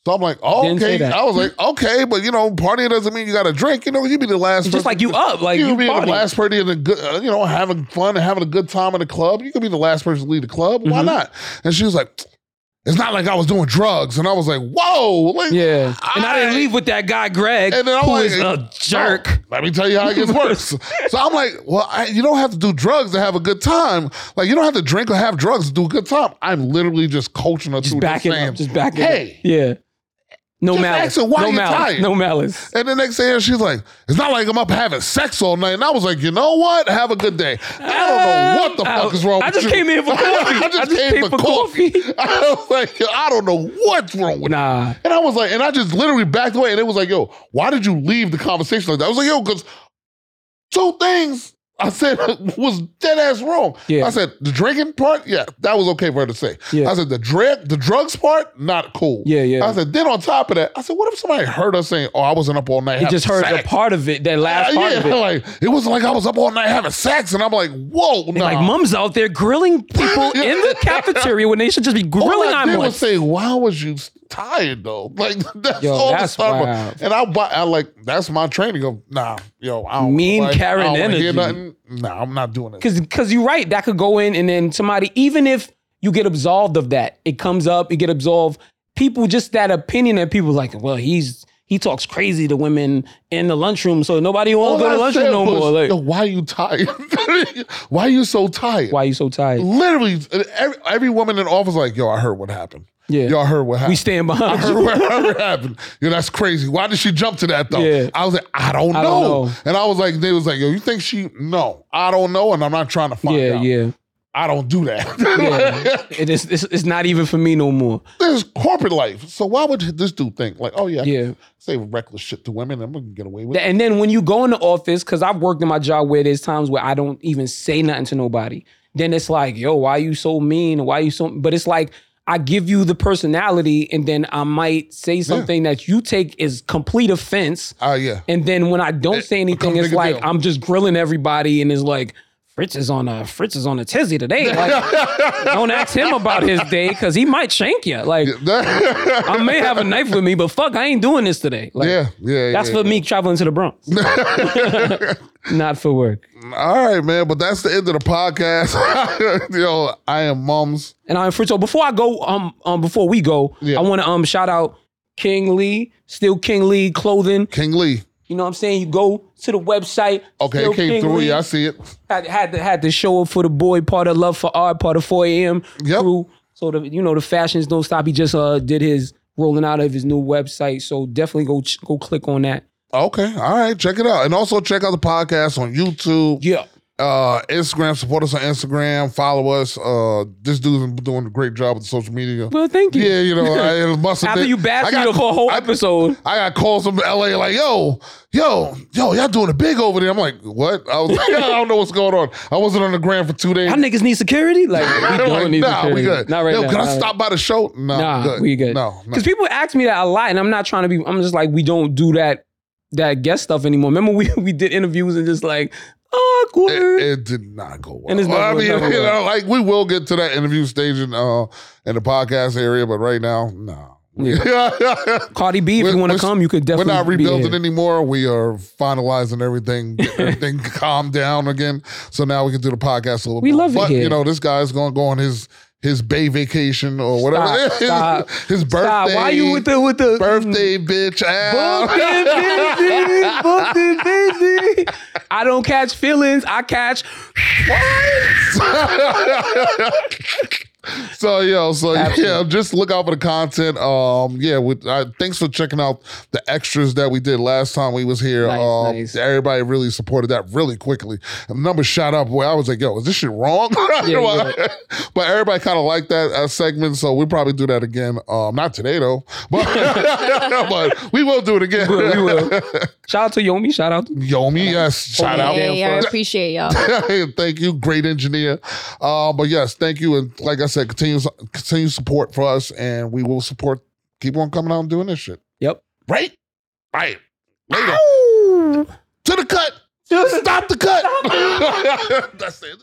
Speaker 1: So I'm like, oh,
Speaker 2: Didn't say
Speaker 1: okay.
Speaker 2: that.
Speaker 1: I was like, okay, but you know, partying doesn't mean you got to drink. You know, you be the last
Speaker 2: It's just
Speaker 1: person
Speaker 2: like you up, like
Speaker 1: you
Speaker 2: you
Speaker 1: could be the
Speaker 2: party.
Speaker 1: last person in the good, uh, you know, having fun and having a good time in the club. You could be the last person to leave the club. Why
Speaker 2: Mhm.
Speaker 1: not? And she was like, "It's not like I was doing drugs." And I was like, "Whoa!" Like,
Speaker 2: Yeah. And I didn't
Speaker 1: I-
Speaker 2: leave with that guy Greg,
Speaker 1: And then I'm
Speaker 2: who
Speaker 1: like-
Speaker 2: is a jerk.
Speaker 1: Let me tell you how it gets worse.
Speaker 2: (laughs)
Speaker 1: so I'm like, "Well, I, you don't have to do drugs to have a good time. Like, you don't have to drink or have drugs to do a good time." I'm literally just coaching her
Speaker 2: Just
Speaker 1: through
Speaker 2: backing
Speaker 1: this.
Speaker 2: up.
Speaker 1: saying,
Speaker 2: Just backing up.
Speaker 1: Hey.
Speaker 2: Yeah. No
Speaker 1: Just
Speaker 2: malice.
Speaker 1: ask her why
Speaker 2: no
Speaker 1: you
Speaker 2: malice.
Speaker 1: tired.
Speaker 2: No malice.
Speaker 1: And the next day, she's like, "It's not like I'm up having sex all night." And I was like, "You know what? Have a good day." I don't know what the
Speaker 2: I-
Speaker 1: fuck is wrong.
Speaker 2: Ah, I
Speaker 1: with
Speaker 2: just
Speaker 1: you.
Speaker 2: came in for coffee.
Speaker 1: (laughs) I, just came, for, coffee. (laughs) I was like, "Yo, I don't know what's wrong with.
Speaker 2: (laughs) Nah.
Speaker 1: And I was like, and I just literally backed away. And it was like, yo, why did you leave the conversation like that? I was like, yo, because two things I said (laughs) was dead ass wrong.
Speaker 2: Yeah.
Speaker 1: I said the drinking part, yeah, that was okay for her to say.
Speaker 2: Yeah.
Speaker 1: I said the drug, the drugs part, not cool.
Speaker 2: Yeah, yeah.
Speaker 1: I said then on top of that, I said, what if somebody heard us saying, oh, I wasn't up all night.
Speaker 2: He just heard a part of it, that last part
Speaker 1: Uh, (laughs) yeah,
Speaker 2: of it.
Speaker 1: like it wasn't like I was up all night having sex, and I'm like, whoa,
Speaker 2: And,
Speaker 1: nah.
Speaker 2: Like mums out there
Speaker 1: (laughs)
Speaker 2: grilling people
Speaker 1: Yeah.
Speaker 2: in the cafeteria when they should just be
Speaker 1: All
Speaker 2: grilling
Speaker 1: I
Speaker 2: on
Speaker 1: did was
Speaker 2: one.
Speaker 1: say, "Why was you tired though?" (laughs) Like that's
Speaker 2: Yo,
Speaker 1: all
Speaker 2: that's
Speaker 1: the stuff.
Speaker 2: wild.
Speaker 1: And I, buy, I like that's my training of nah, yo, I don't
Speaker 2: Mean
Speaker 1: like,
Speaker 2: Karen
Speaker 1: I don't wanna Hear
Speaker 2: energy.
Speaker 1: nothing. Nah, I'm not doing it.
Speaker 2: Cause cause you're right, that could go in and then somebody, even if you get absolved of that, it comes up, you get absolved. People just that opinion that people like, well, he's he talks crazy to women in the lunchroom, so nobody won't
Speaker 1: All
Speaker 2: go
Speaker 1: I
Speaker 2: to lunchroom
Speaker 1: said
Speaker 2: no
Speaker 1: was,
Speaker 2: more. Like,
Speaker 1: yo, why are you tired? (laughs) why are you so tired?
Speaker 2: why you so tired?
Speaker 1: Literally, every, every woman in the office like, yo, I heard what happened.
Speaker 2: Yeah.
Speaker 1: y'all heard what happened.
Speaker 2: We stand
Speaker 1: (laughs)
Speaker 2: behind
Speaker 1: I
Speaker 2: you.
Speaker 1: heard what- (laughs) I heard what happened. Yo, that's crazy. Why did she jump to that though?
Speaker 2: Yeah.
Speaker 1: I was like, I don't know.
Speaker 2: I don't know.
Speaker 1: And I was like, they was like, yo, you think she? No, I don't know, and I'm not trying to find
Speaker 2: Yeah,
Speaker 1: out.
Speaker 2: yeah.
Speaker 1: I don't do that.
Speaker 2: (laughs) yeah. it is, it's, it's not even for me no more.
Speaker 1: (laughs) this is corporate life. So why would this dude think like, oh yeah, I can
Speaker 2: Yeah.
Speaker 1: say reckless shit to women, I'm gonna get away with
Speaker 2: Th-
Speaker 1: it.
Speaker 2: And then when you go in the office, because I've worked in my job where there's times where I don't even say nothing to nobody. Then it's like, yo, why you so mean? Why you so? But it's like I give you the personality, and then I might say something that you take as complete offense.
Speaker 1: Oh yeah.
Speaker 2: And then when I don't say anything,
Speaker 1: becomes
Speaker 2: it's
Speaker 1: a
Speaker 2: like
Speaker 1: deal.
Speaker 2: I'm just grilling everybody, and it's like Fritz is on a Fritz is on a tizzy today. Like, don't ask him about his day because he might shank you. Like
Speaker 1: (laughs) yeah,
Speaker 2: I may have a knife with me, but fuck, I ain't doing this today. Like,
Speaker 1: yeah, yeah.
Speaker 2: that's for me traveling to
Speaker 1: (laughs)
Speaker 2: the Bronx. Not for work.
Speaker 1: All right, man. But that's the end of the podcast. (laughs) Yo, I am mums.
Speaker 2: And I'm Fritzo. Before I go, um, um, before we go,
Speaker 1: Yeah.
Speaker 2: I want to um shout out King Lee, still King Lee clothing.
Speaker 1: King Lee.
Speaker 2: You know what I'm saying? You go to the website.
Speaker 1: Okay,
Speaker 2: Still
Speaker 1: it came through.
Speaker 2: Lee.
Speaker 1: Yeah, I see it.
Speaker 2: had had the, had the show up for the boy, part of love for art, part of 4 a.m.
Speaker 1: Yep.
Speaker 2: Through, so the you know the fashions don't stop. He just uh did his rolling out of his new website. So definitely go ch- go click on that.
Speaker 1: Okay. All right. Check it out. And also check out the podcast on YouTube.
Speaker 2: Yeah.
Speaker 1: uh Instagram, support us on Instagram, follow us. Uh this dude's been doing a great job with social media.
Speaker 2: Well, thank you.
Speaker 1: Yeah, you know, I must
Speaker 2: After you bashed me the
Speaker 1: call
Speaker 2: whole episode.
Speaker 1: I got calls from LA like, yo, yo, yo, y'all doing a big over there. I'm like, what? I was like, (laughs) I don't know what's going on. I wasn't on the gram for two days.
Speaker 2: Our niggas need security. Like we
Speaker 1: (laughs) I'm
Speaker 2: don't
Speaker 1: like,
Speaker 2: need
Speaker 1: nah, we
Speaker 2: security.
Speaker 1: good.
Speaker 2: Not right
Speaker 1: yo,
Speaker 2: now.
Speaker 1: Can I
Speaker 2: Not right
Speaker 1: stop by the show? No,
Speaker 2: Nah,
Speaker 1: good.
Speaker 2: we good.
Speaker 1: No, no.
Speaker 2: Because people ask me that a lot, and I'm not trying to be. I'm just like, we don't do that that guest stuff anymore. Remember, we (laughs) we did interviews and just like awkward.
Speaker 1: It, it did not go well.
Speaker 2: And it's not
Speaker 1: I
Speaker 2: going-
Speaker 1: mean,
Speaker 2: not going
Speaker 1: (laughs) you
Speaker 2: well.
Speaker 1: know, like we will get to that interview stage in uh in the podcast area, but right now, no. (laughs)
Speaker 2: Cardi B, if
Speaker 1: We're-
Speaker 2: you want
Speaker 1: we're-
Speaker 2: to come, you could
Speaker 1: We're
Speaker 2: definitely.
Speaker 1: not
Speaker 2: be there.
Speaker 1: rebuilding anymore. We are finalizing everything,
Speaker 2: (laughs)
Speaker 1: getting everything calmed down again. So now we can do the podcast a little.
Speaker 2: We
Speaker 1: more.
Speaker 2: love it
Speaker 1: but, You
Speaker 2: here.
Speaker 1: know, this guy's gonna go on his his bay vacation or whatever.
Speaker 2: Stop,
Speaker 1: (laughs) his,
Speaker 2: stop,
Speaker 1: his birthday.
Speaker 2: Stop. Why you with the with the
Speaker 1: birthday, bitch? Ow.
Speaker 2: Booked and busy, booked and busy. I don't catch feelings. I catch.
Speaker 1: so yo, so yeah, (laughs) just look out for the content. Um, yeah, with uh, thanks for checking out the extras that we did last time we was here.
Speaker 2: Nice,
Speaker 1: um,
Speaker 2: nice.
Speaker 1: everybody really supported that really quickly. And the numbers shot up. Where I was like, yo, is this shit wrong? (laughs) but everybody kind of liked that uh, segment, so we'll probably do that again. Um, not today though, but (laughs) but we will do it again.
Speaker 2: Well,
Speaker 1: (laughs)
Speaker 2: we will. Shout out to Yomi. Shout out. To-
Speaker 1: Yomi, yes,
Speaker 2: Oh,
Speaker 1: shout out.
Speaker 3: Yay, I
Speaker 2: folks.
Speaker 3: appreciate y'all.
Speaker 1: (laughs) thank you, great engineer. Uh, but yes, thank you, and like I said, continue continue support for us, and we will support. Keep on coming out and doing this shit.
Speaker 2: yep.
Speaker 1: Right, right. Later to the cut. Stop the cut. (laughs) That's it.